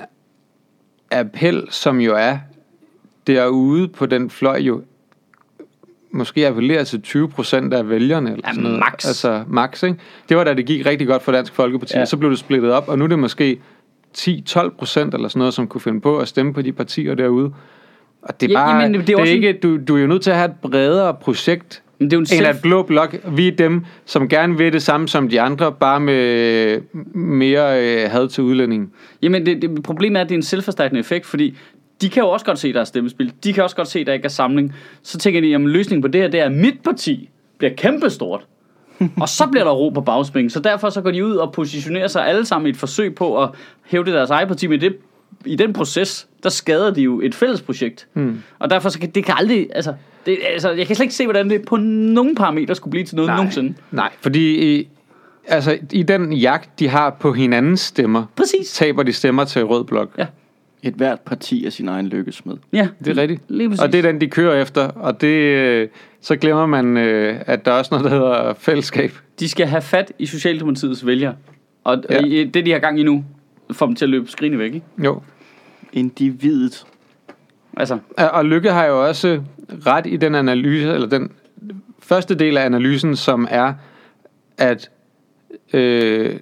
Speaker 2: appel, som jo er derude på den fløj, jo måske appellerer til 20% af vælgerne. Eller
Speaker 3: Ja,
Speaker 2: sådan noget.
Speaker 3: max.
Speaker 2: Altså max, ikke? Det var da det gik rigtig godt for Dansk Folkeparti,
Speaker 3: Ja.
Speaker 2: ja. så blev det splittet op, og nu er det måske 10-12% eller sådan noget, som kunne finde på at stemme på de partier derude. Og det er
Speaker 3: Ja,
Speaker 2: bare,
Speaker 3: jamen, det er
Speaker 2: det er
Speaker 3: også en-
Speaker 2: ikke, du, du er jo nødt til at have et bredere projekt,
Speaker 3: Men det er jo en
Speaker 2: end
Speaker 3: selv-
Speaker 2: at Blå Blok, vi er dem, som gerne vil det samme som de andre, bare med mere øh, had til udlændingen.
Speaker 3: Jamen, det, det, problemet er, at det er en selvforstærkende effekt, fordi de kan jo også godt se, der er stemmespil. De kan også godt se, der ikke er samling. Så tænker de, jamen løsningen på det her, det er, at mit parti bliver kæmpestort. og så bliver der ro på bagspringen. Så derfor så går de ud og positionerer sig alle sammen i et forsøg på at hævde deres eget parti. Men det, i den proces, der skader de jo et fælles projekt.
Speaker 2: Hmm.
Speaker 3: Mm. Og derfor så kan, det kan aldrig... Altså, det, altså, jeg kan slet ikke se, hvordan det på nogen parametre skulle blive til noget Nej. nogensinde.
Speaker 2: Nej, fordi i, altså, i den jagt, de har på hinandens stemmer,
Speaker 3: Præcis.
Speaker 2: taber de stemmer til Rød Blok.
Speaker 3: Ja.
Speaker 1: Et hvert parti er sin egen lykkesmed.
Speaker 3: Ja,
Speaker 2: Det er rigtigt.
Speaker 3: Lige præcis.
Speaker 2: og det er den, de kører efter, og det, øh, så glemmer man, øh, at der er også noget, der hedder fællesskab.
Speaker 3: De skal have fat i Socialdemokratiets vælgere. Og
Speaker 2: Ja.
Speaker 3: ja. det, de har gang i nu, får dem til at løbe skrigende væk. Ikke?
Speaker 2: Jo.
Speaker 1: Individet.
Speaker 3: Altså,
Speaker 2: Og og Lykke har jo også ret i den analyse, eller den første del af analysen, som er, at øh,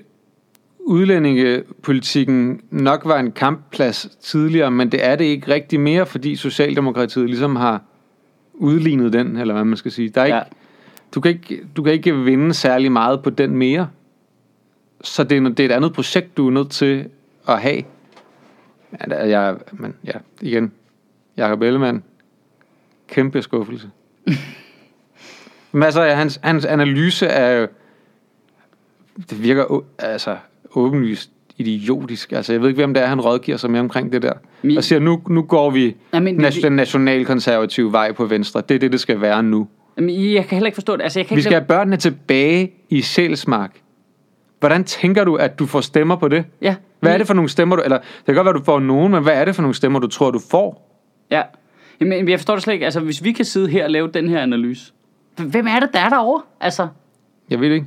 Speaker 2: udlændingepolitikken nok var en kampplads tidligere, men det er det ikke rigtig mere, fordi Socialdemokratiet ligesom har udlignet den, eller hvad man skal sige. Der er ikke,
Speaker 3: Ja.
Speaker 2: ja. du, kan ikke, du kan ikke vinde særlig meget på den mere. Så det er, det er et andet projekt, du er nødt til at have. Ja, der- jeg, men ja, igen, Jakob Ellemann. Kæmpe skuffelse. Men altså, ja, hans, hans analyse er jo... Det virker å- altså, åbenlyst idiotisk. Altså, jeg ved ikke, hvem det er, han rådgiver sig med omkring det der.
Speaker 3: Mi-
Speaker 2: Og siger, nu, nu går vi
Speaker 3: Ja, men-
Speaker 2: nas- den nationalkonservative vej på venstre. Det er det, det skal være nu.
Speaker 3: men jeg kan heller ikke forstå det. Altså, jeg kan
Speaker 2: Vi
Speaker 3: ikke
Speaker 2: skal have børnene tilbage i Sjælsmark. Hvordan tænker du, at du får stemmer på det?
Speaker 3: Ja.
Speaker 2: Hvad er det for nogle stemmer, du... Eller, det kan godt være, du får nogen, men hvad er det for nogle stemmer, du tror, du får?
Speaker 3: Ja. Jamen, jeg forstår det slet ikke. Altså, hvis vi kan sidde her og lave den her analyse. Hvem er det, der er derovre? Altså,
Speaker 2: Jeg ved det ikke.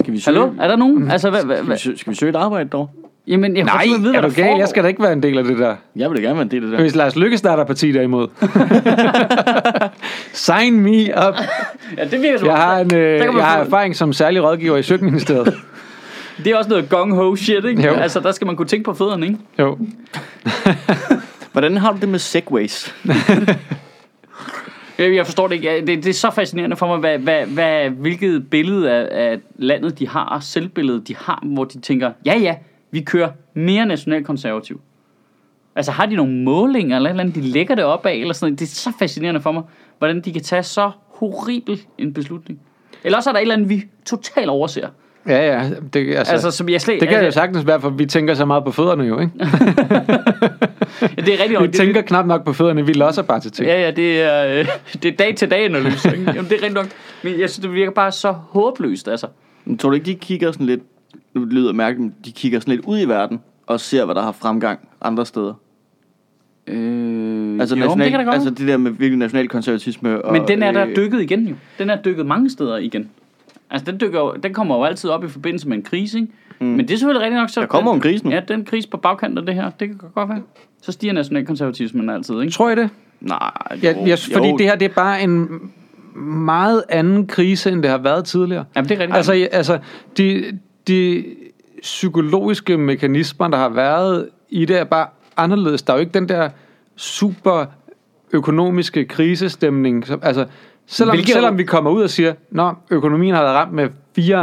Speaker 1: Skal vi søge?
Speaker 3: hallo? Er der nogen? Altså, hvad, hvad,
Speaker 1: Skal vi,
Speaker 3: hvad?
Speaker 1: søge, skal vi søge et arbejde dog?
Speaker 3: Jamen, jeg kan
Speaker 2: Nej,
Speaker 3: godt vide,
Speaker 2: er
Speaker 3: hvad
Speaker 2: du
Speaker 3: der
Speaker 2: gal? Jeg skal
Speaker 3: foregår.
Speaker 2: da ikke være en del af det der.
Speaker 1: Jeg vil da gerne være en del af det der.
Speaker 2: Hvis Lars Lykke starter parti derimod. Sign me up.
Speaker 3: Ja, det virker som
Speaker 2: Jeg
Speaker 3: om-
Speaker 2: har, en, øh,
Speaker 3: der kan man
Speaker 2: jeg har
Speaker 3: få-
Speaker 2: erfaring som særlig rådgiver i Søgministeriet.
Speaker 3: Det er også noget gung-ho shit, ikke?
Speaker 2: Jo.
Speaker 3: Altså, der skal man kunne tænke på fødderne, ikke?
Speaker 2: Jo.
Speaker 3: Øh.
Speaker 1: Hvordan har du det med segways?
Speaker 3: Øh, Jeg jeg forstår det ikke. Jeg- Det, det er så fascinerende for mig, hvad, hvad, hvad, hvilket billede af, af landet de har, og selvbilledet de har, hvor de tænker, ja ja, vi kører mere nationalkonservativ. Altså har de nogle målinger eller et eller andet, de lægger det op af, eller sådan noget. Det er så fascinerende for mig, hvordan de kan tage så horribel en beslutning. Eller også er der et eller andet, vi totalt overser.
Speaker 2: Ja, ja. Det, altså,
Speaker 3: Altså, som jeg slet,
Speaker 2: det kan jo
Speaker 3: altså,
Speaker 2: sagtens være, for vi tænker så meget på fødderne jo, ikke?
Speaker 3: jeg Det er rigtig nok.
Speaker 2: Vi
Speaker 3: det-
Speaker 2: tænker knap nok på fødderne, vi losser bare til ting.
Speaker 3: Ja, ja, det er, øh, det er dag-til-dag-analyse. ikke? Jamen, det er rigtig nok. Men jeg synes, det virker bare så håbløst, altså.
Speaker 1: Men tror du ikke, de kigger sådan lidt... Nu lyder det mærkeligt, men de kigger sådan lidt ud i verden og ser, hvad der har fremgang andre steder.
Speaker 3: Øh,
Speaker 1: Altså,
Speaker 3: men det kan da godt
Speaker 1: altså
Speaker 3: altså,
Speaker 1: det der med virkelig nationalkonservatisme. Og,
Speaker 3: Men den er der
Speaker 1: øh,
Speaker 3: dykket igen jo. Den er dykket mange steder igen. Altså, den, dykker jo, den kommer jo altid op i forbindelse med en krise, ikke? Mm. Men det er selvfølgelig rigtigt nok så...
Speaker 1: Der kommer
Speaker 3: den-
Speaker 1: jo en krise nu.
Speaker 3: Ja, den krise på bagkanten af det her, det kan godt være. Så stiger nationalkonservatismen altid, ikke?
Speaker 2: Tror I det?
Speaker 1: Nej,
Speaker 2: Jeg,
Speaker 1: jo,
Speaker 2: jeg, fordi
Speaker 1: jo.
Speaker 2: det her, det er bare en meget anden krise, end det har været tidligere.
Speaker 3: Jamen, det er rigtigt.
Speaker 2: Altså, altså de, de psykologiske mekanismer, der har været i det, er bare anderledes. Der er jo ikke den der super økonomiske krisestemning. Som, altså, selvom,
Speaker 3: Hvilket-
Speaker 2: selvom vi kommer ud og siger, at økonomien har været ramt med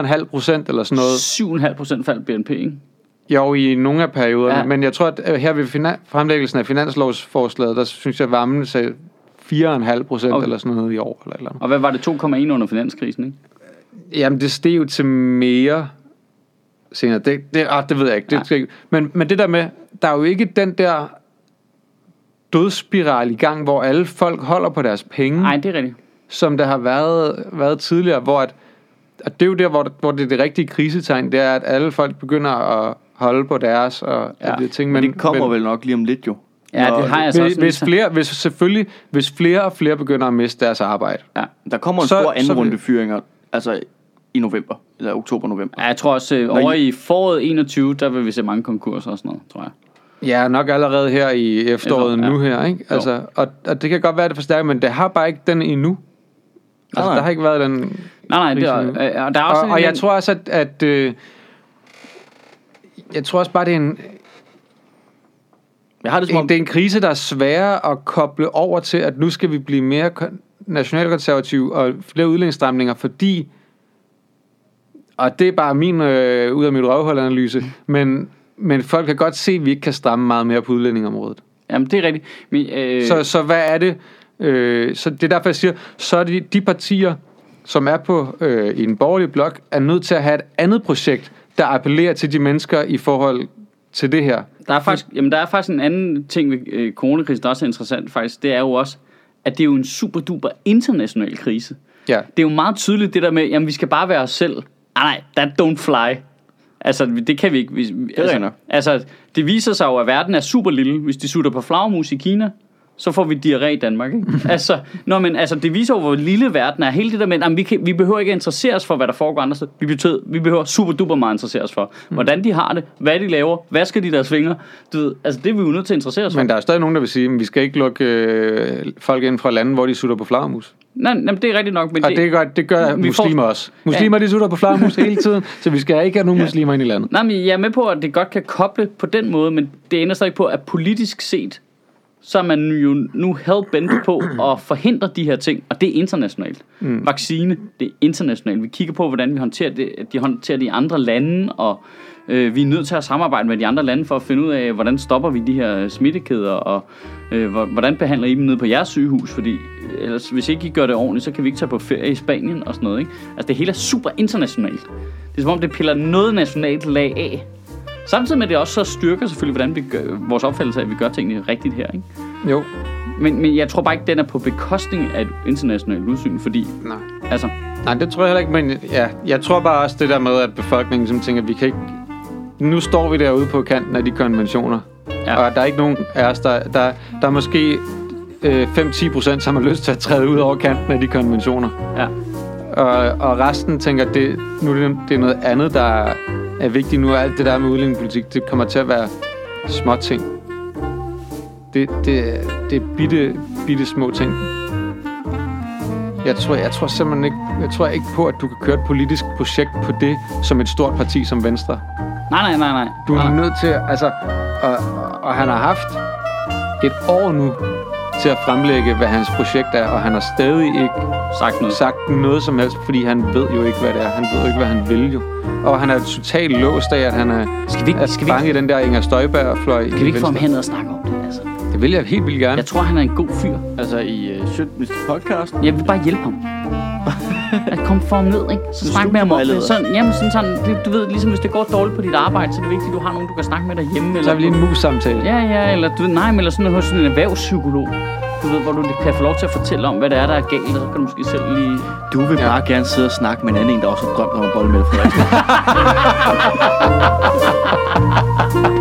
Speaker 2: 4,5 procent eller sådan noget,
Speaker 3: 7,5 procent fald BNP, ikke?
Speaker 2: jo, i nogle af perioderne,
Speaker 3: Ja.
Speaker 2: ja. men jeg tror, at øh, her ved fina- fremlæggelsen af finanslovsforslaget, der synes jeg, at varmen sagde 4,5 procent
Speaker 3: Okay.
Speaker 2: okay. eller sådan noget i år. Eller, et eller andet.
Speaker 3: Og hvad var det? 2,1 under finanskrisen, ikke?
Speaker 2: Jamen, det steg jo til mere senere. Det, det, ah, det ved jeg ikke.
Speaker 3: Nej.
Speaker 2: Det skal jeg ikke. Men, men det der med, der er jo ikke den der dødsspiral i gang, hvor alle folk holder på deres
Speaker 1: Mm.
Speaker 2: penge,
Speaker 3: Nej, det er rigtigt.
Speaker 2: som der har været, været tidligere, hvor at, at det er jo der, hvor, hvor det er det rigtige krisetegn, det er, at alle folk begynder at holde på deres og
Speaker 3: Ja,
Speaker 2: ja, det ting.
Speaker 1: Men det kommer vel nok lige om lidt jo.
Speaker 3: Ja,
Speaker 1: Når-
Speaker 3: det har jeg så
Speaker 2: Altså hvis,
Speaker 3: også.
Speaker 2: hvis flere, hvis selvfølgelig, hvis flere og flere begynder at miste deres arbejde.
Speaker 1: Der kommer en
Speaker 2: Så-
Speaker 1: stor anden
Speaker 2: så vil-
Speaker 1: runde fyringer, altså i november, eller oktober-november.
Speaker 3: Ja, jeg tror også, øh, over i foråret 21, der vil vi se mange konkurser og sådan noget, tror jeg.
Speaker 2: Ja, nok allerede her i efteråret ja.
Speaker 3: Efterår, ja.
Speaker 2: nu her, ikke?
Speaker 3: Jo.
Speaker 2: Altså, og, og det kan godt være, at det forstærker, men det har bare ikke den endnu. Altså,
Speaker 1: nej.
Speaker 2: der har ikke været den...
Speaker 3: Nej, nej, det er,
Speaker 2: Ligesom-
Speaker 3: øh, og der er også
Speaker 2: Og,
Speaker 3: en
Speaker 2: og jeg
Speaker 3: anden-
Speaker 2: tror også, at... at øh, jeg tror også bare, det er en,
Speaker 1: Jeg har det som om,
Speaker 2: en, det er en krise, der er sværere at koble over til, at nu skal vi blive mere kon- nationalkonservative og flere udlændingsstramninger, fordi, og det er bare min øh, ud af mit røvhulanalyse, men, men folk kan godt se, at vi ikke kan stramme meget mere på udlændingområdet.
Speaker 3: Jamen, det er rigtigt. Men, øh,
Speaker 2: Så, så hvad er det? Øh, så det er derfor, jeg siger, så er det de partier, som er på øh, i en borgerlig blok, er nødt til at have et andet projekt, der appellerer til de mennesker i forhold til det her.
Speaker 3: Der er faktisk, jamen, der er faktisk en anden ting ved øh, coronakrisen, der også er interessant faktisk. Det er jo også, at det er jo en super duper international krise.
Speaker 2: Ja.
Speaker 3: Det er jo meget tydeligt det der med, jamen vi skal bare være os selv. Ah, nej, that don't fly. Altså, det kan vi ikke. Vi, det
Speaker 1: rigtigt
Speaker 3: altså,
Speaker 1: nok.
Speaker 3: altså, det viser sig jo, at verden er super lille. Hvis de sutter på flagmus i Kina, så får vi diarré i Danmark. Ikke? altså, nå, men, altså, det viser jo, hvor lille verden er. Hele det der med, jamen, vi, kan, vi behøver ikke at interessere os for, hvad der foregår andre steder. Vi, betød, vi behøver super duper meget at interessere os for. Hvordan de har det, hvad de laver, hvad skal de deres fingre. Du ved, altså, det er vi jo nødt til at interessere os for.
Speaker 2: Men der er stadig nogen, der vil sige, at vi skal ikke lukke øh, folk ind fra lande, hvor de sutter på flagermus.
Speaker 3: Nej, nej, men det er rigtigt nok. Men
Speaker 2: Og det gør, det gør
Speaker 3: Vi får-
Speaker 2: muslimer også. Muslimer, de sutter på flagermus hele tiden, så vi skal ikke have nogen muslimer ind i landet.
Speaker 3: Nej, men jeg er med på, at det godt kan koble på den måde, men det ender stadig på, at politisk set, så er man jo nu hellbent på at forhindre de her ting, og det er internationalt. Mm. Vaccine, det er internationalt. Vi kigger på, hvordan vi håndterer det, at de håndterer det i andre lande, og øh, vi er nødt til at samarbejde med de andre lande for at finde ud af, hvordan stopper vi de her øh, smittekæder, og øh, hvor- hvordan behandler I dem nede på jeres sygehus, fordi øh, ellers, hvis ikke I gør det ordentligt, så kan vi ikke tage på ferie i Spanien og sådan noget. Ikke? Altså det hele er super internationalt. Det er som om, det piller noget nationalt lag af. Samtidig med at det også så styrker selvfølgelig, hvordan vi gør, vores opfattelse af, at vi gør tingene rigtigt her. Ikke?
Speaker 2: Jo,
Speaker 3: Men, men jeg tror bare ikke, den er på bekostning af et internationalt udsyn, fordi...
Speaker 2: nej.
Speaker 3: Altså,
Speaker 2: Nej, det tror jeg heller ikke, men ja, jeg tror bare også det der med, at befolkningen som tænker, at vi kan ikke... Nu står vi derude på kanten af de konventioner,
Speaker 3: Ja.
Speaker 2: ja. og der er ikke nogen af os, der, der, der er måske øh, 5-10 procent, som har lyst til at træde ud over kanten af de konventioner.
Speaker 3: ja.
Speaker 2: Og, og resten tænker, det, nu er det, det er noget andet, der er vigtigt nu. Alt det der med udlændingepolitik, det kommer til at være små ting. Det, det, det er bitte, bitte små ting. Jeg tror, jeg tror simpelthen ikke, jeg tror ikke på, at du kan køre et politisk projekt på det, som et stort parti som Venstre.
Speaker 3: Nej, nej, nej, nej.
Speaker 2: Du er
Speaker 3: nej.
Speaker 2: nødt til, at- altså, og, og han har haft et år nu til at fremlægge, hvad hans projekt er, og han har stadig ikke
Speaker 3: Sagt noget.
Speaker 2: sagt noget som helst, fordi han ved jo ikke, hvad det er. Han ved jo ikke, hvad han vil jo. Og han er jo totalt låst af, at han er,
Speaker 3: Skal vi ikke-
Speaker 2: er
Speaker 3: skal vi
Speaker 2: fanget i den der Inger Støjberg-fløj.
Speaker 3: Kan vi ikke få ham hen og snakke om det? Altså,
Speaker 2: Det vil jeg helt vildt gerne.
Speaker 3: jeg tror, han er en god fyr.
Speaker 1: Altså i uh, Shit Mr. Podcast.
Speaker 3: Jeg vil bare hjælpe ham. At komme for ham ned, ikke? Så snak med ham om det.
Speaker 1: studievejleder.
Speaker 3: Sådan, jamen, sådan, sådan, det, du ved, ligesom hvis det går dårligt på dit arbejde, så er det vigtigt, at du har nogen, du kan snakke med derhjemme. Eller
Speaker 2: Så har vi lige en mus-samtale.
Speaker 3: Ja, ja, eller du ved, nej, men eller sådan hos en erhvervspsykolog. Du ved, hvor du kan få lov til at fortælle om, hvad det er, der er galt, og så kan du måske selv lige...
Speaker 1: Du vil ja. bare gerne sidde og snakke med en anden en, der også har drømt om at bolle med Frederiksen.